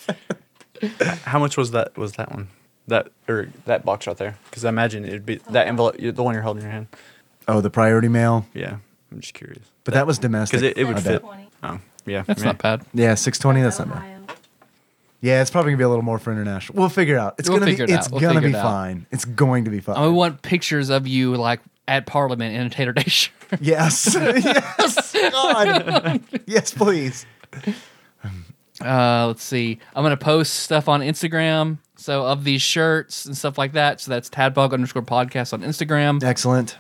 Speaker 3: How much was that? Was that one? That or that box right there? Because I imagine it'd be that envelope, the one you're holding in your hand.
Speaker 2: oh, the priority mail,
Speaker 3: Yeah, I'm just curious.
Speaker 2: but that was domestic.
Speaker 3: Because it, it would
Speaker 2: I bet.
Speaker 3: fit. Oh, yeah.
Speaker 1: That's
Speaker 3: yeah.
Speaker 1: not bad.
Speaker 2: Yeah, six twenty. That's not bad.
Speaker 6: Ohio.
Speaker 2: Yeah, it's probably gonna be a little more for international. We'll figure it out. It's
Speaker 1: We'll
Speaker 2: gonna be.
Speaker 1: figure it out.
Speaker 2: it's
Speaker 1: We'll
Speaker 2: gonna
Speaker 1: figure
Speaker 2: be
Speaker 1: it out. Oh.
Speaker 2: fine. It's going to be fine.
Speaker 1: I mean, we want pictures of you like at Parliament in a Tater Day shirt.
Speaker 2: yes. yes. God. yes, please.
Speaker 1: Uh, let's see. I'm gonna post stuff on Instagram. So of these shirts and stuff like that. So that's tadbug underscore podcast on Instagram.
Speaker 2: Excellent.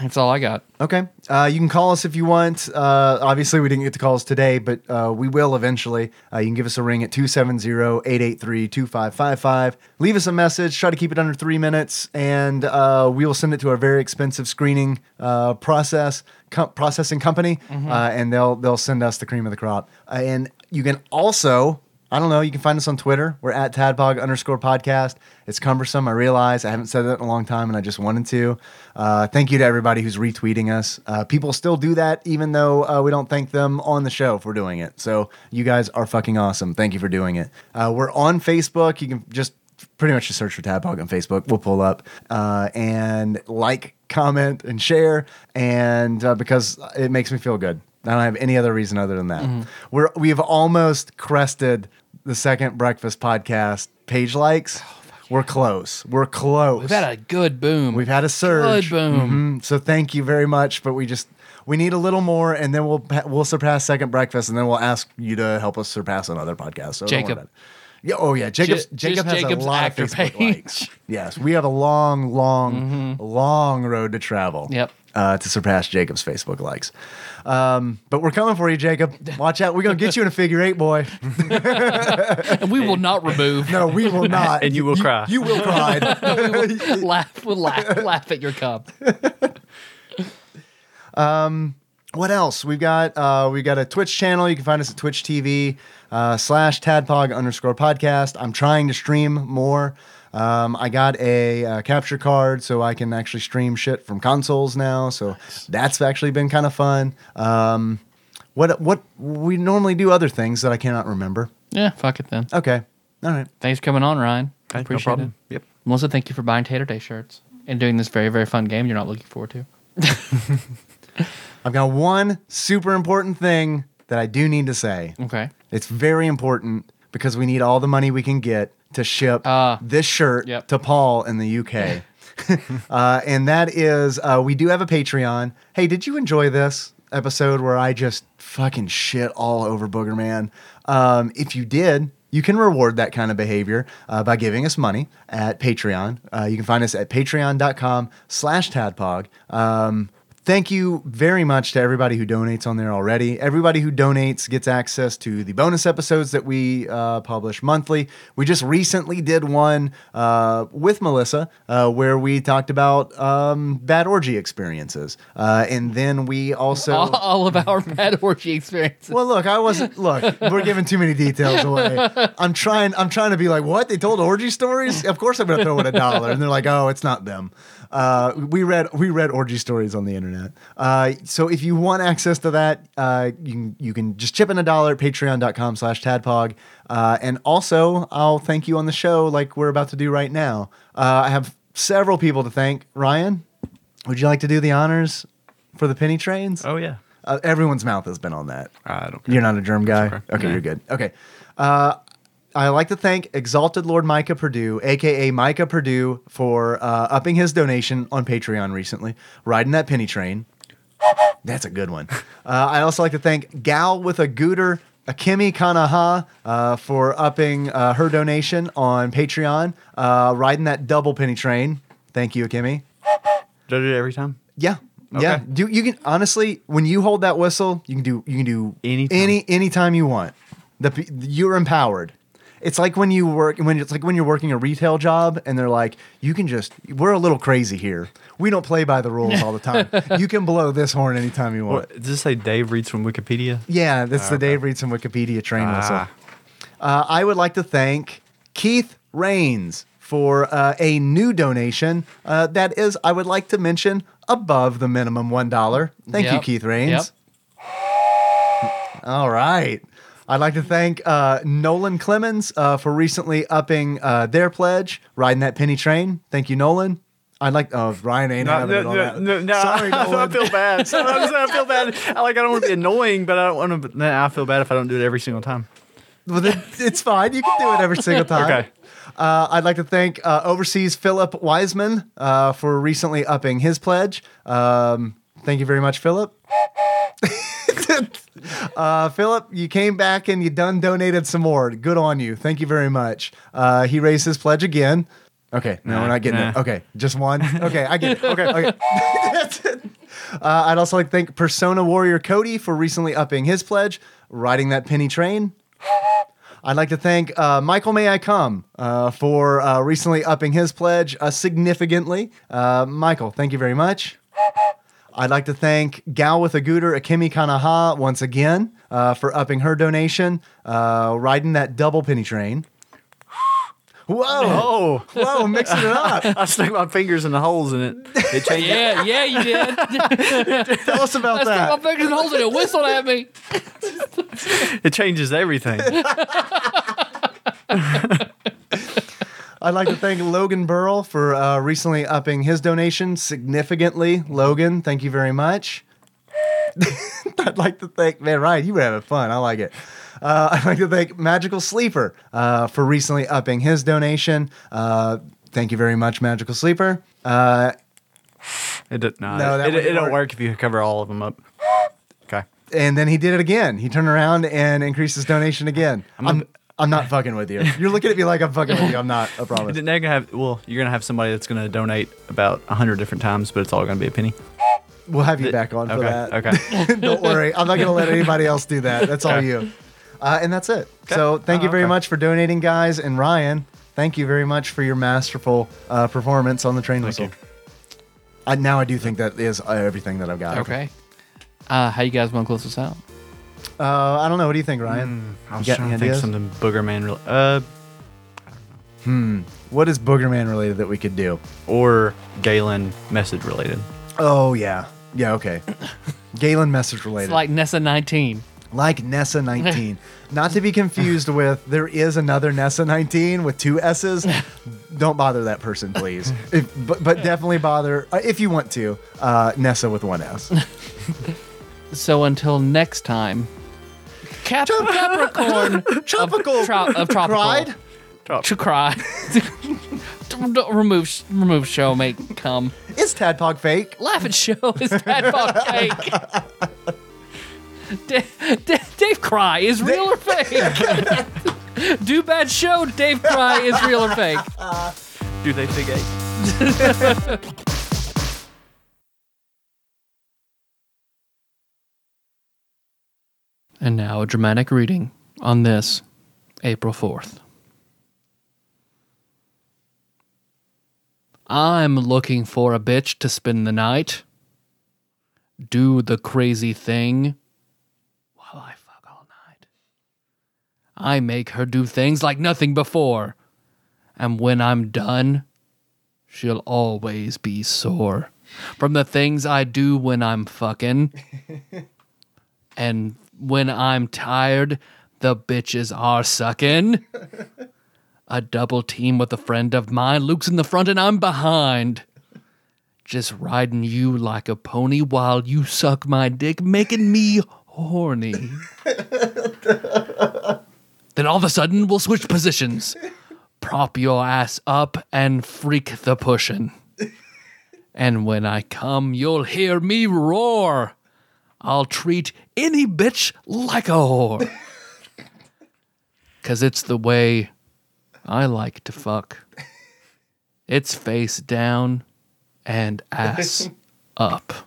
Speaker 1: That's all I got.
Speaker 2: Okay. Uh, you can call us if you want. Uh, obviously, we didn't get the calls today, but uh, we will eventually. Uh, you can give us a ring at 270 883 2555. Leave us a message. Try to keep it under three minutes, and uh, we will send it to our very expensive screening uh, process com- processing company, uh, and they'll they'll send us the cream of the crop. Uh, and you can also I don't know. You can find us on Twitter. We're at tadpog underscore podcast. It's cumbersome. I realize I haven't said that in a long time, and I just wanted to. Uh, thank you to everybody who's retweeting us. Uh, people still do that, even though uh, we don't thank them on the show for doing it. So you guys are fucking awesome. Thank you for doing it. Uh, we're on Facebook. You can just pretty much just search for tadpog on Facebook. We'll pull up uh, and like, comment, and share. And uh, because it makes me feel good. I don't have any other reason other than that.
Speaker 1: Mm-hmm.
Speaker 2: We're we have almost crested the second breakfast podcast page likes. We're close. We're close.
Speaker 1: Oh, We've had a good boom.
Speaker 2: We've had a surge.
Speaker 1: Good boom.
Speaker 2: Mhm. So thank you very much, but we just we need a little more, and then we'll we'll surpass Second Breakfast, and then we'll ask you to help us surpass another podcast. So don't worry
Speaker 1: Jacob.
Speaker 2: about it. Yeah. Oh yeah. Jacob's,
Speaker 1: Ju-
Speaker 2: Jacob
Speaker 1: just
Speaker 2: has
Speaker 1: Jacob's
Speaker 2: a lot
Speaker 1: actor
Speaker 2: of
Speaker 1: page.
Speaker 2: Facebook
Speaker 1: Mm-hmm.
Speaker 2: likes. Yes, we have a long, long, long road to travel.
Speaker 1: Yep.
Speaker 2: Uh, to surpass Jacob's Facebook likes, um, but we're coming for you, Jacob. Watch out. We're gonna get you in a figure eight, boy.
Speaker 1: and we will not remove.
Speaker 2: No, we will not.
Speaker 3: And you will cry.
Speaker 2: You will cry.
Speaker 1: laugh. We'll laugh. laugh at your cup.
Speaker 2: what else? We've got uh, we got a Twitch channel. You can find us at Twitch TV uh, slash Tadpog underscore podcast. I'm trying to stream more. Um, I got a uh, capture card so I can actually stream shit from consoles now. So that's actually been kind of fun. Um, what what we normally do other things that I cannot remember.
Speaker 1: Yeah. Fuck it then.
Speaker 2: Okay, all right.
Speaker 1: Thanks for coming on, Ryan.
Speaker 3: Hey, no
Speaker 1: Appreciate it.
Speaker 3: problem. Yep.
Speaker 1: Melissa, thank you for buying Tater Day shirts and doing this very, very fun game you're not looking forward to.
Speaker 2: I've got one super important thing that I do need to say.
Speaker 1: Okay.
Speaker 2: It's very important because we need all the money we can get to ship
Speaker 1: Ah.
Speaker 2: this shirt
Speaker 1: Yep.
Speaker 2: to Paul in the UK. uh, and that is, uh, we do have a Patreon. Hey, did you enjoy this episode where I just fucking shit all over Booger Man? Um, if you did, you can reward that kind of behavior uh, by giving us money at Patreon. Uh, you can find us at patreon.com slash tadpog. Um, Thank you very much to everybody who donates on there already. Everybody who donates gets access to the bonus episodes that we uh, publish monthly. We just recently did one uh, with Melissa uh, where we talked about um, bad orgy experiences. Uh, and then we also.
Speaker 1: All, all of our bad orgy experiences.
Speaker 2: Well, look, I wasn't. Look, we're giving too many details away. I'm trying. I'm trying to be like, what? They told orgy stories? Of course, I'm going to throw in a dollar, and they're like, oh, it's not them. Uh, we read we read orgy stories on the internet. Uh, so if you want access to that, uh, you can you can just chip in a dollar at Patreon.com/tadpog, uh, and also I'll thank you on the show like we're about to do right now. Uh, I have several people to thank. Ryan, would you like to do the honors for the penny trains?
Speaker 3: Oh yeah.
Speaker 2: Uh, everyone's mouth has been on that.
Speaker 3: I don't care.
Speaker 2: You're not a germ guy.
Speaker 3: okay.
Speaker 2: Okay, you're good. Okay. Uh, I like to thank Exalted Lord Micah Purdue, aka Micah Purdue, for uh, upping his donation on Patreon recently, riding that penny train. That's a good one. Uh, I also like to thank Gal with a Gooter, Akemi Kanaha, uh, for upping uh, her donation on Patreon, uh, riding that double penny train. Thank you, Akemi.
Speaker 3: Do I do it every time?
Speaker 2: Yeah. Yeah.
Speaker 3: Okay.
Speaker 2: Do you can honestly when you hold that whistle, you can do you can do
Speaker 3: Anytime.
Speaker 2: any anytime you want. The p- you're empowered. It's like when you work when it's like when you're working a retail job and they're like, you can just we're a little crazy here. We don't play by the rules all the time. you can blow this horn anytime you want.
Speaker 3: What, does it say Dave reads from Wikipedia?
Speaker 2: Yeah, that's the Dave Reads from Wikipedia train
Speaker 3: Ah.
Speaker 2: whistle. Uh, I would like to thank Keith Rains for uh, a new donation. Uh, that is, I would like to mention, above the minimum $1. Thank you,
Speaker 1: Yep.
Speaker 2: Keith Rains. All right. I'd like to thank uh, Nolan Clemens uh, for recently upping uh, their pledge, riding that penny train. Thank you, Nolan. I'd like, oh, Ryan ain't
Speaker 3: No,
Speaker 2: having
Speaker 3: no,
Speaker 2: it on
Speaker 3: no,
Speaker 2: that.
Speaker 3: no, no,
Speaker 2: Sorry,
Speaker 3: I, I
Speaker 2: Nolan.
Speaker 3: feel bad. Sometimes I feel bad. I like I don't want to be annoying, but I don't want to. Nah, I feel bad if I don't do it every single time.
Speaker 2: Well, then it's fine. You can do it every single time.
Speaker 3: Okay.
Speaker 2: Uh, I'd like to thank uh, overseas Philip Wiseman uh, for recently upping his pledge. Um, Thank you very much, Philip. uh, Philip, you came back and you done donated some more. Good on you. Thank you very much. Uh, he raised his pledge again. Okay, no,
Speaker 3: Nah,
Speaker 2: we're not getting it.
Speaker 3: nah.
Speaker 2: Okay, just one. Okay, I get it. Okay, okay. That's it. Uh, I'd also like to thank Persona Warrior Cody for recently upping his pledge, riding that penny train. I'd like to thank uh, Michael May I Come uh, for uh, recently upping his pledge uh, significantly. Uh, Michael, thank you very much. I'd like to thank Gal with a Gooter, Akemi Kanaha, once again uh, for upping her donation, uh, riding that double penny train. Whoa,
Speaker 3: Oh,
Speaker 2: whoa, mixing it up.
Speaker 3: I stuck my fingers in the holes in it. It changed.
Speaker 1: Yeah, yeah, you did.
Speaker 2: Tell us about
Speaker 1: My
Speaker 2: that.
Speaker 1: fingers and holes in it whistled at me.
Speaker 3: It changes everything.
Speaker 2: I'd like to thank Logan Burl for uh, recently upping his donation significantly. Logan, thank you very much. I'd like to thank, man, Ryan, you were having fun. I like it. Uh, I'd like to thank Magical Sleeper uh, for recently upping his donation. Uh, thank you very much, Magical Sleeper. Uh,
Speaker 3: It did not.
Speaker 2: No, that
Speaker 3: it,
Speaker 2: wouldn't
Speaker 3: it don't
Speaker 2: work.
Speaker 3: work if you cover all of them up. Okay.
Speaker 2: and then he did it again. He turned around and increased his donation again. I'm, I'm, not fucking with you. You're looking at me like I'm fucking with you. I'm not, I promise.
Speaker 3: Now you're gonna have well, you're gonna have somebody that's gonna donate about hundred different times, but it's all gonna be a penny.
Speaker 2: We'll have you back on for
Speaker 3: okay.
Speaker 2: that.
Speaker 3: Okay.
Speaker 2: Don't worry. I'm not going to let anybody else do that. That's all
Speaker 3: Okay.
Speaker 2: you. Uh, and that's it. So thank you
Speaker 3: Oh,
Speaker 2: very
Speaker 3: okay.
Speaker 2: much for donating, guys. And Ryan, thank you very much for your masterful uh, performance on the train whistle.
Speaker 3: you.
Speaker 2: I, now I do think that is uh, everything that I've got.
Speaker 1: Okay. Uh, how you guys want to close this out?
Speaker 2: Uh, I don't know. What do you think, Ryan?
Speaker 3: Hmm, I
Speaker 2: You
Speaker 3: was
Speaker 2: got
Speaker 3: trying
Speaker 2: any
Speaker 3: to think
Speaker 2: ideas?
Speaker 3: something Booger Man rela- uh,
Speaker 2: What is Booger Man related that we could do?
Speaker 3: or Galen message related.
Speaker 2: Oh, yeah. Yeah, okay. Galen message
Speaker 1: It's
Speaker 2: related.
Speaker 1: like Nessa 19.
Speaker 2: like Nessa 19. Not to be confused with there is another Nessa 19 with two S's. Don't bother that person, please. If, but, but definitely bother uh, if you want to uh, Nessa with one S.
Speaker 1: So until next time, Cap- Capricorn
Speaker 2: Tropical
Speaker 1: of, tro- of tropical
Speaker 2: pride.
Speaker 1: to cry. Don't remove sh- remove show make come
Speaker 2: Is Tadpog fake?
Speaker 1: laugh at show is that fuck fake. Dave, Dave, Dave cry is real or fake. Do bad show Dave cry is real or fake.
Speaker 3: Do they think eight?
Speaker 1: And now a dramatic reading on this April 4th. I'm looking for a bitch to spend the night. Do the crazy thing while I fuck all night. I make her do things like nothing before. And when I'm done, she'll always be sore from the things I do when I'm fucking. And when I'm tired, the bitches are sucking. a double team with a friend of mine. Luke's in the front and I'm behind. Just riding you like a pony while you suck my dick, making me horny. then all of a sudden, we'll switch positions. Prop your ass up and freak the pushing. And when I come, you'll hear me roar. I'll treat any bitch like a whore. Cause it's the way I like to fuck. It's face down and ass up.